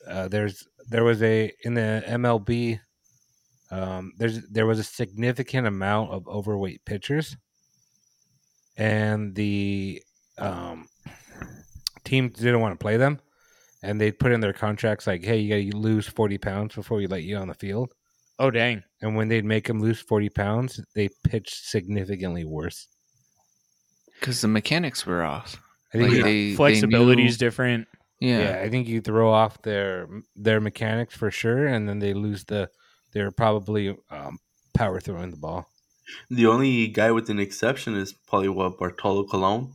C: uh, there's there was a in the MLB, um, there's there was a significant amount of overweight pitchers, and the um, team didn't want to play them, and they put in their contracts like, hey, you got to lose forty pounds before we let you on the field,
B: Oh dang!
C: and when they'd make them lose forty pounds, they pitched significantly worse.
A: Because the mechanics were off.
C: I think
A: Like,
C: you-
A: they- they
B: Flexibility
A: knew-
B: is different.
A: yeah.
C: yeah. I think you throw off their their mechanics for sure, and then they lose the they're probably um, power throwing the ball.
D: The only guy with an exception is probably what Bartolo Colon.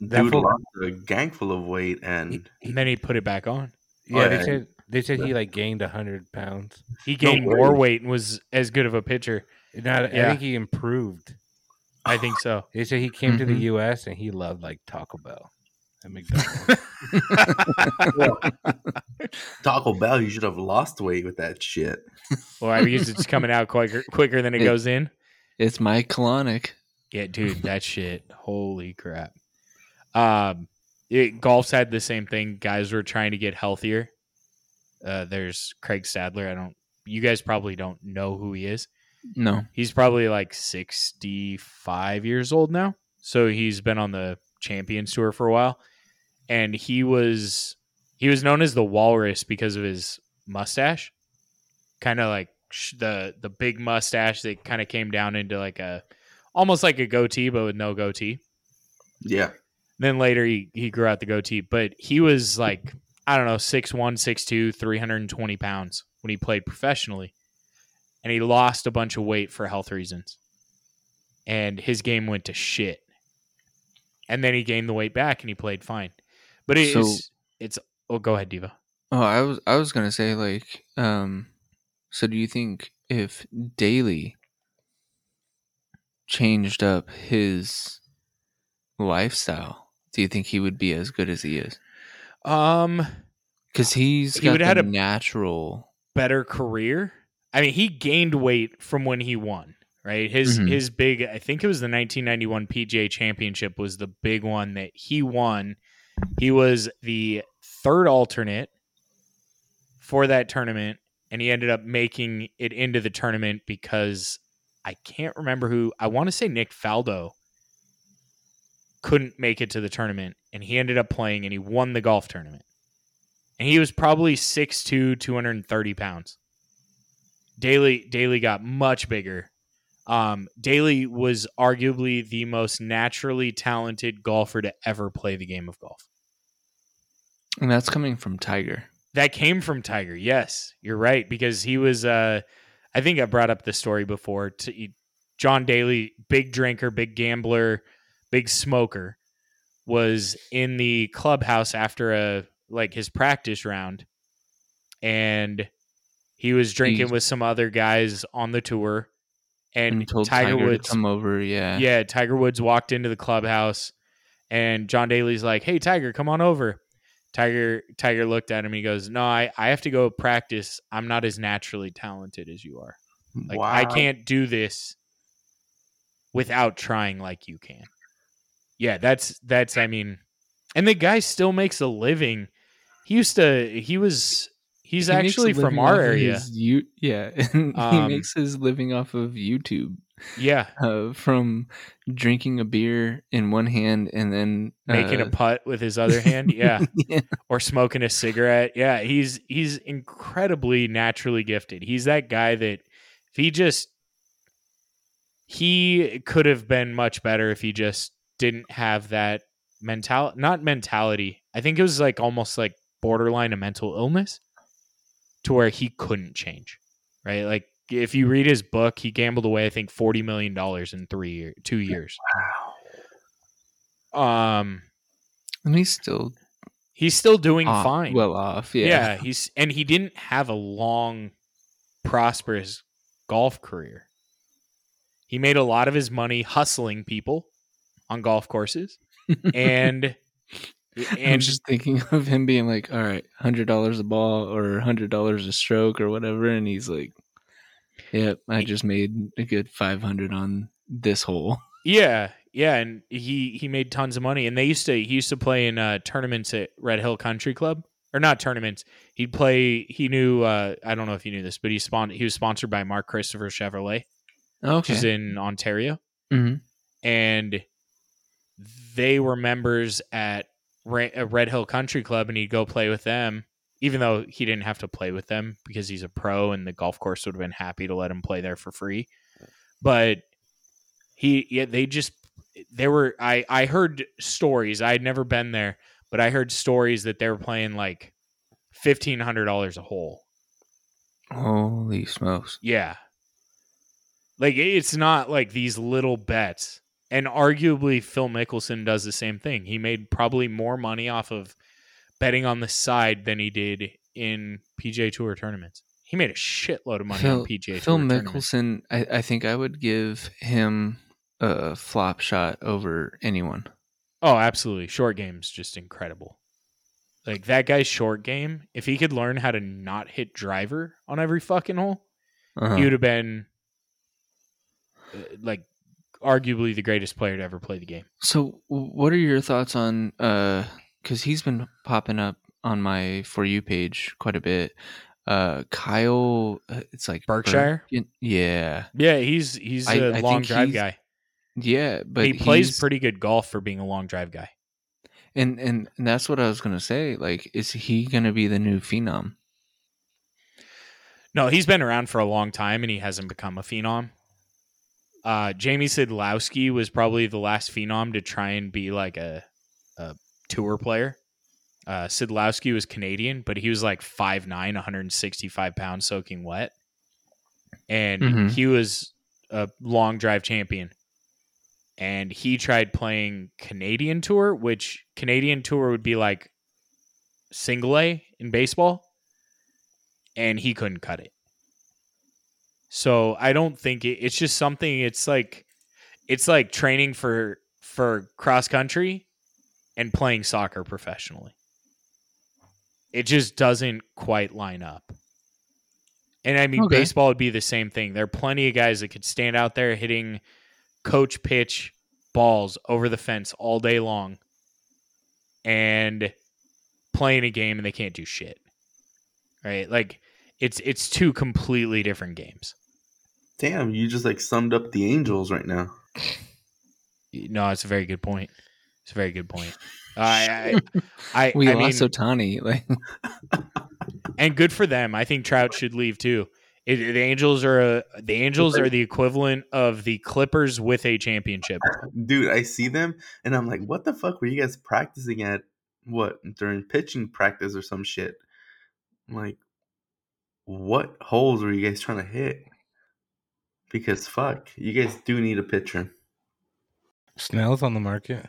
C: That
D: Dude
C: fool-
D: lost a gang full of weight, and
B: And then he put it back on.
C: Yeah,
D: Oh,
C: they
D: yeah.
C: said they said he like gained hundred pounds.
B: He gained
D: way.
B: more weight and was as good of a pitcher.
C: Not, I
B: Yeah.
C: think he improved.
B: I think so.
C: They said he came to the
A: Mhm.
C: U.S. and he loved like Taco Bell and McDonald's.
D: Taco Bell, you should have lost weight with that shit.
B: Well, I guess it's coming out quicker quicker than it
A: It-
B: goes in.
A: It's my colonic.
B: Yeah, dude, that shit. Holy crap. Um, it, golf's had the same thing. Guys were trying to get healthier, Uh, there's Craig Sadler. I don't. You guys probably don't know who he is.
A: No.
B: He's probably like 65 years old now. So he's been on the Champions Tour for a while. And he was he was known as the Walrus because of his mustache. Kind of like sh- the the big mustache that kind of came down into like a almost like a goatee but with no goatee.
D: Yeah.
B: Then later he he grew out the goatee, but he was like I don't know 6'1", 6'2", 320 pounds when he played professionally and he lost a bunch of weight for health reasons. And his game went to shit. And then he gained the weight back and he played fine. But it
A: So-
B: is- it's oh go ahead, Diva.
A: Oh, I was I was gonna say like, um, so do you think if Daly changed up his lifestyle, do you think he would be as good as he is?
B: Um
A: Because he's
B: He
A: got
B: would've
A: the
B: had a-
A: natural.
B: better career. I mean, he gained weight from when he won, right? His
A: Mhm.
B: his big I think it was the 1991 PGA Championship was the big one that he won. He was the third alternate for that tournament and he ended up making it into the tournament because I can't remember who. I want to say Nick Faldo couldn't make it to the tournament and he ended up playing and he won the golf tournament. And he was probably 6'2, 230 pounds. Daly Daly got much bigger. Um, Daly was arguably the most naturally talented golfer to ever play the game of golf.
A: And that's coming from Tiger.
B: That came from Tiger. Yes, you're right because he was. Uh, I think I brought up the story before. To, e, John Daly, big drinker, big gambler, big smoker, was in the clubhouse after a like his practice round, and he was drinking
A: Jeez.
B: with some other guys on the tour, and,
A: And he told
B: Tiger,
A: Tiger,
B: Woods
A: to come over. Yeah.
B: yeah, Tiger Woods walked into the clubhouse and John Daly's like, "Hey Tiger, come on over." Tiger Tiger looked at him and he goes, "No, I I have to go practice. I'm not as naturally talented as you are. Like I can't do this without trying like you can." Yeah, that's that's I mean, and the guy still makes a living. He used to he was he's
A: He makes a
B: actually from
A: living
B: our
A: off of
B: area.
A: his you- yeah, and
B: Um,
A: he makes his living off of YouTube
B: Yeah,
A: uh, from drinking a beer in one hand and then
B: making
A: uh,
B: a putt with his other hand. Yeah.
A: yeah.
B: or smoking a cigarette. Yeah, he's he's incredibly naturally gifted. He's that guy that if he just he could have been much better if he just didn't have that mental not mentality. I think it was like almost like borderline a mental illness to where he couldn't change. Right? Like if you read his book, he gambled away I think 40 million dollars in 3 year 2 years.
D: Wow.
B: Um
A: And he's still
B: he's still doing
A: off-
B: fine.
A: Uh, well off.
B: Yeah.
A: Yeah.
B: he's and he didn't have a long, prosperous golf career. He made a lot of his money hustling people on golf courses, and
A: I'm
B: and
A: just thinking of him being like, all right, hundred dollars a ball or hundred dollars a stroke or whatever, and he's like, "Yep, I
B: He-
A: just made a good five hundred on this hole."
B: yeah, yeah, and he he made tons of money. And they used to he used to play in uh, tournaments at Red Hill Country Club or not tournaments. He'd play. He knew uh, I don't know if you knew this, but he spawned. He was sponsored by Mark Christopher Chevrolet, which is
A: Okay,
B: in Ontario.
A: Mhm.
B: and they were members at Ra- uh, Red Hill Country Club, and he'd go play with them, even though he didn't have to play with them because he's a pro, and the golf course would have been happy to let him play there for free. But he, yeah, they just they were. I I heard stories. I had never been there, but I heard stories that they were playing like fifteen hundred dollars a hole
A: holy smokes!
B: yeah. Like it's not like these little bets. And arguably Phil Mickelson does the same thing. He made probably more money off of betting on the side than he did in PJ Tour tournaments. He made a shitload of money on
A: Phil
B: PJ Tour tournaments.
A: Mickelson, I, I think I would give him a flop shot over anyone.
B: Oh, absolutely. Short game's just incredible. Like that guy's short game, if he could learn how to not hit driver on every fucking hole,
A: Uh-huh.
B: he would have been uh, like arguably the greatest player to ever play the game.
A: So, what are your thoughts on? Because he's uh, been popping up on my for you page quite a bit. Uh, Kyle, uh, it's like
B: Berkshire?
A: Berk- yeah,
B: Yeah, he's he's
A: I-
B: a
A: I think
B: long drive
A: he's-
B: guy.
A: yeah, but
B: he plays
A: he's-
B: pretty good golf for being a long drive guy.
A: And, and and that's what I was gonna say. Like, is he gonna be the new phenom?
B: No, he's been around for a long time and he hasn't become a phenom. Uh, Jamie Sidlowski was probably the last phenom to try and be like a, a tour player. Uh, Sidlowski was Canadian, but he was like 5'9, 165 pounds soaking wet. And
A: Mhm.
B: he was a long drive champion. And he tried playing Canadian Tour, which Canadian Tour would be like single A in baseball. And he couldn't cut it. So I don't think it, it's just something. It's like it's like training for for cross country and playing soccer professionally. It just doesn't quite line up. And I mean,
A: Okay.
B: baseball would be the same thing. There are plenty of guys that could stand out there hitting coach pitch balls over the fence all day long and playing a game and they can't do shit. Right? Like it's it's two completely different games.
D: Damn, you just like summed up the Angels right now.
B: No, it's a very good point. It's a very good point. I I, I,
A: We
B: I
A: lost
B: mean,
A: Otani. Like,
B: and good for them. I think Trout should leave too. It, the Angels are a, the Angels are the equivalent of the Clippers with a championship.
D: Dude, I see them and I'm like, what the fuck were you guys practicing at? What, during pitching practice or some shit? I'm like, what holes were you guys trying to hit? Because fuck, you guys do need a pitcher.
C: Snell's on the market.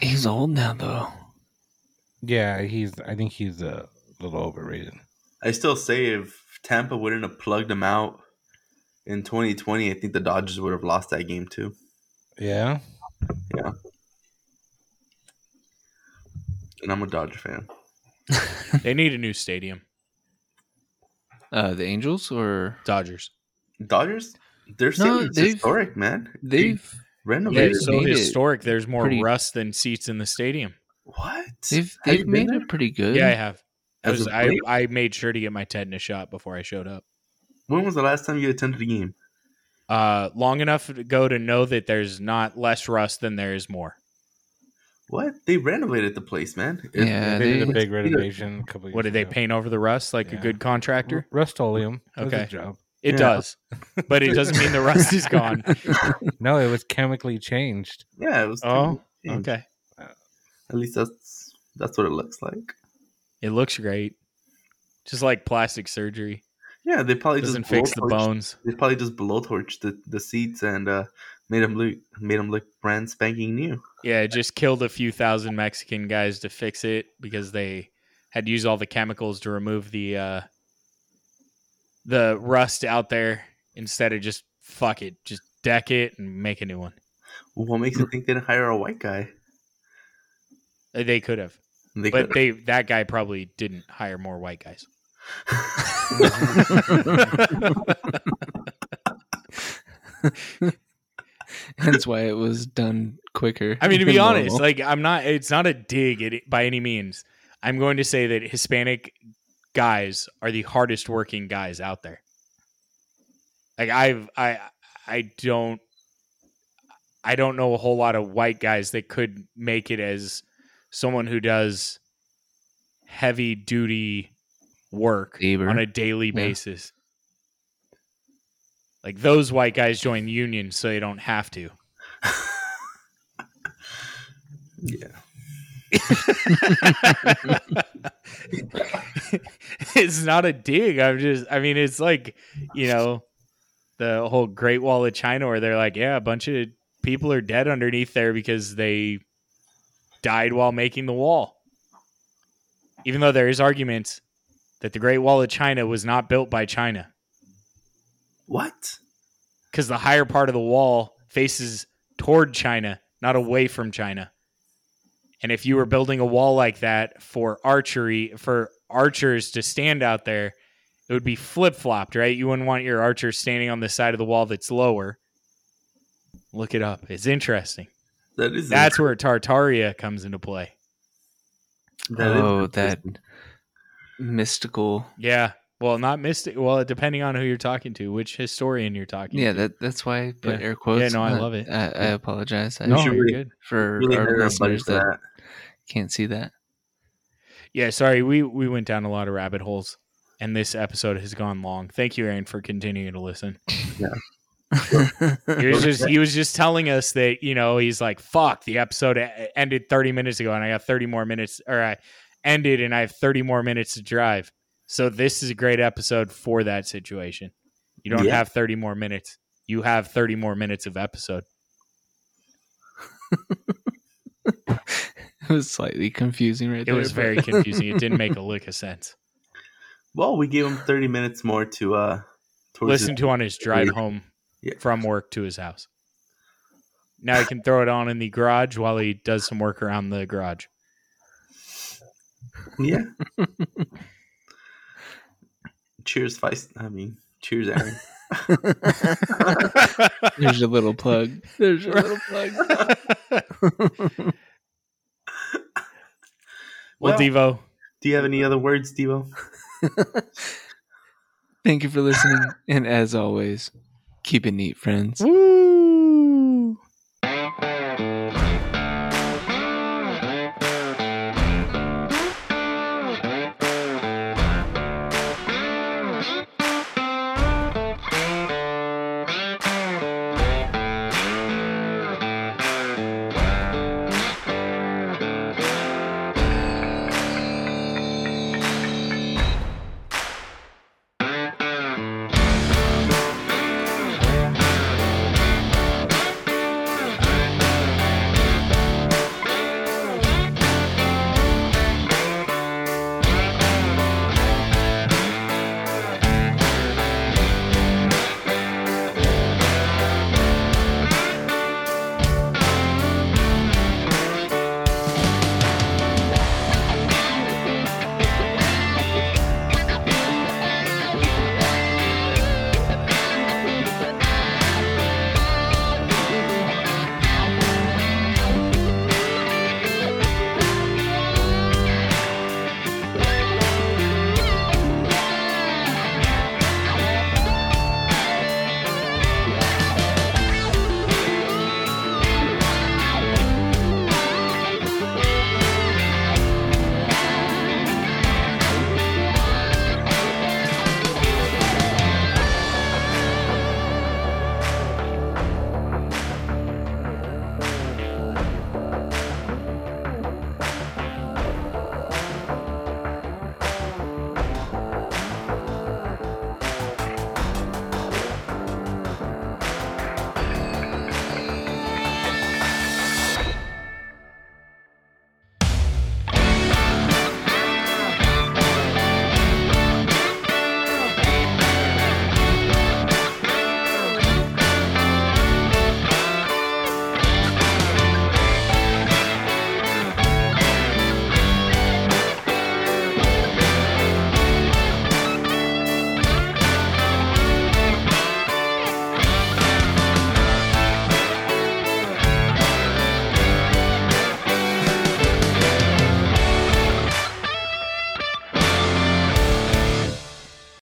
A: he's old now, though.
C: Yeah, he's. I think he's a little overrated.
D: I still say if Tampa wouldn't have plugged him out in 2020, I think the Dodgers would have lost that game too.
C: Yeah.
D: And I'm a Dodger fan.
B: They need a new stadium.
A: Uh, the Angels or
B: Dodgers.
D: Dodgers, their stadium's
A: they've-
D: historic, man.
A: they've
B: They're
D: renovated.
A: They've
B: so
A: made it
B: historic. There's more
A: pretty-
B: rust than seats in the stadium.
D: what?
A: they've
D: Have you
A: they've
D: been
A: made
D: there?
A: it pretty good.
B: Yeah, I have. I
D: As
B: was
D: a
B: I,
D: player?
B: I made sure to get my tetanus shot before I showed up.
D: When was the last time you attended a game?
B: Uh, long enough ago to know that there's not less rust than there is more.
D: What? They renovated the place, man. It-
A: Yeah,
C: they, did
A: they-
C: a big renovation. A couple.
B: What did
C: years
B: they
C: ago.
B: paint over the rust like
C: Yeah.
B: a good contractor?
C: Rust-Oleum. That was a
B: Okay.
C: job.
B: It
D: Yeah.
B: does, but it doesn't mean the rust is gone.
C: No, it was chemically changed.
D: Yeah, it was
B: Oh,
D: Yeah,
B: Okay,
D: At least that's that's what it looks like.
B: it looks great, just like plastic surgery
D: Yeah, they probably
B: doesn't
D: just
B: fix the
D: blowtorched-
B: bones.
D: They probably just blowtorched the, the seats and uh, made them look made them look brand spanking new.
B: Yeah, it just killed a few thousand Mexican guys to fix it because they had used all the chemicals to remove the uh, the rust out there instead of just fuck it, just deck it and make a new one.
D: What makes you think they didn't hire a white guy?
B: Uh, They could have,
D: They
B: but
D: could-
B: they that guy probably didn't hire more white guys.
A: That's why it was done quicker.
B: I mean, to be
A: than
B: honest,
A: normal.
B: like I'm not. It's not a dig at it by any means. I'm going to say that Hispanic guys are the hardest working guys out there. Like I've I I don't I don't know a whole lot of white guys that could make it as someone who does heavy duty work
A: Labor.
B: on a daily
A: Yeah.
B: basis. Like those white guys join unions so they don't have to.
D: yeah.
B: it's not a dig. I'm just, I mean, it's like, you know, the whole Great Wall of China where they're like, yeah, a bunch of people are dead underneath there because they died while making the wall. Even though there is arguments that the Great Wall of China was not built by China
D: What?
B: because the higher part of the wall faces toward China, not away from China. And if you were building a wall like that for archery, for archers to stand out there, it would be flip flopped, right? You wouldn't want your archers standing on the side of the wall that's lower. Look it up. It's interesting.
D: That is
B: That's where Tartaria comes into play.
D: That is
A: oh, that
D: interesting.
A: mystical.
B: Yeah. Well, not mystic. Well, depending on who you're talking to, which historian you're talking
A: Yeah,
B: to.
A: that that's why I put
B: Yeah.
A: air quotes.
B: no, I
A: on
B: love it.
A: I, I apologize. I,
B: No,
D: should
B: you're
D: really-
B: good.
A: for
D: really
A: our
D: hurt our buddies
A: listeners
D: for
A: that
D: that.
A: can't see that.
B: Yeah, sorry, we we went down a lot of rabbit holes, and this episode has gone long. Thank you, Aaron, for continuing to listen. He was just he was just telling us that you know he's like, "Fuck, the episode e- ended 30 minutes ago, and I got 30 more minutes, or I ended, and I have 30 more minutes to drive." So this is a great episode for that situation. You don't
D: Yeah.
B: have 30 more minutes. You have 30 more minutes of episode.
A: it was slightly confusing right
B: It
A: there.
B: was
A: but-
B: very confusing. It didn't make a lick of sense.
D: Well, we gave him 30 minutes more to uh towards
B: listen
D: his-
B: to on his drive home
D: Yeah.
B: from work to his house. Now he can throw it on in the garage while he does some work around the garage.
D: Yeah. cheers, Feist. I mean, cheers, Aaron.
A: There's your little plug. There's your little plug.
B: Well,
D: Well,
B: Devo,
D: do you have any other words, Devo?
A: Thank you for listening, and as always, keep it neat, friends.
B: woo!